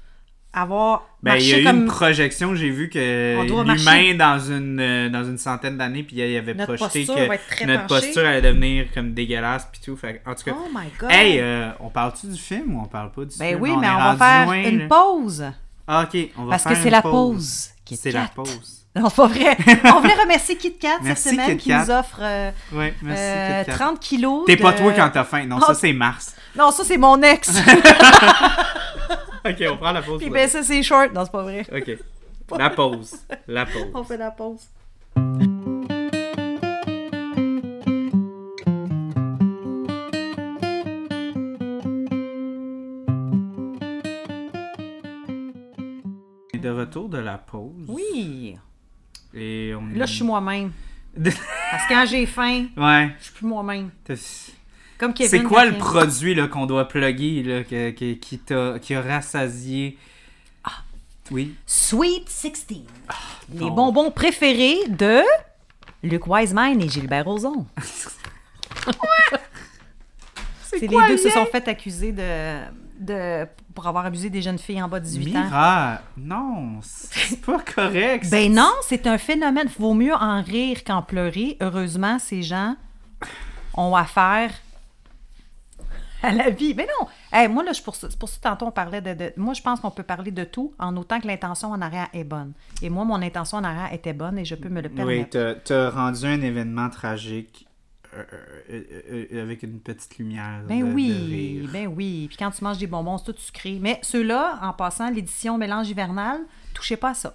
avoir Ben, il y a marché eu une comme projection, j'ai vu que On doit l'humain marcher. dans une, euh, dans une centaine d'années, puis il avait Notre projeté posture va être que très notre penchée. posture allait devenir comme dégueulasse, puis tout. Fait, que, en tout cas, Oh my god. hey, euh, on parle-tu du film ou on parle pas du ben film? oui, est mais on va rendu faire loin, là. une pause Ah, ok, on va parce faire que c'est une la pause. Kit C'est la Kat. pause. Non, pas [laughs] vrai. on voulait remercier Kit Kat cette Merci, semaine Kit qui Kat. nous offre euh, Ouais, merci, euh, Kit Kat. 30 kilos. T'es pas de- toi quand t'as faim. Non, Oh. ça, c'est Mars. Non, ça c'est mon [laughs] ex. [laughs] ok, on prend la pause. Puis là. ben ça c'est short. Non, c'est pas vrai. Ok. [laughs] La pause. La pause. On fait la pause. On est de retour de la pause. Oui. Et on est- Là, je suis [laughs] moi-même. Parce que quand j'ai faim, ouais. je suis plus moi-même. t'as- Comme Kevin. C'est quoi quand le il- produit là, qu'on doit plugger là, que- que- qui, t'a, qui a rassasié Ah. Oui. Sweet 16. Ah, Les non. bonbons préférés de Luc Wiseman et Gilbert [laughs] Rozon. C'est les quoi deux le qui se lien? sont fait accuser de, de pour avoir abusé des jeunes filles en bas de 18 ans. Mira, non, c'est pas [laughs] correct. Ben non, c'est un phénomène. Vaut mieux en rire qu'en pleurer. Heureusement, ces gens ont affaire à la vie. Mais non! Hey, moi, là, je pour ça, c'est pour ça tantôt, on parlait de, de- Moi, je pense qu'on peut parler de tout en autant que l'intention en arrière est bonne. Et moi, mon intention en arrière était bonne et je peux me le Oui, permettre. t'as, t'as rendu un événement tragique euh, euh, euh, euh, avec une petite lumière. Ben de- de oui, rire. ben oui. Puis quand tu manges des bonbons, c'est tout sucré. Mais ceux-là, en passant, l'édition mélange hivernal, touchez pas à ça.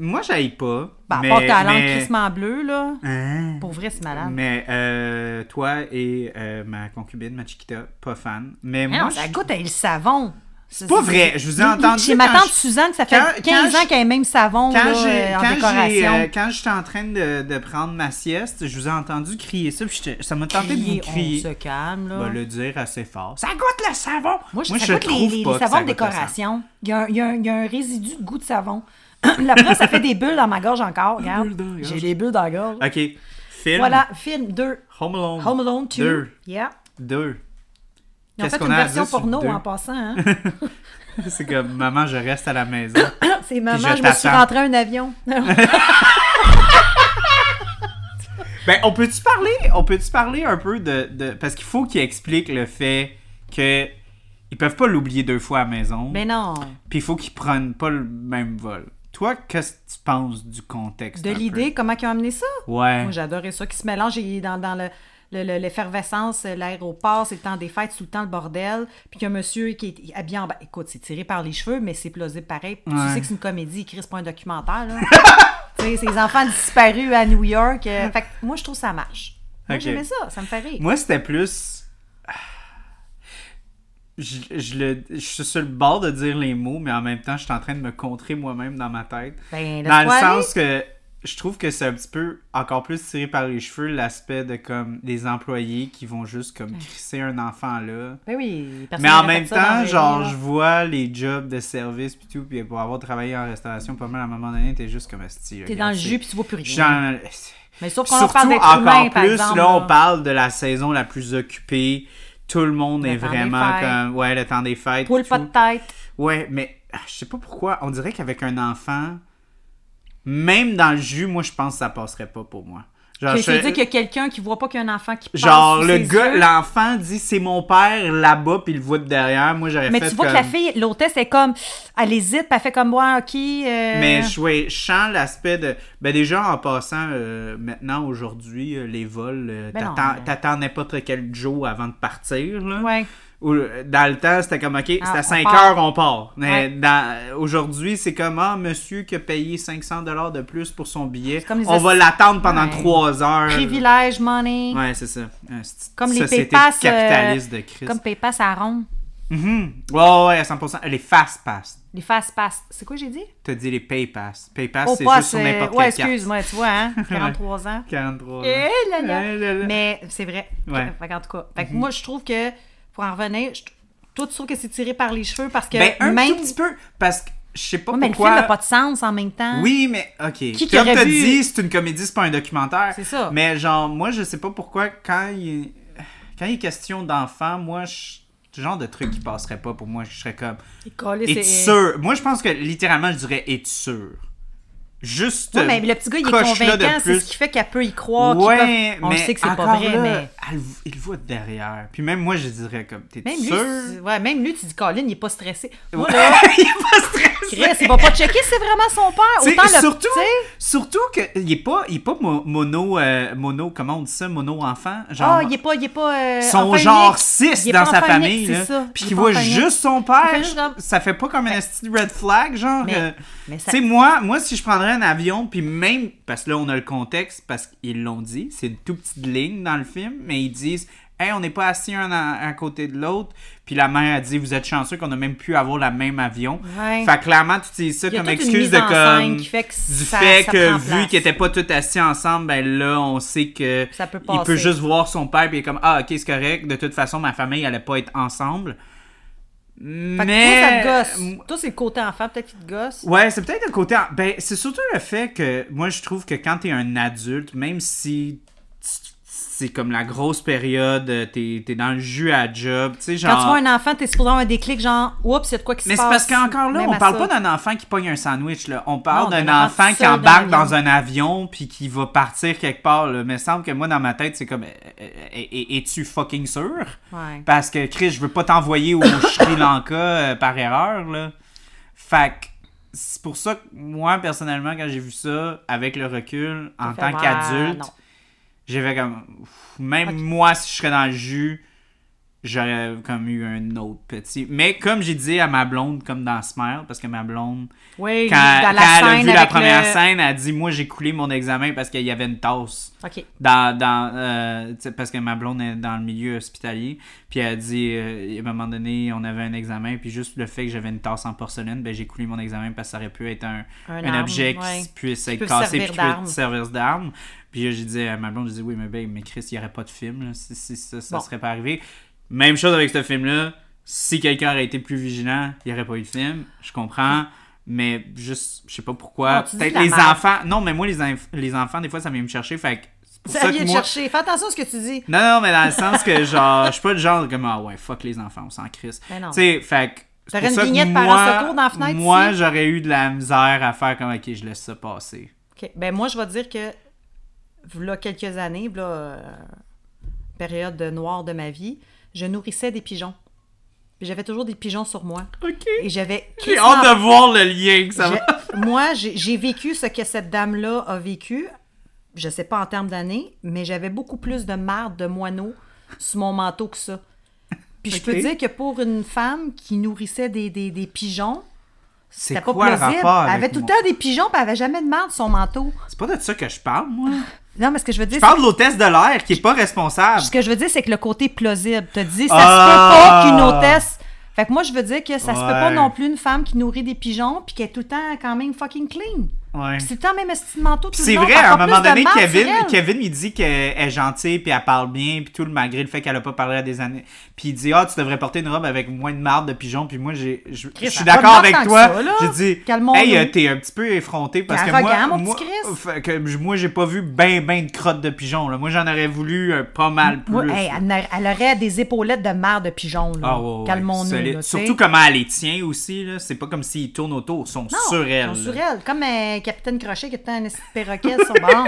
Moi, j'aille pas. Bah, mais, pas ta langue mais- crissement bleue, là. Hein? Pour vrai, c'est malade. Mais euh, toi et euh, ma concubine, ma chiquita, pas fan. Mais Mais moi, non, ça je- goûte à le savon. C'est pas vrai, je vous ai Mais- entendu Chez ma quand tante je- Suzanne, ça fait quand- quand 15 ans je- qu'elle a le même savon quand là, j'ai- euh, en quand j'ai, décoration. euh, quand j'étais en train de, de prendre ma sieste, je vous ai entendu crier ça, puis j'étais- ça m'a tenté de vous Crier, crier. on se calme, là. Va le dire assez fort. Ça goûte le savon. Moi, je, ça je goûte les- trouve les, pas que savons ça de goûte le savon. décoration. Il y, a un, il y a un- il y a un résidu de goût de savon. [clears throat] Après, ça fait des bulles dans ma gorge encore. Regarde, bulles dans la gorge. j'ai des bulles dans la gorge. Ok. Film. Voilà, film 2. Home Alone. Home Alone 2. Deux. Yeah. Deux. [laughs] Ils ont Qu'est-ce fait qu'on une a à version dire sur porno deux? en passant. Hein? [laughs] C'est comme maman, je reste à la maison. C'est maman, je je, me suis t'attends. rentrée à un [laughs] avion. Ben, on peut-tu parler, on peut-tu parler un peu de, de- parce qu'il faut qu'il explique le fait que ils peuvent pas l'oublier deux fois à la maison. Mais non, Puis il faut qu'ils prennent pas le même vol. Toi, qu'est-ce que tu penses du contexte de un peu? l'idée, comment ils ont amené ça? Ouais. Moi, j'adorais ça, qui se mélange et dans, dans le le- le- l'effervescence, l'aéroport, c'est le temps des fêtes, tout le temps le bordel, puis qu'un monsieur qui est habillé en... ba- Écoute, c'est tiré par les cheveux, mais c'est plausible pareil. Puis Ouais. Tu sais que c'est une comédie, écrit, c'est pas un documentaire, là. [laughs] tu sais, c'est les enfants disparus à New York. euh, fait que moi, je trouve ça marche. Moi, Ok. j'aimais ça, ça me fait rire. Moi, c'était plus. Je, je le, je suis sur le bord de dire les mots, mais en même temps, je suis en train de me contrer moi-même dans ma tête. Ben, dans le laisse-toi aller. sens que je trouve que c'est un petit peu encore plus tiré par les cheveux l'aspect de comme des employés qui vont juste comme crisser un enfant là. Ben oui, personne Mais en n'aurait même fait ça dans la temps, vraie genre, vie, là. je vois les jobs de service puis tout, puis pour avoir travaillé en restauration pas mal à un moment donné, t'es juste comme T'es esti. regarde, dans le c'est- jus, puis tu vois plus rien. Je suis dans- Mais sauf qu'on Surtout en parle d'être encore humain, plus, par exemple. là, on parle de la saison la plus occupée. Tout le monde Le est temps des vraiment fêtes. comme. Ouais, le temps des fêtes. Poule tout. pas de tête. Ouais, mais ah, je sais pas pourquoi. On dirait qu'avec un enfant, même dans le jus, moi, je pense que ça passerait pas pour moi. Genre, Tu je- veux dire qu'il y a quelqu'un qui voit pas qu'un enfant qui passe genre sous le ses gars, yeux? l'enfant dit c'est mon père là-bas, puis il le voit de derrière. Moi, j'aurais Mais fait tu vois comme... que la fille, l'hôtesse, elle est comme, elle hésite, puis elle fait comme moi, ok. euh, Mais je, ouais, je sens l'aspect de. Ben déjà, en passant, euh, maintenant, aujourd'hui, euh, les vols, euh, Ben non, t'attends mais- t'attends n'importe quel jour avant de partir. Là. Ouais. Ou, euh, dans le temps, c'était comme, OK, c'est Ah, à on 5 part. heures, on part. Mais Ouais. dans- aujourd'hui, c'est comme, ah, monsieur qui a payé 500 de plus pour son billet, comme les on va assi- l'attendre pendant Ouais. 3 heures. Privilège, money. Ouais, c'est ça. Euh, c'est- Comme les société PayPass. euh, capitaliste de Christ. Comme PayPass à rond. Mhm. Ouais, ouais, à 100 Les fast-pass. Les fast-pass. C'est quoi j'ai dit? T'as dit les pay-pass. Pay-pass, Oh, Ah, c'est pas, juste sur c'est- n'importe Ouais, quelle carte. excuse-moi, tu vois, [laughs] hein? 43 ans. 43. Eh, là, là. Eh, là, là. Mais c'est vrai. Ouais. Mhm. Fait que, en tout cas. Fait que moi, je trouve que, pour en revenir, je- toi, tu trouves que c'est tiré par les cheveux parce que ben, un même. tout petit peu, parce que je sais pas Ouais, mais le pourquoi... film n'a pas de sens en même temps. Oui, mais ok. qui Comme aurait t'as vu- dit, c'est une comédie, c'est pas un documentaire. C'est ça. Mais genre, moi, je sais pas pourquoi, quand il, quand il est question d'enfants, moi, je... ce genre de truc qui passerait pas pour moi, je serais comme. Et coller, Es-tu c'est- sûr? Moi, je pense que littéralement, je dirais Es-tu sûr? Juste. Ouais, mais le petit gars, il est coche-le de convaincant, c'est plus. ce qui fait qu'elle peut y croire. qu'ils Ouais, peuvent- On mais sait que c'est pas encore vrai, là, mais. elle- il le voit de derrière. Puis même moi, je dirais comme, t'es Même lui, sûr? tu- ouais, même lui, tu dis Colin, il est pas stressé. Moi, là, [laughs] il est pas stressé. Chris, il va pas checker si c'est vraiment son père. T'sais, Autant le surtout, tu sais, surtout qu'il est pas, il est pas mo- mono, euh, mono, comment on dit ça, mono enfant, genre. Ah, il est pas. Il est pas euh, son enfant genre unique. 6 Il est dans pas sa enfant famille, unique, là. c'est ça. puis Il est qu'il pas voit enfant unique. juste son Il fait père, juste comme- ça fait pas comme un esti de red flag, genre. Mais- euh, mais ça- Tu sais, moi, moi, si je prendrais un avion, puis même, parce que là, on a le contexte, parce qu'ils l'ont dit, c'est une toute petite ligne dans le film, mais ils disent, hey, on n'est pas assis un à, à côté de l'autre, puis la mère a dit, vous êtes chanceux qu'on a même pu avoir le même avion. Ouais. Fait que clairement, tu utilises ça Il y a comme toute une excuse mise de en scène comme. qui fait que du ça- fait ça que, prend vu place. qu'ils étaient pas tous assis ensemble, ben là, on sait que. Ça peut Il peut passer. juste voir son père, puis il est comme, ah, ok, c'est correct, de toute façon, ma famille allait pas être ensemble. Fait Mais. que toi, ça te euh, gosse. Toi, c'est le côté enfant, peut-être qu'il te gosse. Ouais, c'est peut-être le côté. en- Ben, c'est surtout le fait que moi, je trouve que quand t'es un adulte, même si t- c'est comme la grosse période, euh, t'es t'es dans le jus à job, tu sais, genre. Quand tu vois un enfant, t'es supposé avoir un déclic, genre, oups, il y a de quoi qui se Mais passe. c'est parce qu'encore là, Même on à parle ça. pas d'un enfant qui pogne un sandwich, là. On parle Non, d'un d'un enfant enfant qui seul dans embarque l'avion. dans un avion puis qui va partir quelque part, là. Mais semble que moi, dans ma tête, c'est comme, euh, euh, euh, es-tu fucking sûr? Ouais. Parce que, Chris, je veux pas [coughs] t'envoyer au Sri Lanka euh, par erreur, là. Fait que, c'est pour ça que moi, personnellement, quand j'ai vu ça, avec le recul, en Fait, tant ouais, qu'adulte, non. J'avais comme. ouf, Même moi, si je serais dans le jus, j'aurais comme eu un autre petit. Mais comme j'ai dit à ma blonde, comme dans Smile, parce que ma blonde, Oui, quand, dans la scène quand elle a vu la avec première le- scène, elle a dit Moi, j'ai coulé mon examen parce qu'il y avait une tasse. OK. Dans, dans, euh, tu sais, parce que ma blonde est dans le milieu hospitalier. Puis elle a dit, euh, à un moment donné, on avait un examen. Puis juste le fait que j'avais une tasse en porcelaine, ben, j'ai coulé mon examen parce que ça aurait pu être un, Un un, arme, objet qui ouais. s- puisse peut être cassé servir puis qui d'arme. peut servir d'arme. Puis là, j'ai dit à ma blonde, j'ai dit, oui, mais, ben, mais Chris, il n'y aurait pas de film. là, si, si ça, ça Bon. serait pas arrivé. Même chose avec ce film-là. Si quelqu'un aurait été plus vigilant, il n'y aurait pas eu de film. Je comprends. Mais juste, je sais pas pourquoi. Ah, tu dis de Peut-être la les merde. enfants. Non, mais moi, les, inf- les enfants, des fois, ça vient me chercher. Fait que c'est pour ça, Ça que vient de moi- chercher. Fais attention à ce que tu dis. non, non, mais dans le sens que, genre, je suis pas le genre de comme, ah ouais, fuck les enfants, on s'en crisse. Ben non. Tu sais, fait que. c'est T'aurais pour une ça que vignette moi- parents secours dans la fenêtre, Moi, ici? j'aurais eu de la misère à faire comme, ok, je laisse ça passer. OK. Ben moi, je vais dire que là quelques années, là, période de noire de ma vie, je nourrissais des pigeons. Puis J'avais toujours des pigeons sur moi. Ok. Et j'avais J'ai crissement hâte de voir le lien que ça va. Je- moi, j'ai j'ai vécu ce que cette dame-là a vécu. Je sais pas en termes d'années, mais j'avais beaucoup plus de marde de moineaux sur mon manteau que ça. Puis je peux Ok. dire que pour une femme qui nourrissait des, des, des pigeons, C'est c'était pas quoi le plausible. Elle rapport avec avait tout le moi? temps des pigeons, puis elle avait jamais de marde sur son manteau. C'est pas de ça que je parle, moi. Non, mais ce que je veux dire, Je parle de l'hôtesse de l'air qui est pas responsable. c'est- ce que je veux dire, c'est que le côté plausible. T'as dit, ça Ah! se peut pas qu'une hôtesse. Fait que moi, je veux dire que ça se peut pas Ouais. non plus une femme qui nourrit des pigeons puis qui est tout le temps quand même fucking clean. Ouais. Puis C'est le temps même esti de manteau tout C'est le long, vrai, t'as à un encore moment plus de donné, marde sur Kevin, elle. Kevin, il dit qu'elle est gentille, puis elle parle bien, puis tout, le malgré le fait qu'elle a pas parlé à des années. Puis il dit, ah, tu devrais porter une robe avec moins de marde de pigeon, puis moi, j'ai, je, je ça suis a pas d'accord de marde avec tant que toi. ça, là. J'ai dit, Calmons-nous. hey, euh, t'es un petit peu effronté parce T'es que moi, arrogant, mon moi, petit Chris. fait que j- moi, j'ai pas vu ben, ben de crotte de pigeon, là. Moi, j'en aurais voulu euh, pas mal plus. Ouais, hey, elle, n'a- elle aurait des épaulettes de merde de pigeon. là. Ah, ouais, ouais, Calmons-nous. solide. là, tu sais. Surtout comment elle les tient aussi, là. C'est pas comme s'ils tournent autour, ils sont Non, sur elle. ils sont là. Sur elle. Comme euh, Capitaine Crochet qui était un esti de perroquet sur [laughs] bon.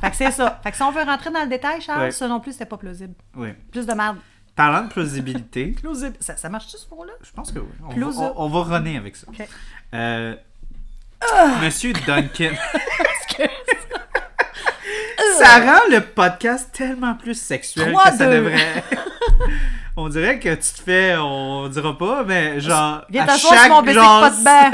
Fait que c'est ça. Fait que si on veut rentrer dans le détail, Charles, Ouais. ça non plus, c'était pas plausible. Oui. Plus de merde. Parlant de plausibilité. Plausible. Ça, ça marche-tu ce mot-là? Je pense que oui. On, Close va, up. on- on va runner avec ça. Ok. Ah! Euh, Monsieur [laughs] Duncan. ça rend le podcast tellement plus sexuel Trois, que ça deux. devrait. [laughs] on dirait que tu te fais. On dira pas, mais genre. Viens à t'asseoir sur chaque mon baiser de genre- pas de [laughs] bain.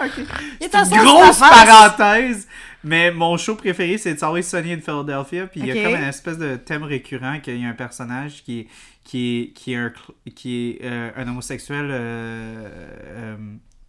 Ok. Viens C'est t'asseoir une sur ta grosse face. parenthèse. Mais mon show préféré, c'est It's Always Sunny in Philadelphia. Puis il y Ok. a comme une espèce de thème récurrent qu'il y a un personnage qui est, qui est, qui est, un, cl- qui est euh, un homosexuel. euh, euh,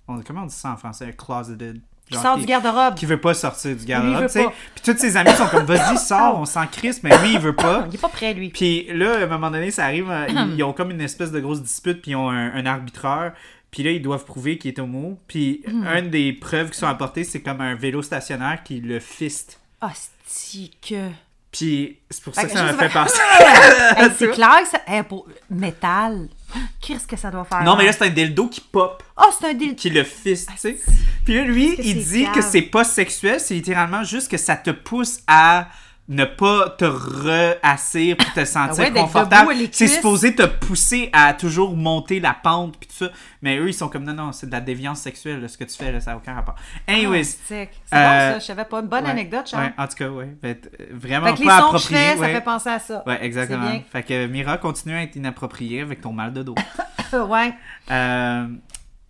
on- comment on dit ça en français? Closeted. Qui Genre sort du qui- garde-robe. Qui veut pas sortir du il garde-robe. veut tu sais. pas. Puis tous ses amis sont comme, vas-y, sors, on s'en crisse. Mais lui, il veut pas. Il est pas prêt, lui. Puis là, à un moment donné, ça [clears throat] arrive, euh, ils- ils ont comme une espèce de grosse dispute, puis ils ont un, un arbitreur. Puis là, ils doivent prouver qu'il est homo. Puis Hmm. une des preuves qui sont apportées, c'est comme un vélo stationnaire qui le fiste. Ah, Hostique. [laughs] Puis c'est pour ça Fait que que ça m'a juste- fait penser. [laughs] Hey, c'est clair que ça. Hey, pour... Métal. [gasps] Qu'est-ce que ça doit faire? hein? Non, mais là, c'est un dildo qui pop, Ah, c'est un délire. qui le fiste, tu sais. Puis là, lui, Est-ce Ah, que il c'est dit que grave? c'est pas sexuel, c'est littéralement juste que ça te pousse à ne pas te rehassir puis te sentir Ah ouais, d'être debout confortable. à les C'est cuisses. supposé te pousser à toujours monter la pente puis tout ça. Mais eux, ils sont comme non, non, c'est de la déviance sexuelle, là, ce que tu fais, là, ça n'a aucun rapport. Anyways. Ah, C'est bon, Euh, ça. Je savais pas. Une bonne ouais, anecdote, Charles. ouais, en tout cas, ouais. Fait, euh, vraiment Fait que les pas sons que je approprié. fais, ça ouais. fait penser à ça. Ouais, exactement. C'est Fait que Mira continue à être inappropriée avec ton mal de dos. bien. [laughs] Ouais. Euh,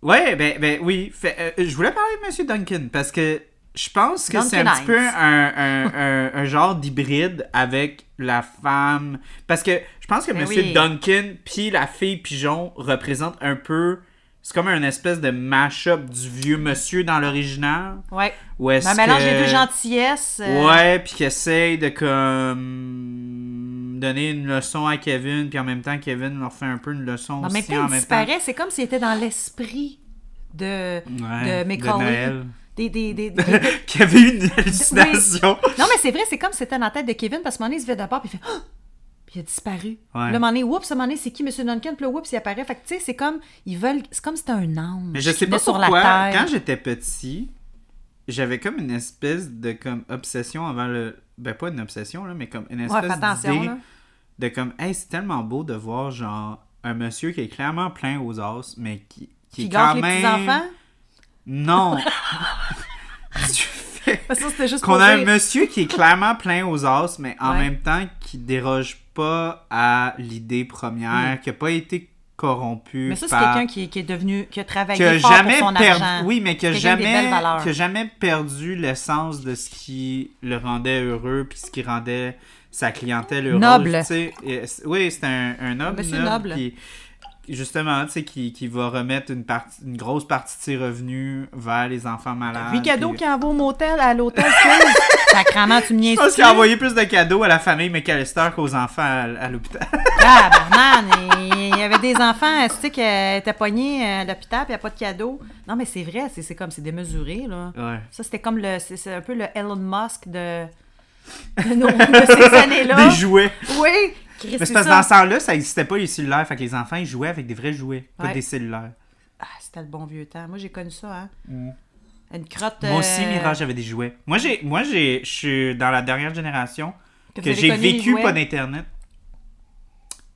ouais, ben, ben oui. Fait, euh, je voulais parler de Monsieur Duncan parce que je pense que c'est un Duncan petit peu Hines. un, [laughs] un- un- un genre d'hybride avec la femme. Parce que je pense que Ben Monsieur oui. Duncan puis la fille pigeon représentent un peu. C'est comme une espèce de mash-up du vieux monsieur dans l'original. Ouais. Ou est-ce Un Ben, mélange des que- deux gentillesses. euh, Ouais, puis qui essaye de comme donner une leçon à Kevin, puis en même temps Kevin leur fait un peu une leçon En aussi même temps, en Ah, il même temps. disparaît. C'est comme s'il était dans l'esprit de, Ouais, de de Macaulay. Noël. Des, des, des, [laughs] des- des- qui avait eu une hallucination. Non, mais c'est vrai, c'est comme si c'était dans la tête de Kevin parce que un moment donné, il se fait d'abord puis il fait [gasps] Ah! Puis il a disparu. Puis Là, à un moment donné, oups, à un moment donné, c'est qui, M. Duncan? Puis là, oups, il apparaît. Fait que, tu sais, c'est comme, ils veulent, c'est comme si c'était un ange. Mais je qui sais pas venait sur pourquoi, la terre. quand j'étais petit, j'avais comme une espèce de comme obsession avant le... Ben pas une obsession, là, mais comme une Ouais, espèce fais attention, d'idée là. de comme, hey, c'est tellement beau de voir genre un monsieur qui est clairement plein aux os, mais qui, qui Qui est gâte quand les [laughs] même... [laughs] petits-enfants. Non. du fait Parce que ça, c'était juste Qu'on pour a un dire- monsieur qui est clairement plein aux os, mais en Ouais. même temps qui déroge pas à l'idée première, qui a pas été corrompu Mais ça, c'est par... quelqu'un qui, qui est devenu, qui a travaillé qui a Ben, fort jamais pour son perdu, argent. oui, mais qui a Quelqu'un des jamais, belles valeurs. qui a jamais perdu l'essence de ce qui le rendait heureux puis ce qui rendait sa clientèle heureuse. Noble. tu sais. Et c'est- Oui, c'est un, un homme Monsieur noble. qui, justement, tu sais, qui, qui va remettre une partie, une grosse partie de ses revenus vers les enfants malades. Huit cadeaux Ah, puis- qu'il envoie au motel, à l'hôtel 15. Sacrement, tu me niaises [laughs] Je pense qu'il a envoyé plus de cadeaux à la famille McAllister qu'aux enfants à, à [laughs] l'hôpital. Ah, barman, il y avait des enfants, tu sais, qui euh, étaient pognés à l'hôpital, puis il n'y a pas de cadeaux. Non, mais c'est vrai, c'est c'est comme, c'est démesuré, là. Ouais. Ça, c'était comme le, c'est c'est un peu le Elon Musk de, de, nos- [laughs] de ces années-là. Des jouets. Oui, Christ, Mais c'est c'est parce que ça. dans ce temps-là, ça n'existait pas les cellulaires. Fait que les enfants, ils jouaient avec des vrais jouets, pas Ouais. des cellulaires. Ah, c'était le bon vieux temps. Moi, j'ai connu ça, hein. Mm. Une crotte. Moi aussi, euh, Mirage, j'avais des jouets. Moi, j'ai, moi, j'ai, je suis dans la dernière génération euh, Que que, vous avez j'ai connu les vécu jouets. pas d'internet.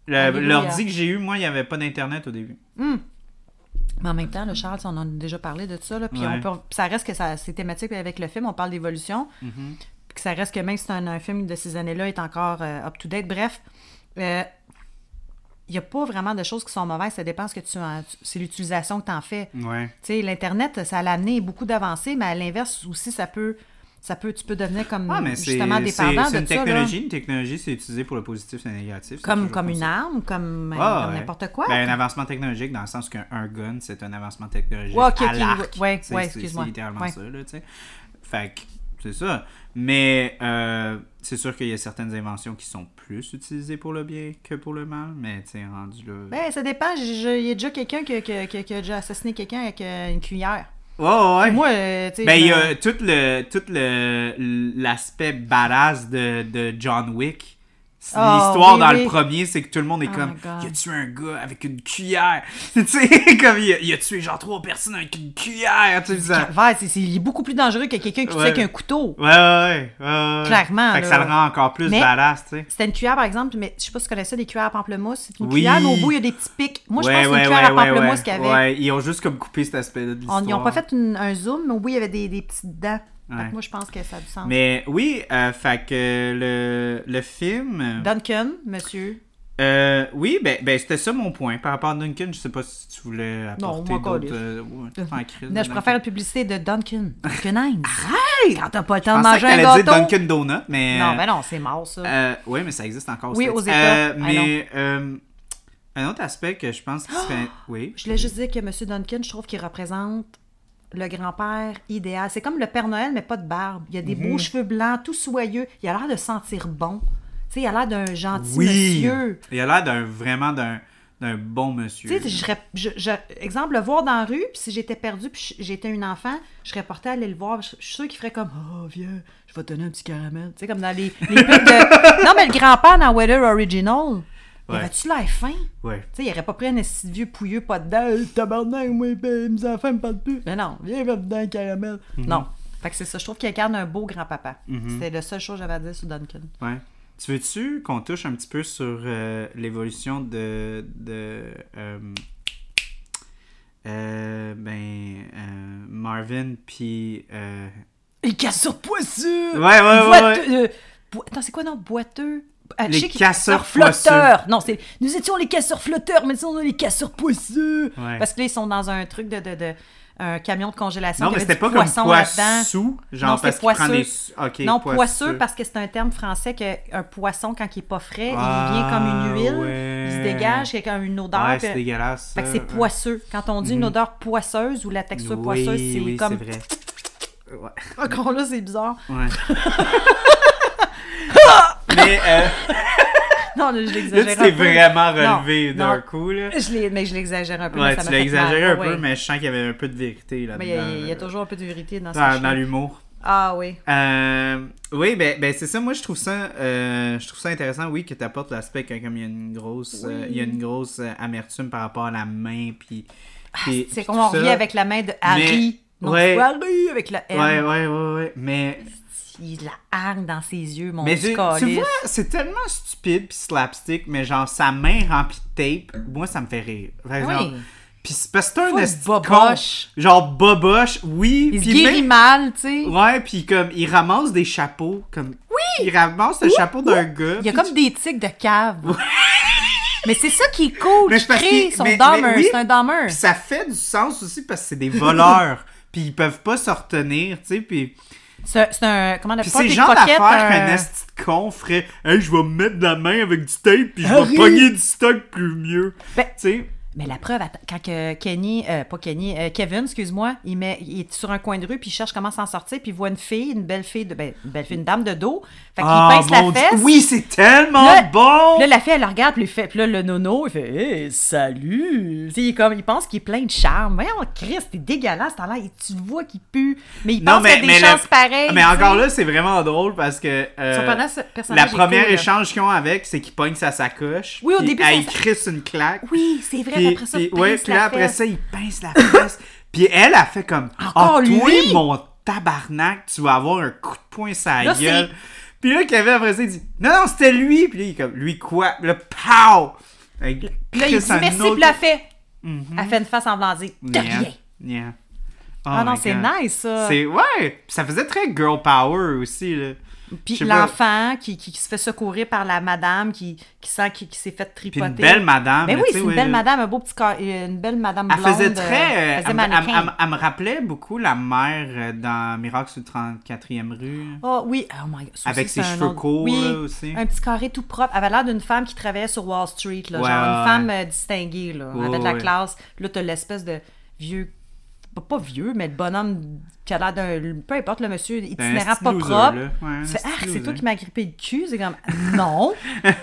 Le- Alléluia. L'ordi que j'ai eu, moi, il n'y avait pas d'internet au début. Mais en même temps, le Charles, on en a déjà parlé de ça, là, puis Ouais. on peut- puis ça reste que ça, c'est thématique avec le film, on parle d'évolution, Mm-hmm. puis que ça reste que même si c'est un, un film de ces années-là est encore euh, up-to-date, bref, euh, il n'y a pas vraiment de choses qui sont mauvaises, ça dépend ce que tu en- c'est l'utilisation que tu en fais. Ouais. Tu sais, l'Internet, ça a amené beaucoup d'avancées, mais à l'inverse aussi, ça peut, ça peut, tu peux devenir comme Ah, mais c'est, Hmm, justement c'est- dépendant c'est de une ça, là. technologie. Une technologie, c'est utilisé pour le positif et le négatif. c'est comme, toujours comme une ça. arme, comme, Ah, comme ouais. n'importe quoi. Ben, un avancement technologique dans le sens qu'un un gun, c'est un avancement technologique Ouais, ok, à ok, l'arc. ouais, Tu sais, ouais, c'est- excuse-moi. C'est littéralement Ouais. ça, là, tu sais. Fait que, c'est ça. Mais euh, c'est sûr qu'il y a certaines inventions qui sont plus utilisées pour le bien que pour le mal, mais tu sais, rendu là... Ben, ça dépend. J'ai- j'ai- Il y a déjà quelqu'un qui, qui- qui- qui a déjà assassiné quelqu'un avec euh, une cuillère. Oh, ouais. Moi, euh, tu sais. Ben, il y je me- a tout le tout le l'aspect badass de, de John Wick. C'est Oh, L'histoire oui, dans oui. le premier, c'est que tout le monde est Oh comme my God. il a tué un gars avec une cuillère. [laughs] tu sais, comme il a, il a tué genre trois personnes avec une cuillère, tu sais. ça- Calvaire, c'est- c'est- il est beaucoup plus dangereux que quelqu'un qui tue Ouais. avec un couteau. Ouais, ouais, ouais, ouais, ouais. Clairement, Fait que là. ça le rend encore plus Mais- badass, tu sais. C'était une cuillère, par exemple, mais je sais pas si tu connais ça, des cuillères à pamplemousse. C'est une Oui. cuillère, mais au bout, il y a des petits pics. Moi, je pense que c'est une cuillère à ouais, pamplemousse ouais. qu'il y avait. Ouais, ils ont juste comme coupé cet aspect-là de On- l'histoire. ils n'ont pas fait une- un zoom, mais oui, il y avait des, des petites dents. Fait que Ouais. moi, je pense que ça a du sens. Mais oui, euh, fait que le, le film... Duncan, monsieur. Euh, oui, ben, ben c'était ça mon point. Par rapport à Duncan, je sais pas si tu voulais apporter moi, d'autres... calisse. euh, ouais, t'es en crise, Non, je Duncan. préfère une publicité de [laughs] Duncan. Duncan Hines. Quand t'as pas le temps Je de pensais que manger un t'allais gâteau. dire Dunkin' Donut, mais... Non, ben non, c'est mort, ça. euh, oui, mais ça existe encore. aux Oui, States. aux États. Euh, Ah, mais euh, un autre aspect que je pense qui [gasps] se fait... Oui. Je voulais juste dire que M. Duncan, je trouve qu'il représente le grand-père idéal. C'est comme le Père Noël, mais pas de barbe. Il a des beaux cheveux blancs, tout soyeux. Il a l'air de sentir bon. Tu sais, il a l'air d'un gentil monsieur. Il a l'air d'un vraiment d'un d'un bon monsieur. Tu sais, je serais- je- je- exemple, le voir dans la rue, puis si j'étais perdue, puis je- j'étais une enfant, je serais portée à aller le voir. Je, je suis sûre qu'il ferait comme « Oh, vieux, je vais te donner un petit caramel. » Tu sais, comme dans les, les pubs de... Non, mais le grand-père dans Weather Original, il Ouais. avait-tu l'air fin? Ouais. Tu sais, il aurait pas pris un esti de vieux pouilleux, pas de dents, tabarnak, moi, ben, mes enfants me parlent plus. Mais non, viens, va dedans, caramel. Mhm. Non. Fait que c'est ça, je trouve qu'il incarne un beau grand-papa. C'était la seule chose que j'avais à dire sur Duncan. Ouais. Tu veux-tu qu'on touche un petit peu sur euh, l'évolution de. de euh, euh, ben. euh, Marvin, puis. euh, Les casseurs poisseux Ouais, ouais, ouais, ouais. Boiteux, euh, boi- Attends, c'est quoi, non? Boiteux? Ah, Les je sais qu'il- casseurs flotteurs. Non, c'est. Nous étions les casseurs flotteurs, mais nous on est les casseurs poisseux. Ouais. Parce que là, ils sont dans un truc de. de, de- un camion de congélation. Non, qui mais avait c'était du pas comme poisson là-dedans. poissou, genre Non, c'est parce qu'il prend poisseux. des. su- Ok, non, poisseux, parce que c'est un terme français qu'un poisson, quand il est pas frais, Ah, il vient comme une huile, il se ouais. dégage, il y a une odeur. Ouais, puis- c'est dégueulasse. fait que ça. c'est poisseux. Quand on dit une odeur poisseuse ou la texture Oui, poisseuse, c'est oui, comme. vrai. Ouais. [laughs] Encore là, c'est bizarre. Ouais. [laughs] mais euh, Non, là, je là, l'exagère tu un peu. t'es Non, vraiment relevé d'un non. coup. Là. Je l'ai- mais je l'exagère un peu. mais Ouais, ça tu m'a l'as fait exagéré mal. Ah un peu, Ouais. mais je sens qu'il y avait un peu de vérité là-dedans. Mais il y, a- il y a là. toujours un peu de vérité dans ça. dans, dans l'humour. Ah oui. Euh, oui, ben, ben c'est ça. Moi, je trouve ça, euh, je trouve ça intéressant, oui, que tu apportes l'aspect que comme il y a une grosse, euh, il y a une grosse euh, amertume par rapport à la main, puis. puis- Ah, C'est puis comme tout on ça. revient avec la main de Harry. Non, Ouais. tu vois, Harry avec la M. Ouais, ouais, ouais, ouais. Mais, Il la hargne dans ses yeux, mon mais petit tu, tu calice. vois, c'est tellement stupide puis slapstick, mais genre sa main remplie de tape, moi ça me fait rire. Par Oui. exemple. Puis c'est parce que c'est un Full esti de boboche. con. Genre boboche, oui. Il se puis guérit même- mal, tu sais. Ouais, puis comme, il ramasse des chapeaux. Comme... Oui! Il ramasse le chapeau d'un gars. Il y a puis comme des tics de cave. [laughs] mais c'est ça qui est cool. Mais Il c'est parce crée qu'il- son mais- dahmer. mais oui. C'est un dahmer. Puis ça fait du sens aussi parce que c'est des voleurs. [laughs] puis ils peuvent pas se retenir, tu sais. Puis, C'est c'est un. Comment on puis appelle ça? c'est Des genre coquettes, euh. d'affaire un- qu'un esti de con ferait Hey, je vais me mettre de la main avec du tape puis je vais Harry! pogner du stock plus mieux. Ah Ben- tu sais. Mais la preuve, attends, quand que Kenny, euh, pas Kenny, euh, Kevin, excuse-moi, il, met, il est sur un coin de rue, puis il cherche comment s'en sortir, puis il voit une fille, une belle fille, de, ben, une belle fille, une dame de dos. Fait qu'il Ah, pince la mon Dieu. fesse. Oui, c'est tellement Là- Ah bon! Puis là, la fille, elle le regarde, puis, il fait, puis là, le nono, il fait Hey, salut! Tu sais, Il, est comme, il pense qu'il est plein de charme. Voyons, Chris, t'es dégueulasse, t'as l'air, tu le vois qu'il pue. Mais il pense qu'il a des le- chances pareilles. Mais tu sais. encore là, c'est vraiment drôle parce que. euh, Son personnage- ce personnage la est première cool, là. échange qu'ils ont avec, c'est qu'il pogne sa sacoche. Oui, au puis début, elle, Il ça- crisse une claque. Oui, c'est vrai, Puis, puis après ça, puis- pince ouais, puis la là, après fesse. ça, il pince la fesse. [laughs] puis elle, a fait comme. Encore Ah, toi, lui? mon tabarnak, tu vas avoir un coup de poing sur la Là, gueule. Puis là, Kevin, après ça, il dit Non, non, c'était lui. Puis là, il est comme Lui quoi Le pow Puis là, il dit merci, puis la fait. Mhm. Elle fait une face en blanc, dire de rien. Ah non, c'est nice, ça. Oh C'est ouais, Puis ça faisait très girl power aussi là. Puis Je sais pas. l'enfant qui, qui, qui se fait secourir par la madame qui, qui sent qu'il qu'il s'est fait Puis tripoter. une belle madame. Mais là, Ben oui, tu sais, c'est une ouais, belle là. madame, un beau petit corps, une belle madame Elle blonde. faisait euh, très euh, faisait elle, me- elle me- mannequin. elle me- elle me rappelait beaucoup la mère euh, dans Miracle sur 34e rue. Ah oui, oh my God, ça Avec aussi, ses c'est un cheveux autre- courts, oui, là, aussi. Un petit carré tout propre. Elle avait l'air d'une femme qui travaillait sur Wall Street, là, Ouais, genre ouais, une ouais. femme euh, distinguée, là, Ouais, avec de la ouais. classe. Là, t'as l'espèce de vieux, pas, pas vieux, mais le bonhomme qui a l'air d'un, peu importe, le monsieur un itinérant esti pas loser, propre. là. Ouais, un Tu fais, esti ah, c'est loser. toi qui m'as grippé le cul. C'est comme, [laughs] non. Tu sais?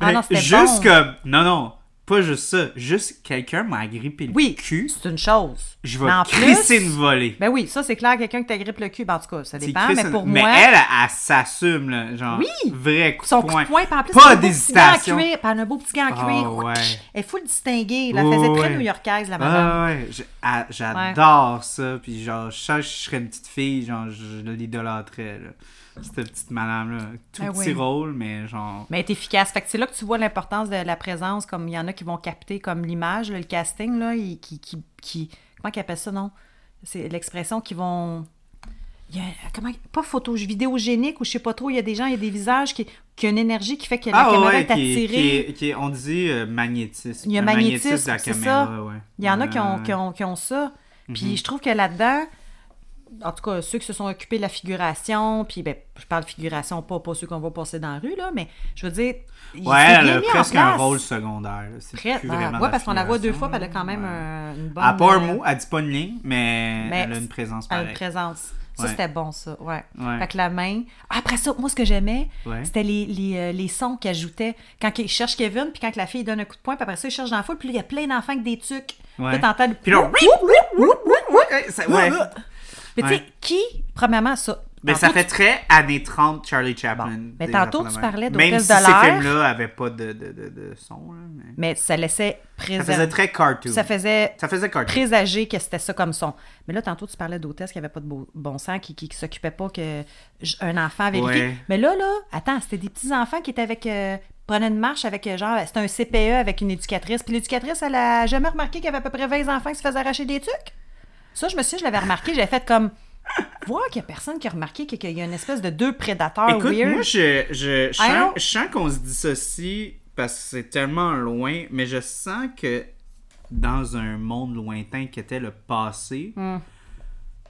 ah non, c'était bon. juste comme non non, pas juste ça, juste quelqu'un m'a grippé le Oui, cul, c'est une chose. je Mais en vais plus- crisser une volée. Ben oui, ça, c'est clair, quelqu'un qui t'agrippe le cul. Ben, en tout cas, ça Tu dépend, crisses mais une- pour mais moi... elle, elle, elle s'assume là, genre Oui! vrai coup Son de coup poing. de poing, puis en plus, elle a pas un beau petit gant en d'hésitation. cuir, puis elle a un beau petit gant en Ah, cuir. ouais. Elle faut le distinguer. là. Elle Ouais, faisait très ouais. new-yorkaise, la madame. Ah ouais, je- ah, j'adore ça. Puis genre, je sais que je serais une petite fille, genre, je l'idolâtrais. là. Cette petite madame-là. Tout Ah oui. petit rôle, mais genre. Mais elle est efficace. Fait que c'est là que tu vois l'importance de la présence, comme il y en a qui vont capter comme l'image, là, le casting, là, il- qui, qui, qui- Comment qu'ils appellent ça, non? C'est l'expression qui vont... Il y a, comment, pas photo, vidéogénique ou je sais pas trop, il y a des gens, il y a des visages qui, qui ont une énergie qui fait que la ah caméra ouais, est qui, attirée. est- qui est- qui est- on dit euh, magnétisme. Il y a Le magnétisme, de la c'est caméra, ça. ouais. Il y en a Ouais, qui ont, ouais. Mhm. qui ont, qui ont ça. Puis je trouve que là-dedans, en tout cas, ceux qui se sont occupés de la figuration, puis ben, je parle de figuration, pas, pas ceux qu'on va passer dans la rue, là, mais je veux dire, il Ouais, s'est elle bien a mis en presque un place. rôle secondaire. là. C'est Très- plus ben, vraiment ouais, de parce qu'on la voit deux figuration, fois, puis elle a quand même ouais. un- une bonne. Elle a pas un euh, mot, elle dit pas une ligne, mais, mais elle a une présence elle a une pareille. présence. Ça, Ouais. c'était bon, ça. Ouais. Ouais. Fait que la main. Ah, Après ça, moi, ce que j'aimais, Ouais. c'était les, les, euh, les sons qu'il ajoutait. Quand il cherche Kevin, puis quand la fille donne un coup de poing, puis après ça, il cherche dans la foule, puis là, il y a plein d'enfants avec des tucs. Ouais. Puis là, t'entends le- Puis là, Oup, oui, oui, oui, oui, oui, ouais, ça- ouais. Mais tu sais, Ouais. qui, premièrement, ça. Mais tantôt, ça fait tu- très années 30 Charlie Chaplin. Bon. Mais des tantôt, affaires de tu même. parlais Même d'Hôtel si de l'air. ces films-là n'avaient pas de, de, de, de son. là, mais- Mais ça laissait Ça faisait présager. très cartoon. Ça faisait Ça faisait cartoon. présager que c'était ça comme son. Mais là, tantôt, tu parlais d'hôtesse qui avait pas de beau- bon sens, qui, qui, qui s'occupait pas que j- un enfant avait Ouais. Mais là, là, attends, c'était des petits-enfants qui étaient avec. euh, prenaient une marche avec, euh, genre, c'était un CPE avec une éducatrice. Puis l'éducatrice, elle a jamais remarqué qu'il y avait à peu près 20 enfants qui se faisaient arracher des tucs. Ça, je me suis, je l'avais remarqué, j'avais fait comme. [laughs] Voir qu'il y a personne qui a remarqué qu'il y a une espèce de deux prédateurs Écoute, weird. moi, je, je, je, I sens, don't- je sens qu'on se dissocie parce que c'est tellement loin, mais je sens que dans un monde lointain qui était le passé,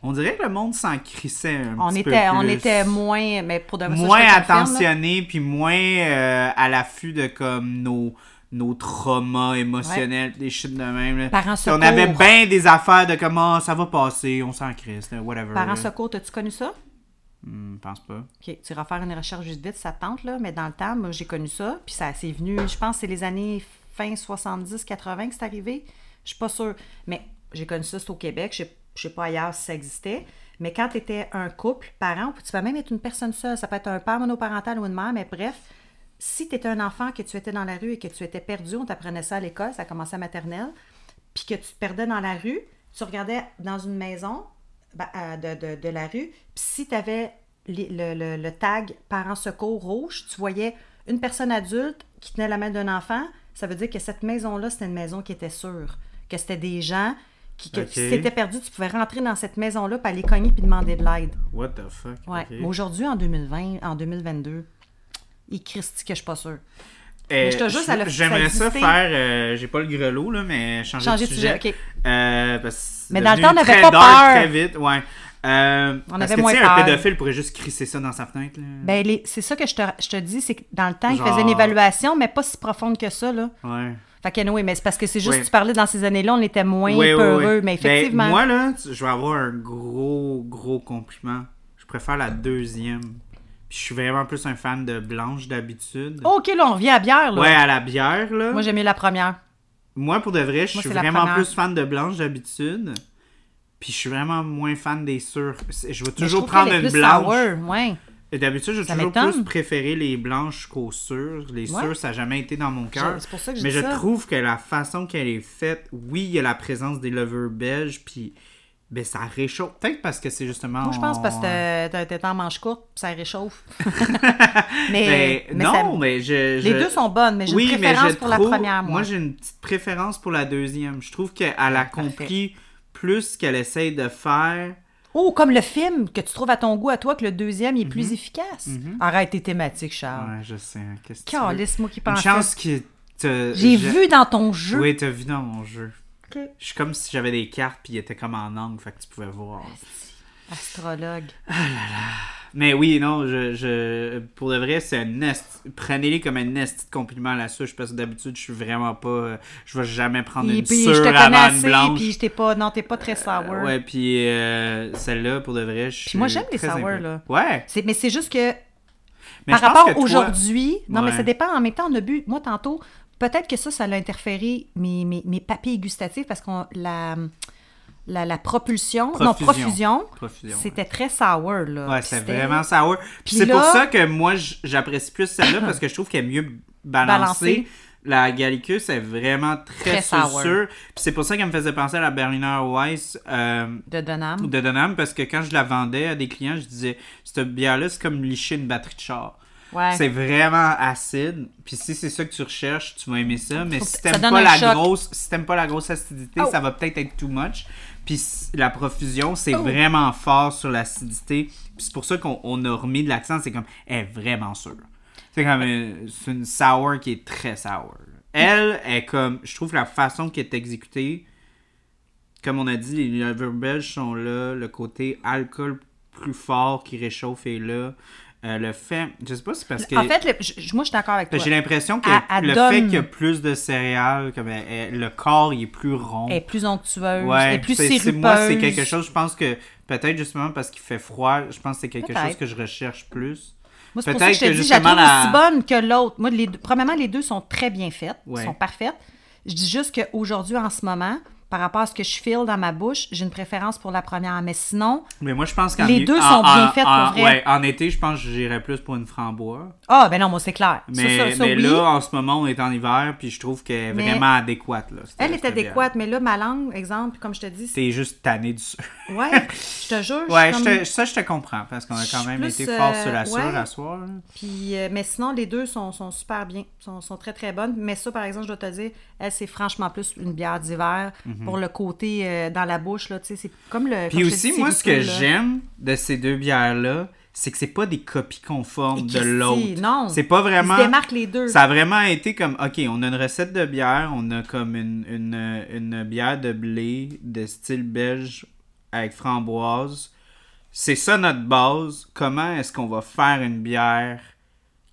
on dirait que le monde s'en crissait un Hmm. on petit était, peu plus. on était moins, mais pour de vrai, ça, je moins te confirme, là. attentionné puis moins euh, à l'affût de comme nos nos traumas émotionnels, pis des shit de même. là. Parents Si on secours. avait bien des affaires de comment ça va passer, on s'en crisse, là, whatever. Parents là. secours, t'as-tu connu ça? Hmm, pense pas. Ok, tu vas faire une recherche juste vite, ça te tente, là, mais dans le temps, moi, j'ai connu ça, puis ça c'est venu, je pense, que c'est les années fin 70-80 que c'est arrivé. Je suis pas sûre, mais j'ai connu ça, c'est au Québec, je sais- je sais pas ailleurs si ça existait, mais quand tu étais un couple, parent, puis tu vas même être une personne seule, ça peut être un père monoparental ou une mère, mais bref, si tu étais un enfant, que tu étais dans la rue et que tu étais perdu, on t'apprenait ça à l'école, ça commençait à maternelle, puis que tu te perdais dans la rue, tu regardais dans une maison ben, euh, de, de- de la rue, puis si tu avais le, le- le tag parents secours rouge, tu voyais une personne adulte qui tenait la main d'un enfant, ça veut dire que cette maison-là, c'était une maison qui était sûre, que c'était des gens qui, que Ok. si t'étais perdu, tu pouvais rentrer dans cette maison-là, puis aller cogner, puis demander de l'aide. What the fuck? Ouais. ok. Mais aujourd'hui, en 2020, en 2022, il Christi que je suis pas sûre. Euh, je te jure, ça l'a- ça a J'aimerais ça existé. faire. euh, J'ai pas le grelot, là, mais changer, Changer de de sujet. sujet, ok. Euh, parce que Mais c'est dans le devenu temps, on n'avait très pas dark peur. Très vite, ouais. Euh, On parce avait que, moins tu sais, peur. un pédophile pourrait juste crisser ça dans sa fenêtre. Là. Ben, les- c'est ça que je te, je te dis, c'est que dans le temps, Genre- il faisait une évaluation, mais pas si profonde que ça, là. Ouais. Fait que, anyway, mais c'est parce que c'est juste Oui. que tu parlais dans ces années-là, on était moins Ouais, ouais, peureux. ouais. Mais Ben, effectivement, moi, là, tu- je vais avoir un gros, gros compliment. Je préfère la deuxième. Puis je suis vraiment plus un fan de Blanche d'habitude. OK, là, on revient à bière, Oh, là. Ouais, à la bière, là. Moi, Moi, j'ai mieux la première. pour de vrai, je Moi, suis c'est la vraiment première. plus fan de Blanche d'habitude. Puis je suis vraiment moins fan des sûrs. C'est- Je vais Mais je toujours trouve prendre qu'elle est une plus blanche. sour, ouais. Et D'habitude, j'ai Ça toujours m'étonne. plus préféré les blanches qu'aux sûres. Les sûres, Ouais. ça n'a jamais été dans mon cœur. Je- c'est pour ça que je Mais dis je ça. trouve que la façon qu'elle est faite, oui, il y a la présence des lovers belges, puis ben, ça réchauffe. Peut-être parce que c'est justement. Moi, je pense parce on- que t'as- t'es en manche courte, puis ça [laughs] réchauffe. Ben, mais, mais non, ça- mais les je, je- deux sont bonnes, mais j'ai oui, une mais préférence je pour la trouve- première, moi. j'ai une petite préférence pour la deuxième. Je trouve qu'elle accomplit plus ce qu'elle essaye de faire. Oh, comme le film que tu trouves à ton goût, à toi, que le deuxième il est plus efficace. Arrête tes thématiques, Charles. Mhm. Ouais, je sais. hein, Qu'est-ce que tu veux? Calisse, moi qui Une pensais. chance que te- J'ai je- vu dans ton jeu. Oui, t'as vu dans mon jeu. Ok. Je suis comme si j'avais des cartes puis il était comme en angle, fait que tu pouvais voir. Astrologue. Mais oui, non, je, je pour de vrai, c'est un nest. Prenez-les comme un nest de compliment à la souche parce que d'habitude, je suis vraiment pas euh, je vais jamais prendre Et une puis, sûre je te connais avant une assez, blanche. puis t'es pas, non, t'es pas très sour. Euh, ouais, puis euh, celle-là pour de vrai, je suis moi, j'aime les très sour, impré- là. Ouais. C'est- mais c'est juste que Mais par je pense que rapport toi- aujourd'hui, non, mais Ouais. ça dépend. En même temps, on a bu, moi, tantôt, peut-être que ça, ça l'a interféré mes, mes, mes papilles gustatives parce que la, la, la propulsion, non, Profusion. profusion, Profusion, ouais. c'était très sour, là. Ouais, Puis c'est c'était- vraiment sour. Puis Puis c'est là- pour ça que moi, j- j'apprécie [coughs] plus celle-là parce que je trouve qu'elle est mieux balancée. Balancée. La Gallicus est vraiment très, Très sour. sûre. Puis c'est pour ça qu'elle me faisait penser à la Berliner Weiss euh, De Donham. de Donham parce que quand je la vendais à des clients, je disais cette bière-là, c'est comme licher une batterie de char. Ouais. C'est vraiment acide. Puis si c'est ça que tu recherches, tu vas aimer ça. Mais Faut- si ça t'aimes donne pas un la choc. grosse, si t'aimes pas la grosse acidité, Oh. ça va peut-être être too much. Puis s- la profusion, c'est Oh. vraiment fort sur l'acidité. Puis c'est pour ça qu'on on a remis de l'accent. C'est comme, elle est vraiment sûre. C'est comme une, c'est une sour qui est très sour. Elle est comme, je trouve la façon qui est exécutée, comme on a dit, les lovers belges sont là, le côté alcool plus fort qui réchauffe est là. Euh, le fait, je sais pas si c'est parce que. En fait, le- je- je- moi, je suis d'accord avec toi. J'ai l'impression que Elle- elle le donne- fait qu'il y a plus de céréales, comme elle- elle- le corps il est plus rond. Elle est plus onctueuse, elle ouais, est plus c'est- sirupeuse. c'est- moi c'est quelque chose, je pense que peut-être justement parce qu'il fait froid, je pense que c'est quelque Peut-être. chose que je recherche plus. Moi, c'est pour ça que je te dis, je la trouve justement, la- aussi bonne que l'autre. Moi, les deux- premièrement, les deux sont très bien faites, Ouais. sont parfaites. Je dis juste qu'aujourd'hui, en ce moment, par rapport à ce que je file dans ma bouche, j'ai une préférence pour la première. Mais sinon, Mais moi je pense qu'en Les hi- deux en- sont bien en- faites, en- pour vrai. ouais, en été, je pense que j'irais plus pour une framboise. ah, ben non, moi, c'est clair. Ça, Mais, ça, ça, mais oui. là, en ce moment, on est en hiver, puis je trouve qu'elle est Mais- vraiment adéquate. Là, cette- elle cette est bière. adéquate, mais là, ma langue, exemple, comme je te dis, c'est- T'es juste tanné du [laughs] sucre. ouais, je te jure. je Ouais, suis je comme- te- ça, je te comprends, parce qu'on a Je quand suis même plus, été fort euh, sur la sûre ouais. à soir. là. Puis, euh, mais sinon, les deux sont, sont super bien, sont, sont très très bonnes. Mais ça, par exemple, je dois te dire, elle, c'est franchement plus une bière d'hiver pour le côté euh, dans la bouche, là, tu sais, c'est euh, comme le. Mhm. Puis comme je te aussi, dis, moi, c'est ce que tout, là. j'aime de ces deux bières-là, c'est que c'est pas des copies Et conformes de Christy, l'autre. non. C'est pas vraiment. Ils se démarquent les deux. Ça a vraiment été comme, OK, on a une recette de bière, on a comme une, une, une bière de blé de style belge avec framboise. C'est ça notre base. Comment est-ce qu'on va faire une bière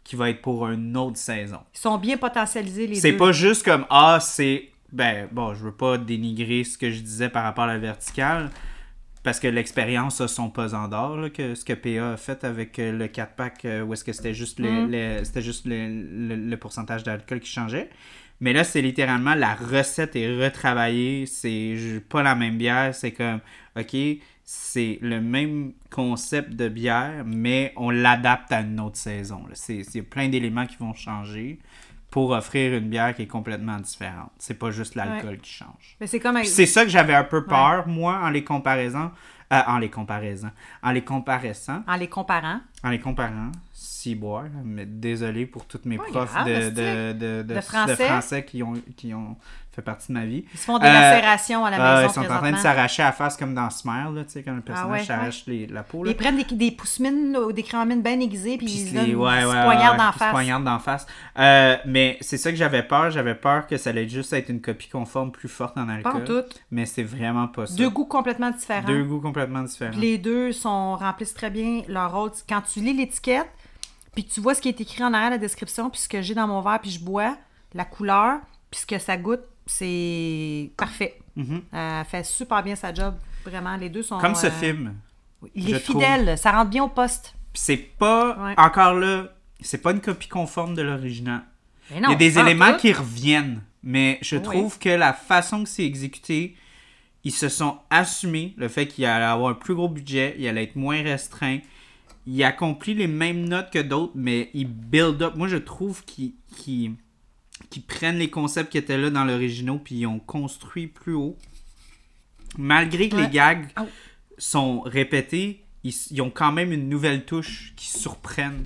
qui va être pour une autre saison? Ils sont bien potentialisés les deux. C'est pas juste comme ah c'est ben bon je veux pas dénigrer ce que je disais par rapport à la verticale parce que l'expérience a son pesant d'or là, que ce que PA a fait avec euh, le 4 pack euh, où est-ce que c'était juste le, Mhm. le- c'était juste le, le- le pourcentage d'alcool qui changeait mais là c'est littéralement la recette est retravaillée c'est ju- pas la même bière c'est comme ok c'est le même concept de bière mais on l'adapte à une autre saison là. c'est il y a plein d'éléments qui vont changer pour offrir une bière qui est complètement différente. C'est pas juste l'alcool qui change. Mais c'est comme Puis C'est ça que j'avais un peu peur, moi, en les comparaisant. euh, en les comparaisant. En les comparaissant. en les comparant. en les comparant, ciboire, mais désolé pour toutes mes Pas profs grave, de, c'est de, de, de- De français. de français qui ont, qui ont fait partie de ma vie. Ils se font des Euh, lacérations à la Ah, maison ils sont en train de présentement. Ah s'arracher la face comme dans Smile, là, tu sais, quand le personnage ouais, s'arrache les- la peau. Là. Ils prennent des, des pousse-mines là, ou des cramines bien aiguisées, puis, Puis ils se se donnent les- ils ouais, se ouais, ouais, poignardent ouais, en ils se face. poignardent d'en face. Euh, mais c'est ça que j'avais peur. J'avais peur que ça allait juste être une copie conforme plus forte en Pas en alcool. tout. Mais euh, c'est vraiment pas ça. Deux goûts complètement différents. Deux goûts complètement différents. Puis les deux sont, remplissent très bien leur rôle. Quand tu lis l'étiquette, puis que tu vois ce qui est écrit en arrière de la description, puis ce que j'ai dans mon verre, puis je bois, la couleur, puis ce que ça goûte, c'est parfait. Euh, Mhm. Elle fait super bien sa job. Vraiment, les deux sont... Comme ce euh, film. Il est je trouve. fidèle. Ça rentre bien au poste. Puis c'est pas, Ouais. encore là, c'est pas une copie conforme de l'original. Mais Il y a non, des pas en éléments tout. qui reviennent, mais je Oui. trouve que la façon que c'est exécuté, ils se sont assumés le fait qu'il allait avoir un plus gros budget, il allait être moins restreint. Il accomplit les mêmes notes que d'autres, mais il build up. Moi, je trouve qu'ils qu'ils- qu'ils prennent les concepts qui étaient là dans l'original puis ils ont construit plus haut. Malgré que les Ouais. gags Au. sont répétés, ils, ils ont quand même une nouvelle touche qui surprennent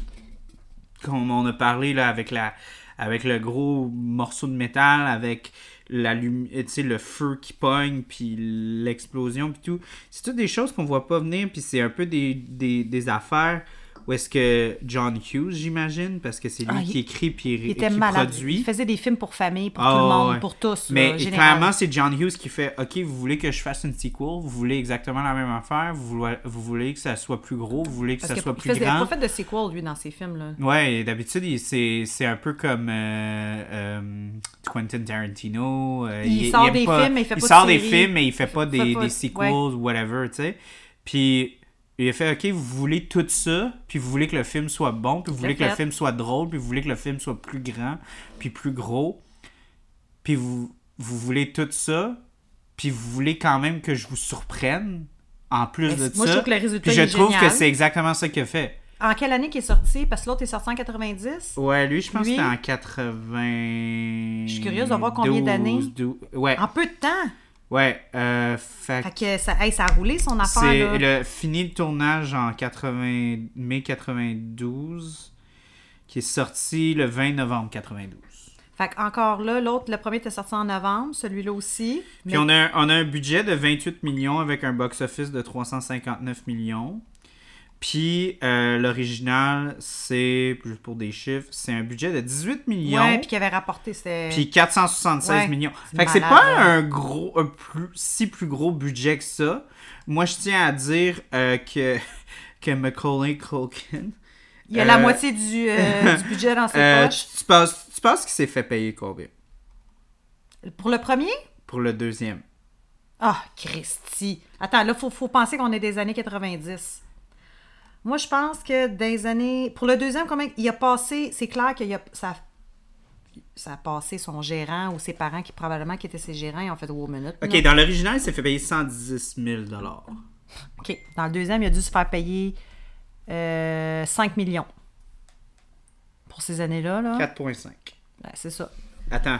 comme on a parlé là, avec, la, avec le gros morceau de métal, avec la lumi- tu sais, le feu qui pogne, puis l'explosion, puis tout. C'est toutes des choses qu'on voit pas venir, puis c'est un peu des, des, des affaires où est-ce que John Hughes, j'imagine, parce que c'est lui Ah, il- qui écrit puis Il ré- était qui malade. produit. Il faisait des films pour famille, pour Ah, tout le monde, ouais. pour tous. Mais là, et général. clairement, c'est John Hughes qui fait Ok, vous voulez que je fasse une sequel, vous voulez exactement la même affaire, vous voulez, vous voulez que ça soit plus gros, vous voulez que Parce ça que soit il plus faisait- grand. Il a pas fait de sequel, lui, dans ses films. là. Ouais, et d'habitude, il- c'est c'est un peu comme euh, euh, Quentin Tarantino. euh, Il sort aime des films, mais il fait pas de sort des séries. films, mais il fait pas des, pas- des sequels ouais. ou whatever, tu sais. Puis il a fait OK, vous voulez tout ça, puis vous voulez que le film soit bon, puis vous voulez que le fait. film soit drôle, puis vous voulez que le film soit plus grand, puis plus gros. Puis vous, vous voulez tout ça, puis vous voulez quand même que je vous surprenne en plus Mais de moi, je ça. trouve que le résultat, puis je il est trouve que génial. c'est exactement ça qu'il a fait. En quelle année qu'il est sorti? Parce que l'autre est sorti en 90. Ouais, lui, je pense Lui- que c'était en 80. Je suis curieuse de voir combien d'années. Ouais, En peu de temps. ouais. Euh, fait Fait que ça, hey, ça a roulé son que affaire. c'est Là. le fini le tournage en 80 mai 92, qui est sorti le 20 novembre 92. Fait que encore là, l'autre, le premier était sorti en novembre, celui-là aussi. Puis Mais on, a, on a un budget de 28 millions avec un box-office de 359 millions. Puis euh, l'original, c'est, juste pour des chiffres, c'est un budget de 18 millions. Ouais, puis qui avait rapporté, c'était. Puis 476 Ouais, millions. c'est Fait que c'est malade, pas hein. un gros, un plus, si plus gros budget que ça. Moi, je tiens à dire euh, que, [laughs] que Macaulay Culkin, Il y a la euh, moitié du, [laughs] euh, du budget dans ses euh, poches. tu, tu penses, tu penses qu'il s'est fait payer combien Pour le premier? pour le deuxième? Ah, Christy. Attends, là, faut, faut penser qu'on est des années 90. Moi, je pense que des années. Pour le deuxième, combien il a passé. C'est clair que ça, ça a passé son gérant ou ses parents qui probablement qui étaient ses gérants. Ils ont fait wow minutes. Ok, là. dans l'original, il s'est fait payer 110 000 OK. Dans le deuxième, il a dû se faire payer euh, 5 millions pour ces années-là. Là. 4,5. Ouais, c'est ça. Attends.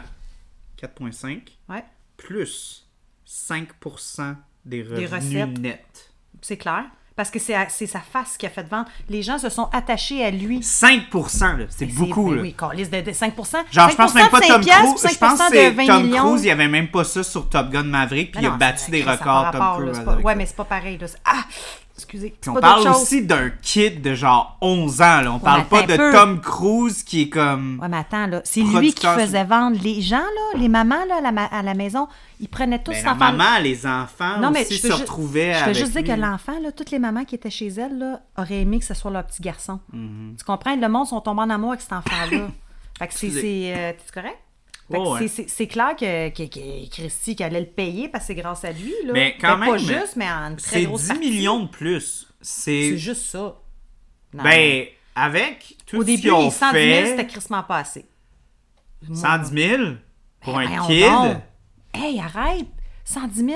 4,5 Ouais. plus 5% des revenus recettes. nets. C'est clair. Parce que c'est à- c'est sa face qui a fait de vendre. Les gens se sont attachés à lui. 5%, là, c'est C'est- beaucoup. ben là. Oui, câlisse de, de 5 Genre, je pense même pas de Tom 5 piastres, Cruise. Je 5 pense de que 20 Tom millions. Cruise, il y avait même pas ça sur Top Gun Maverick, puis Ben il a non, battu c'est- des ça a pas records, Tom rapport, là, Cruise. c'est avec pas- Ouais, ça. mais c'est pas pareil. Là. C'est- Ah, excusez. Puis C'est on pas parle d'autre chose. aussi d'un kid de genre 11 ans, là. On parle mais pas attends de un peu. Tom Cruise qui est comme. Ouais, mais attends, là, c'est lui qui Producteur, faisait vendre les gens, là, les mamans là, à, la ma- à la maison. Ils prenaient tous Ben, cet la enfant. maman, les enfants Non, mais aussi je veux se ju- retrouvaient Je veux avec juste dire lui. que l'enfant, là, toutes les mamans qui étaient chez elles là, auraient aimé que ce soit leur petit garçon. Mm-hmm. Tu comprends? Le monde sont tombés en amour avec cet [coughs] enfant-là. fait que c'est. Excusez. c'est, euh, T'es-tu correct? Fait que Ouais, ouais. c'est- c'est- C'est clair que, que, que Christy qui allait le payer parce que c'est grâce à lui. Là. Mais quand Peut-être Pas même, juste, mais en une très C'est grosse 10 partie. millions de plus. C'est. C'est juste ça. Non, mais Ben, avec tout au ce début, qu'ils ont les 110 000, c'était fait, crissement pas assez. 110 000 pour Ben, un voyons kid. donc. Hey, arrête! 110 000!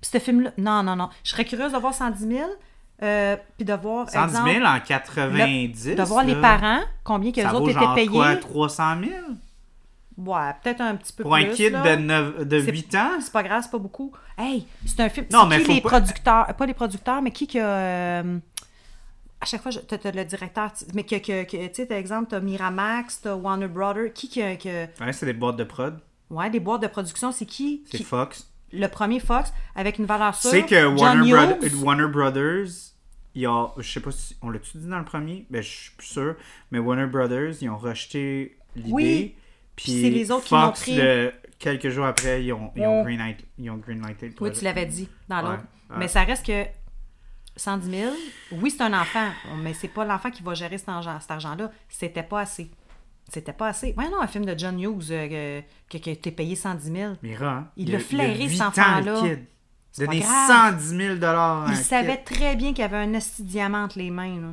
Puis ce film-là... Non, non, non. Je serais curieuse de voir 110 000, euh, puis de voir, 110 000 exemple, en le- 90. de voir les là, parents, combien que les Ça vaut autres genre étaient payés. quoi, 300 000? Ouais, peut-être un petit peu Pour plus. un kid là. de, neuf- de C'est- 8 ans, C'est pas grave, c'est pas beaucoup. Hey, c'est un film... Non, c'est mais qui faut les pas- producteurs... Pas les producteurs, mais qui qui a... euh, à chaque fois, je- t'as t'as le directeur, tu- mais que, que, que- tu sais, t'as exemple, t'as Miramax, t'as Warner Brothers, qui que, que- Ouais, c'est des boîtes de prod. ouais, des boîtes de production, c'est qui, C'est qui- Fox. le premier Fox avec une valeur sûre, C'est que John Warner, Brother- Hughes. Warner Brothers, ils ont, je sais pas si on l'a-tu dit dans le premier, ben, je suis plus sûr, mais Warner Brothers, ils ont rejeté l'idée. Oui, Puis c'est les autres qui Fox, l'ont pris. le- quelques jours après, ils ont, ils ont, Ouais. greenlight- ils ont greenlighté le Oui, projet. tu l'avais dit dans l'autre. Ouais, ouais. Mais ça reste que 110 000, oui, c'est un enfant, mais c'est pas l'enfant qui va gérer cet argent- cet argent-là. C'était pas assez. C'était pas assez. Ouais, non, un film de John Hughes euh, que, que t'es payé 110 000. Mira, hein, Il a- l'a flairé, huit cet ans, le enfant-là. kid. pas Donner grave. 110 000 à Il un savait kid. très bien qu'il avait un esti de diamant entre les mains. là.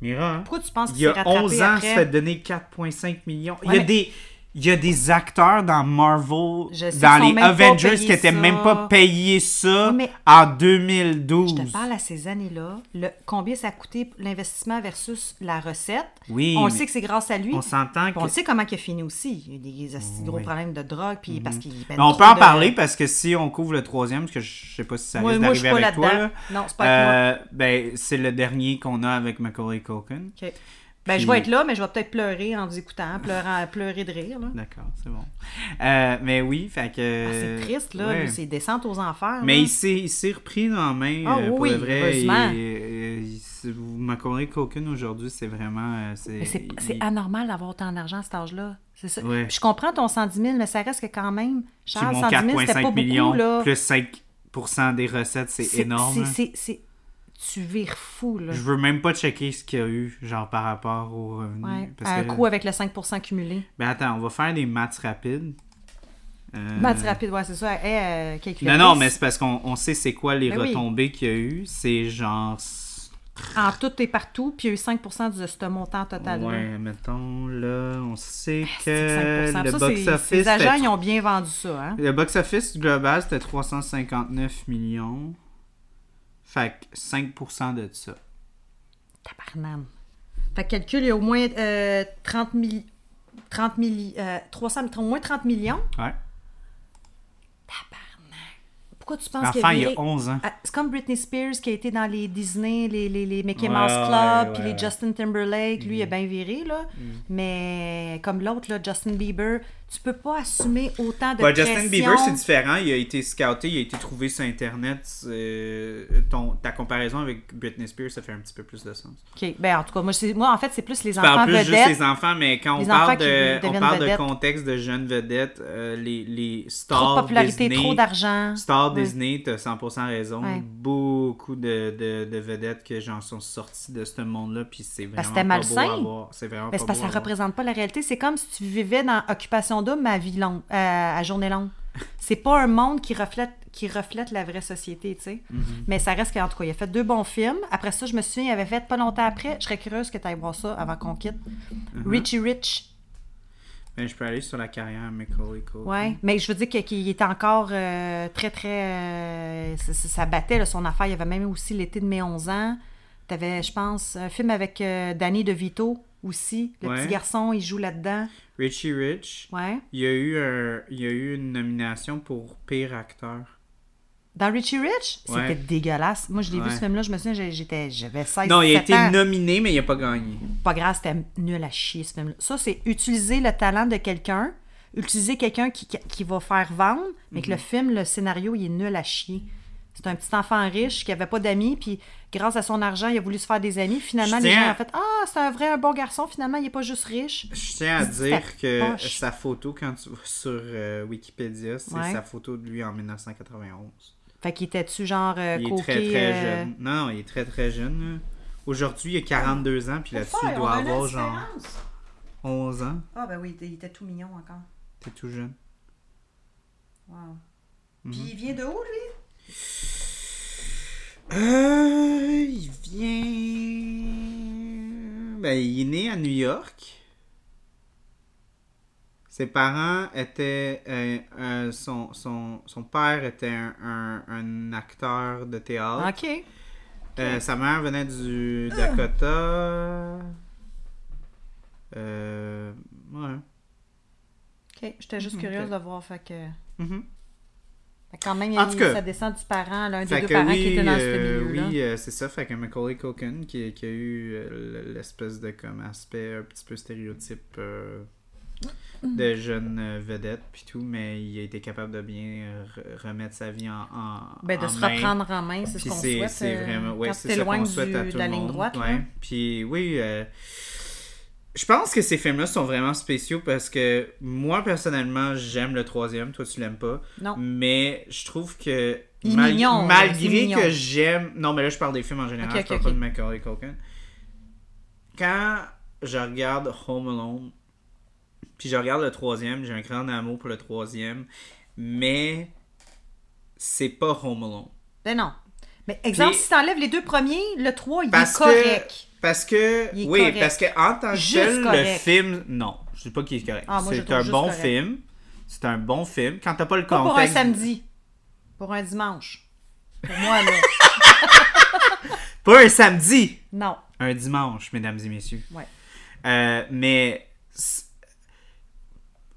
Mira, hein. Pourquoi tu penses Il qu'il y s'est a rattrapé 11 ans, après? se fait donner 4,5 millions. il, y Ouais, a mais- des, il y a des acteurs dans Marvel, Je sais, ils dans sont les même pas Avengers, payés qui n'étaient ça. même pas payés ça Ouais, mais- en Je 2012. te parle à ces années-là, le, combien ça a coûté l'investissement versus la recette. Oui, on le mais sait que c'est grâce à lui. on s'entend Puis On que- le sait comment il a fini aussi. Il y a eu des esti de gros problèmes de drogue, puis parce qu'il... Mm-hmm. ben, Mais on peut en parler parce que si on couvre le troisième, parce que je sais pas si ça Moi- risque moi, je suis d'arriver pas avec toi, là-dedans. là, Non, c'est pas avec euh, ben, c'est le dernier qu'on a avec Macaulay Culkin. OK. Ben, je vais être là, mais je vais peut-être pleurer en vous écoutant, pleurant, pleurer de rire. là. D'accord, c'est bon. Euh, mais oui, fait que... Ah, c'est triste, là. Euh, ouais. lui, C'est descente aux enfers. Mais là. il s'est, il s'est repris dans la main Ah euh, pour oui, le vrai. heureusement. Il- euh, il- c'est- vous m'accordez qu'aucune aujourd'hui, c'est vraiment. euh, c'est, Mais c'est il- c'est anormal d'avoir autant d'argent à cet âge-là. C'est ça. Ouais. Puis Je comprends ton 110 000, mais ça reste que quand même, c'est Charles, mon 110 000, c'était pas 4,5 millions, beaucoup, là. plus 5 des recettes, c'est, C'est- énorme. c'est- c'est- c'est- Tu vires fou, là. Je veux même pas checker ce qu'il y a eu, genre par rapport aux revenus. Ouais, euh, parce un que- coup avec le 5 cumulé. Ben attends, on va faire des maths rapides. Euh, Maths rapide, ouais, c'est ça. Hey, euh, Non, calculatrice. non, mais c'est parce qu'on on sait c'est quoi les Ben oui. retombées qu'il y a eu. C'est genre. En tout et partout, puis il y a eu 5 de ce montant total. Ouais, mettons là, on sait que Ben, C'est 5 le Ça, c'est- box-office. ces agents, fait ils ont bien vendu ça. Hein? Le box-office global, c'était 359 millions. Fait que 5% de ça. Tabarnane. Fait que calcul, il y a au moins euh, 30 000... 30 milli- euh, 300, au moins 30 millions. Ouais. Pourquoi tu penses qu'il L'enfant, il y a viré- 11 ans. Ah, C'est comme Britney Spears qui a été dans les Disney, les, les, les Mickey Ouais, Mouse ouais, Club, ouais, puis ouais. Mm. les Justin Timberlake, lui, il est bien viré, là. Mais comme l'autre, là, Justin Bieber, tu peux pas assumer autant de Bah, pression. Justin Bieber, c'est différent. Il a été scouté, il a été trouvé sur Internet. Euh, ton, ta comparaison avec Britney Spears, ça fait un petit peu plus de sens. OK. Ben, en tout cas, moi, c'est- moi en fait, c'est plus les Je parle enfants plus juste vedettes. des enfants, mais quand on Les parle, enfants qui de, on deviennent parle de vedettes. contexte de jeunes vedettes, euh, les, les stars Trop de popularité, Disney, trop d'argent. Star Ouais. Disney, t'as 100% raison. Ouais. Beaucoup de, de, de vedettes que j'en sont sorties de ce monde-là, puis c'est vraiment Parce que pas c'était beau à malsain. voir. C'est vraiment Ben, pas c'est parce que beau ça à voir. représente pas la réalité. C'est comme si tu vivais dans Occupation Double, ma vie longue, euh, à journée [laughs] longue. C'est pas un monde qui reflète, qui reflète la vraie société, tu sais. Mm-hmm. Mais ça reste qu'en tout cas, il a fait deux bons films. Après ça, je me souviens, il avait fait pas longtemps après. Je serais curieuse que tu ailles voir ça avant qu'on quitte. Mm-hmm. Richie Rich. Ben, je peux aller sur la carrière Macaulay Culkin. Ouais. Mais je veux dire que- qu'il était encore euh, très, très. euh, ça, ça- ça battait là, son affaire. Il y avait même aussi l'été de mes 11 ans. Tu avais, je pense, un film avec euh, Danny DeVito aussi. Le Ouais. petit garçon, il joue là-dedans. Richie Rich, Ouais. il, y a eu un- il y a eu une nomination pour pire acteur. Dans Richie Rich, c'était Ouais. dégueulasse. Moi, je l'ai Ouais. vu ce film-là, je me souviens, j'ai- j'étais, j'avais 16 Non, il a 17 été ans. nominé, mais il a pas gagné. Pas grave, c'était nul à chier ce film-là. Ça, c'est utiliser le talent de quelqu'un, utiliser quelqu'un qui, qui- qui va faire vendre, mais Mhm. que le film, le scénario, il est nul à chier. C'est un petit enfant riche qui avait pas d'amis, puis grâce à son argent, il a voulu se faire des amis. Finalement, Je les tiens gens à- ont fait Ah, c'est un vrai un bon garçon, finalement, il est pas juste riche. Je tiens à C'est dire ta que poche. sa photo, quand tu vas sur euh, Wikipédia, c'est Ouais. sa photo de lui en 1991. Fait qu'il était-tu genre euh, Il est coquet, très très euh, jeune. Non, non, il est très très jeune. là. Aujourd'hui, il a 42 ans, puis là-dessus, il doit avoir genre 11 ans. Ah, ben oui, il était- il était tout mignon encore. T'es tout jeune. Wow. Mhm. Puis il vient de où, lui? Euh, il vient. Ben, il est né à New York. Ses parents étaient. euh, euh, son, son, son père était un, un- un acteur de théâtre. OK. Euh, sa mère venait du Dakota. Euh, ouais. Mm-hmm. OK, j'étais juste curieuse de voir, fait que... Mhm. Fait que Quand même, il y En a- tout cas. ça descend du parent, l'un des Fait deux que parents oui, qui était dans ce euh, milieu-là. oui, euh, c'est ça. Fait que Macaulay Culkin qui, qui a eu euh, l'espèce de comme aspect un petit peu stéréotype euh, Mm. de jeune euh, vedette puis tout, mais il a été capable de bien euh, re- remettre sa vie en, en Ben, de en se main. reprendre en main, c'est ce Puis qu'on c'est- souhaite. C'est euh, vraiment, ouais, quand tu c'est ça t'éloignes qu'on souhaite du- à tout de le la ligne monde, droite. ouais. là. Puis oui, euh, je pense que ces films-là sont vraiment spéciaux parce que moi, personnellement, j'aime le troisième. Toi, tu l'aimes pas. Non. Mais je trouve que Il est mignon, là, c'est malgré mignon. que j'aime... Non, mais là, je parle des films en général. Ok, je parle ok, pas ok. de Macaulay Culkin. Quand je regarde Home Alone, puis je regarde le troisième, j'ai un grand amour pour le troisième, mais c'est pas Home Alone. Ben non. Mais exemple, Puis- si t'enlèves les deux premiers, le 3, il Parce est correct. que. Parce que. Il est Oui, correct. parce que en tant que Juste tel, le correct. film. Non, je dis pas qu'il est correct. Ah, moi, je c'est trouve un juste bon correct. film. C'est un bon film. Quand t'as pas le Pas contexte. pour un samedi. Pour un dimanche. Pour moi, [laughs] là. Pas un samedi! non. Un dimanche, mesdames et messieurs. Ouais. Euh, mais. c'est-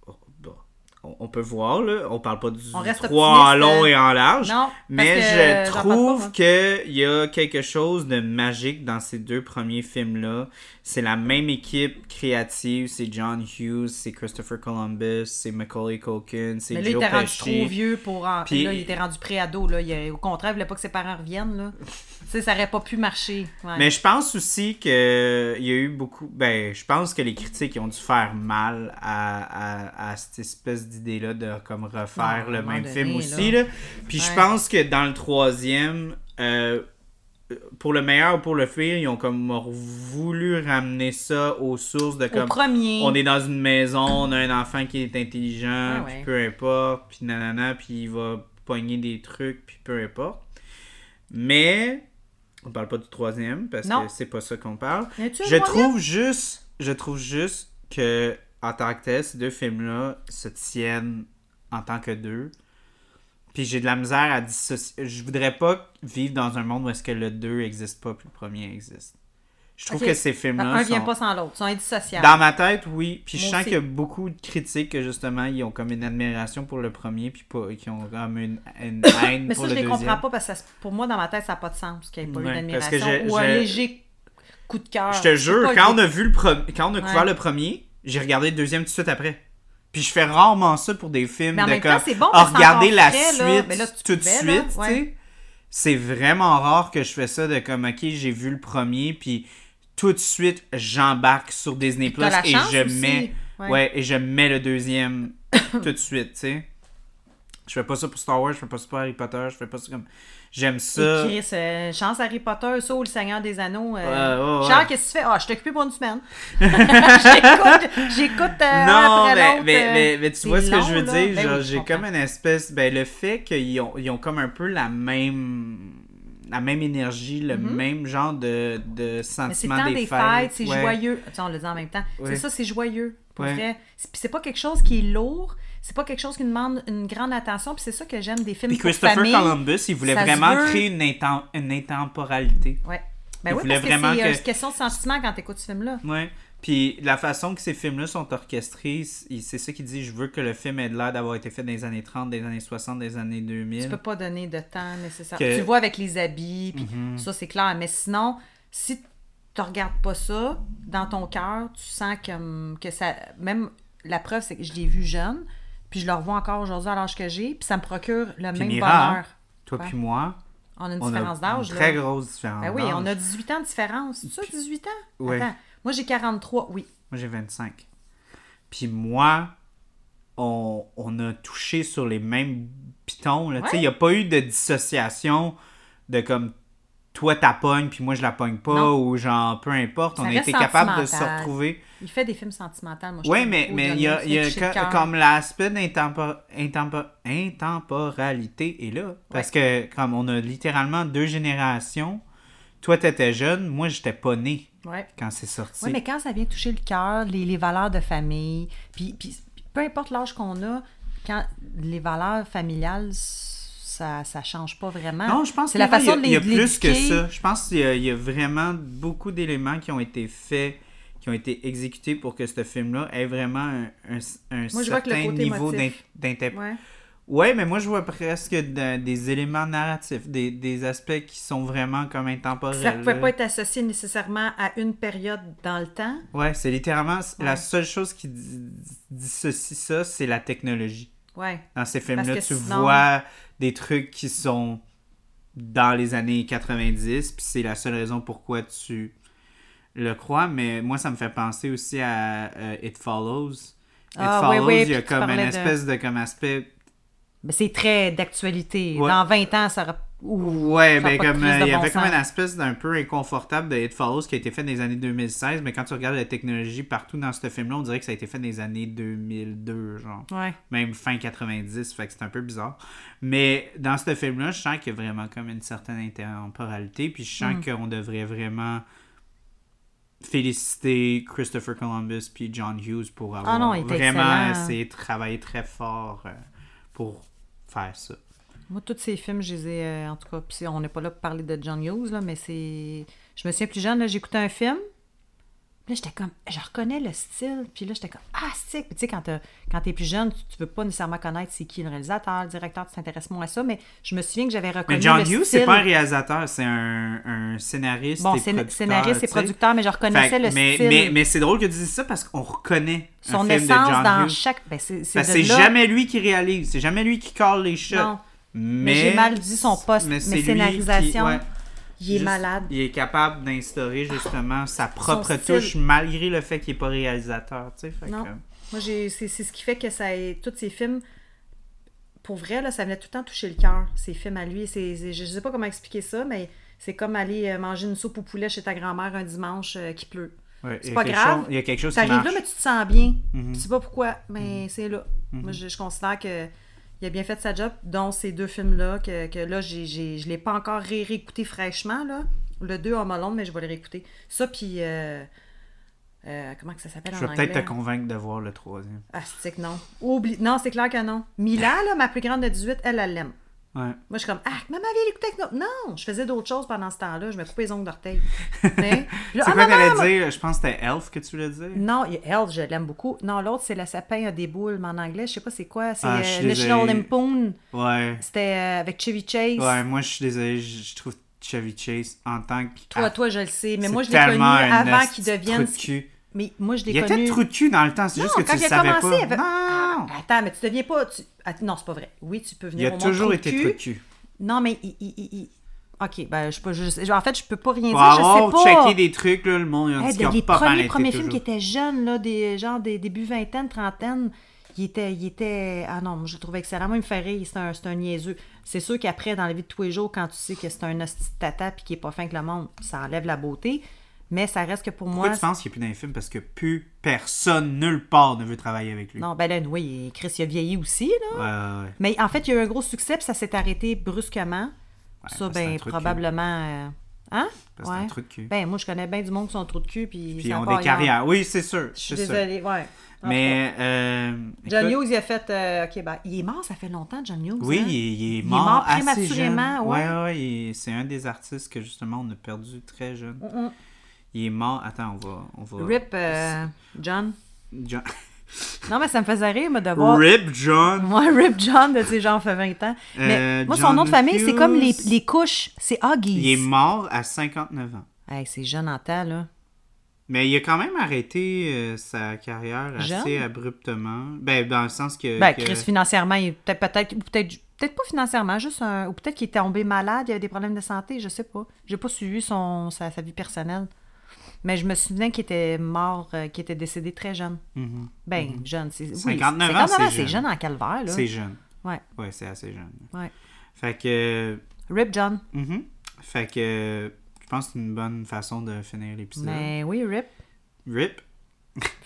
oh, bon. On on peut voir, là. On parle pas du On reste 3 en optimiste, long euh, et en large. non, parce mais que je j'en parle pas, trouve moi. qu'il y a quelque chose de magique dans ces deux premiers films-là. C'est la même équipe créative. C'est John Hughes, c'est Christopher Columbus, c'est Macaulay Culkin, c'est Mais là, il Joe Pesci. était rendu trop vieux pour. En... Puis- Là, il était rendu pré-ado. Là. Il a- Au contraire, il voulait pas que ses parents reviennent. [laughs] Là. tu sais, ça aurait pas pu marcher. Ouais. Mais je pense aussi que il y a eu beaucoup. Ben, je pense que les critiques ont dû faire mal à, à- à cette espèce d'idée-là de comme refaire Non, à un le moment même donné, film aussi. Là. Puis je Ouais. pense que dans le troisième, euh, pour le meilleur ou pour le pire, ils ont comme voulu ramener ça aux sources de Au comme. premier. On est dans une maison, on a un enfant qui est Ah intelligent, ouais. puis peu importe, puis nanana, puis il va pogner des trucs, puis peu importe. Mais on parle pas du troisième parce Non. que c'est pas ça qu'on parle. Y a-tu un Je troisième? trouve juste, je trouve juste que en tant que tel, ces deux films-là se tiennent en tant que deux. Puis j'ai de la misère à dissocier. Je voudrais pas vivre dans un monde où est-ce que le deux existe pas, puis le premier existe. Je trouve Ok. que ces films-là Ah, Un vient sont- pas sans l'autre. Ils sont indissociables. dans ma tête, oui. Puis je Moi sens aussi. qu'il y a beaucoup de critiques que justement, ils ont comme une admiration pour le premier, puis pas, qui ont comme une, [coughs] une haine Mais pour ça, je le les deuxième. comprends pas parce que ça- pour moi, dans ma tête, ça n'a pas de sens qu'il n'y ait pas eu Ouais, parce d'admiration que j'ai- ou un j'ai- léger coup de cœur. Je te jure, quand on a vu le pre- quand on a couvert Ouais. le premier, j'ai regardé le deuxième tout de suite après. Puis je fais rarement ça pour des films Mais en de même temps, comme, c'est bon ah, parce que regardez c'est la encore frais, là. suite Mais là, tu tout de pouvais, suite, là. tu Ouais. sais. C'est vraiment rare que je fais ça de comme ok, j'ai vu le premier puis tout de suite j'embarque sur Disney Plus t'as la et chance je aussi. mets ouais. Ouais. et je mets le [coughs] deuxième tout de suite, tu sais. Je fais pas ça pour Star Wars, je fais pas ça pour Harry Potter, je fais pas ça comme j'aime ça. Chris, euh, chance Harry Potter, ça ou le Seigneur des Anneaux. euh, Ouais, ouais, ouais. Charles, qu'est-ce que tu fais? Ah, je t'ai occupé pour une semaine. [laughs] J'écoute, j'écoute euh, Non, un après mais, l'autre, mais, euh, mais, mais tu c'est vois ce que long, je veux là. dire? Ben genre, oui, je j'ai comprends. comme une espèce. Ben, le fait qu'ils ont, ils ont comme un peu la même. La même énergie, le même genre de, Mm-hmm. de Mais c'est sentiment le temps des, des, fêtes, c'est Ouais. joyeux. Tu sais, on le dit en même temps. Ouais. C'est ça, c'est joyeux. Pour Ouais. vrai. C'est- Puis c'est pas quelque chose qui est lourd, c'est pas quelque chose qui demande une grande attention, puis c'est ça que j'aime des films Puis pour Christopher famille. Columbus, il voulait ça se vraiment veut. créer une, inten- une intemporalité. Ouais. Ben Il oui, voulait parce que vraiment c'est euh, que- une question de sentiment quand t'écoutes ce film-là. Ouais. Puis la façon que ces films-là sont orchestrés, il- c'est ça qu'il dit je veux que le film ait l'air d'avoir été fait dans les années 30, des années 60, des années 2000. Tu peux pas donner de temps nécessaire. Que- Mm-hmm. Tu le vois avec les habits, puis ça, c'est clair. Mais sinon, si tu regardes pas ça, dans ton cœur, tu sens que, mm, que ça... Même la preuve, c'est que je l'ai vu jeune, puis je le revois encore aujourd'hui à l'âge que j'ai, puis ça me procure le Puis même Mira, bonheur. toi Ouais. puis moi, On a une on a différence une d'âge, là. très grosse différence Ben oui, on a d'âge. 18 ans de différence. C'est ça, 18 ans? Ouais. Attends, moi, j'ai 43, oui. Moi, j'ai 25. Puis moi, on, on a touché sur les mêmes pitons. là. Tu sais, Il n'y a pas eu de dissociation de comme toi, t'as pogne, puis moi, je la pogne pas, Non. ou genre, peu importe. Ça on a reste été capable de se sentimental. retrouver. Il fait des films sentimentaux, moi. je Oui, trouve, mais au mais il y a, Johnny, il y a c'est touché le co- cœur. comme l'aspect d'intempo- intempo- intemporalité est là. Parce que comme on a littéralement deux générations, toi, t'étais jeune, moi, j'étais pas né Ouais. quand c'est sorti. Oui, mais quand ça vient toucher le cœur, les, les valeurs de famille, puis, puis peu importe l'âge qu'on a, quand les valeurs familiales, ça ça change pas vraiment. Non, je pense Hein? c'est que la là, il y a- façon de les Il y a plus que l'éduquer. ça. Je pense qu'il y, a- il y a vraiment beaucoup d'éléments qui ont été faits, qui ont été exécutés pour que ce film-là ait vraiment un, un- un Moi, je vois que le certain côté niveau émotif. d'in- d'intérêt. Ouais. Ouais, mais moi je vois presque de- des éléments narratifs, des, des aspects qui sont vraiment comme intemporels. Ça ne pouvait là. pas être associé nécessairement à une période dans le temps. Ouais, c'est littéralement c- Ouais. la seule chose qui di- dissocie ça, c'est la technologie. Ouais. Dans ces films-là, Parce que tu sinon- vois des trucs qui sont dans les années 90, puis c'est la seule raison pourquoi tu le crois. Mais moi, ça me fait penser aussi à euh, It Follows. It Ah, oui, oui, il y a puis tu comme une parlais de- espèce de comme aspect Mais c'est très d'actualité. Ouais. Dans 20 ans, ça aura- ou- Ouais, ça a ben pas de comme crise euh, de il y bon avait comme sens. une espèce d'un peu inconfortable de It Follows qui a été fait dans les années 2016, mais quand tu regardes la technologie partout dans ce film-là, on dirait que ça a été fait dans les années 2002, genre. Ouais. Même fin 90, fait que c'est un peu bizarre. Mais dans ce film-là, je sens qu'il y a vraiment comme une certaine intemporalité, puis je sens Mm. qu'on devrait vraiment féliciter Christopher Columbus puis John Hughes pour avoir Ah non, il était vraiment excellent. essayé de travailler très fort euh, pour faire ça. Moi, tous ces films, je les ai. euh, en tout cas, puis on n'est pas là pour parler de John Hughes, là, mais c'est. Je me souviens plus jeune, là, j'écoutais un film. Puis Là, j'étais comme. Je reconnais le style. Puis là, j'étais comme. Ah, c'est. Puis tu sais, quand t'as- quand t'es plus jeune, tu, tu veux pas nécessairement connaître c'est qui le réalisateur, le directeur, tu t'intéresses moins à ça. Mais je me souviens que j'avais reconnu. Mais John le Hughes, style. c'est pas un réalisateur, c'est un, un scénariste. Bon, et scén- producteur, scénariste et tu sais. producteur, mais je reconnaissais Fait que- le mais, style. Mais, mais c'est drôle que tu dises ça parce qu'on reconnaît un son film essence de John dans Hughes. chaque. Ben, c'est c'est Parce que de c'est là- jamais lui qui réalise, c'est jamais lui qui call les shots. Non. Mais, j'ai mal dit son poste, mais c'est lui scénarisation, qui- ouais. Il est Juste- malade. Il est capable d'instaurer justement sa propre style. touche malgré le fait qu'il n'est pas réalisateur. tu sais, fait Non. que- Moi, j'ai, c'est, c'est ce qui fait que ça ait- tous ces films, pour vrai, là, ça venait tout le temps toucher le cœur, ces films à lui. C'est, c'est- je sais pas comment expliquer ça, mais c'est comme aller euh, manger une soupe au poulet chez ta grand-mère un dimanche euh, qui pleut. Ouais, C'est il y a pas quelque grave. chose- il y a quelque chose qui T'arrives là, marche. Mm-hmm. Mhm. mais tu te sens bien. Tu sais pas pourquoi, mais c'est là. Moi, je, je considère que il a bien fait sa job, dont ces deux films-là, que, que là, j'ai, j'ai- je l'ai pas encore ré- réécouté fraîchement, là. Le 2 en Malone, mais je vais le réécouter. Ça, puis... euh, euh, comment que ça s'appelle Je en vais anglais? peut-être te convaincre de voir le troisième. Ah, c'est que non. Oublie... Non, c'est clair que non. Mila, là, ma plus grande de 18, elle, elle l'aime. Ouais. Moi, je suis comme, ah, maman, viens l'écouter avec nous. Non, je faisais d'autres choses pendant ce temps-là. Je me coupais les ongles [laughs] d'orteil. Tu sais? Puis là, C'est Ah, quoi maman, t'allais maman. dire? Je pense que c'était Elf que tu voulais dire. Non, il- elle, je l'aime beaucoup. Non, l'autre, c'est le sapin à des boules, mais en anglais, je sais pas c'est quoi. C'est Ah, je suis euh, National désolé. Limpoon. Ouais. C'était euh, avec Chevy Chase. Ouais, moi, je suis désolé, je, je trouve Chevy Chase en tant que. Toi, ah, toi, je le sais. Mais c'est moi, je l'ai connu tellement un avant esti qu'il de devienne. trou de cul. Mais moi, je l'ai Il connu. était trou de cul dans le temps, c'est juste que Non, tu quand le il a savais commencé, pas. il avait- Ah, Non! Attends, mais tu deviens pas. tu- Att- Non, c'est pas vrai. Oui, tu peux Il venir a au monde toujours trou de été cul. trou de cul. Non, mais il. il- il- il- Ok, ben, je peux. Je, sais- en fait, je peux pas rien Pour dire. Je avoir sais pas. checké des trucs, là, le monde, il a Hey, dit de- qu'ils les ont pas mal premiers, été premiers films qui toujours. étaient jeunes, là, des, genre des début vingtaine, trentaine, il était, il était. Ah non, moi, je le trouvais excellent. Moi, il me fait rire. C'est un, c'est un niaiseux. C'est sûr qu'après, dans la vie de tous les jours, quand tu sais que c'est un hostie de tata puis qu'il est pas fin que le monde, ça enlève la beauté. Mais ça reste que pour Pourquoi moi. tu penses qu'il est plus dans les films? Parce que plus personne, nulle part, ne veut travailler avec lui. Non, ben là, oui, Chris, il a vieilli aussi, là. Ouais, ouais, ouais. Mais en fait, il y a eu un gros succès, puis ça s'est arrêté brusquement. ça, parce que c'est un ben, truc probablement. euh, Hein? Parce que c'est un truc cul. Ben, moi, je connais bien du monde qui sont trop de cul, puis. Puis ils ça ont part des ailleurs. carrières. Oui, c'est sûr. Je suis c'est sûr. désolée, ouais. En tout Mais. euh, cas, John écoute, Hughes, il a fait. euh, ok, ben, il est mort, ça fait longtemps, John Hughes. Oui, hein? il, est- il est est mort, mort assez jeune. prématurément, ouais. ouais, il- c'est un des artistes que justement on a perdu très jeune. Mm-mm. Il est mort. Attends, on va, on va. Rip, euh, John. John. Non, mais ça me faisait rire, moi, de voir. Rip John. [laughs] Moi, Rip John, de ces gens, fait 20 ans. Mais Euh, moi, son John nom de famille, c'est comme les, Hughes. les couches. C'est Il est Huggies. mort à 59 ans. Hey, c'est jeune en temps, là. Mais il a quand même arrêté euh, sa carrière assez Jeune? abruptement. Ben, dans le sens que. Ben, que- Chris, financièrement, il est peut-être, peut-être, ou peut-être, peut-être pas financièrement, juste un, ou peut-être qu'il est tombé malade, il avait des problèmes de santé, je sais pas. J'ai pas suivi son, sa, sa vie personnelle. Mais je me souviens qu'il était mort, euh, qu'il était décédé très jeune. Mhm. Ben, jeune, c'est. oui, 59 ans, c'est c'est jeune. jeune en calvaire, là. C'est jeune. Ouais, Ouais, c'est assez jeune. ouais. Fait que. Rip John. mhm. Fait que. Je pense que c'est une bonne façon de finir l'épisode. Mais oui, Rip. Rip.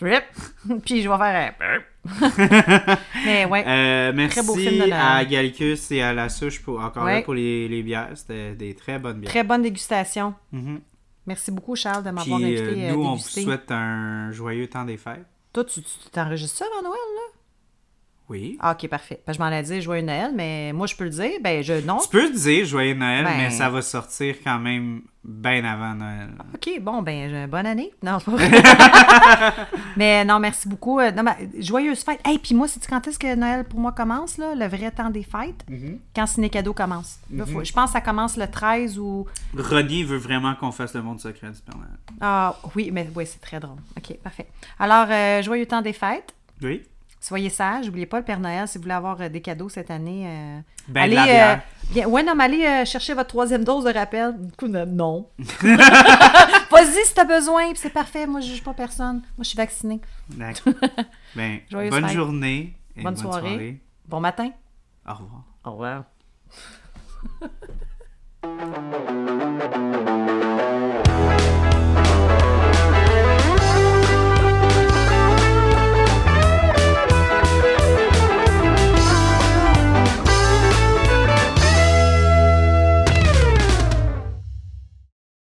Rip. [laughs] Puis je vais faire. un [laughs] Mais ouais. Euh, merci beau film de Noël. à Gallicus et à La Souche pour encore là Ouais. pour les, les bières. C'était des très bonnes bières. Très bonne dégustation. Mhm. Merci beaucoup, Charles, de Puis m'avoir invité euh, à nous, on vous déguster. souhaite un joyeux temps des fêtes. Toi, tu tu t'enregistres ça avant Noël, là? Oui. Ah, OK, parfait. Parce que je m'en allais dire joyeux Noël, mais moi, je peux le dire. Ben, je, non. Tu peux dire joyeux Noël, Ben- mais ça va sortir quand même bien avant Noël. OK, bon, ben, j'ai une bonne année. Non, c'est pas vrai. mais non, merci beaucoup. Euh, Non, mais, joyeuse fête. Hey, puis moi, c'est quand est-ce que Noël pour moi commence, là, le vrai temps des fêtes? Quand Ciné Cadeau commence. Là, faut- je pense que ça commence le 13 ou. Roddy veut vraiment qu'on fasse le monde secret du Père Noël. Ah, oui, mais oui, c'est très drôle. OK, parfait. Alors, euh, joyeux temps des fêtes. Oui. Soyez sages. N'oubliez pas le Père Noël si vous voulez avoir euh, des cadeaux cette année. euh, Ben, de allez, la bière. euh, bien- ouais, non, mais allez euh, chercher votre troisième dose de rappel. Du coup, non, [laughs] non. Vas-y si t'as besoin, puis c'est parfait. Moi, je juge pas personne. Moi, je suis vaccinée. D'accord. [laughs] Ben, euh, Joyeuse bonne fête. journée. et Bonne soirée. Bon matin. Au revoir. Au revoir.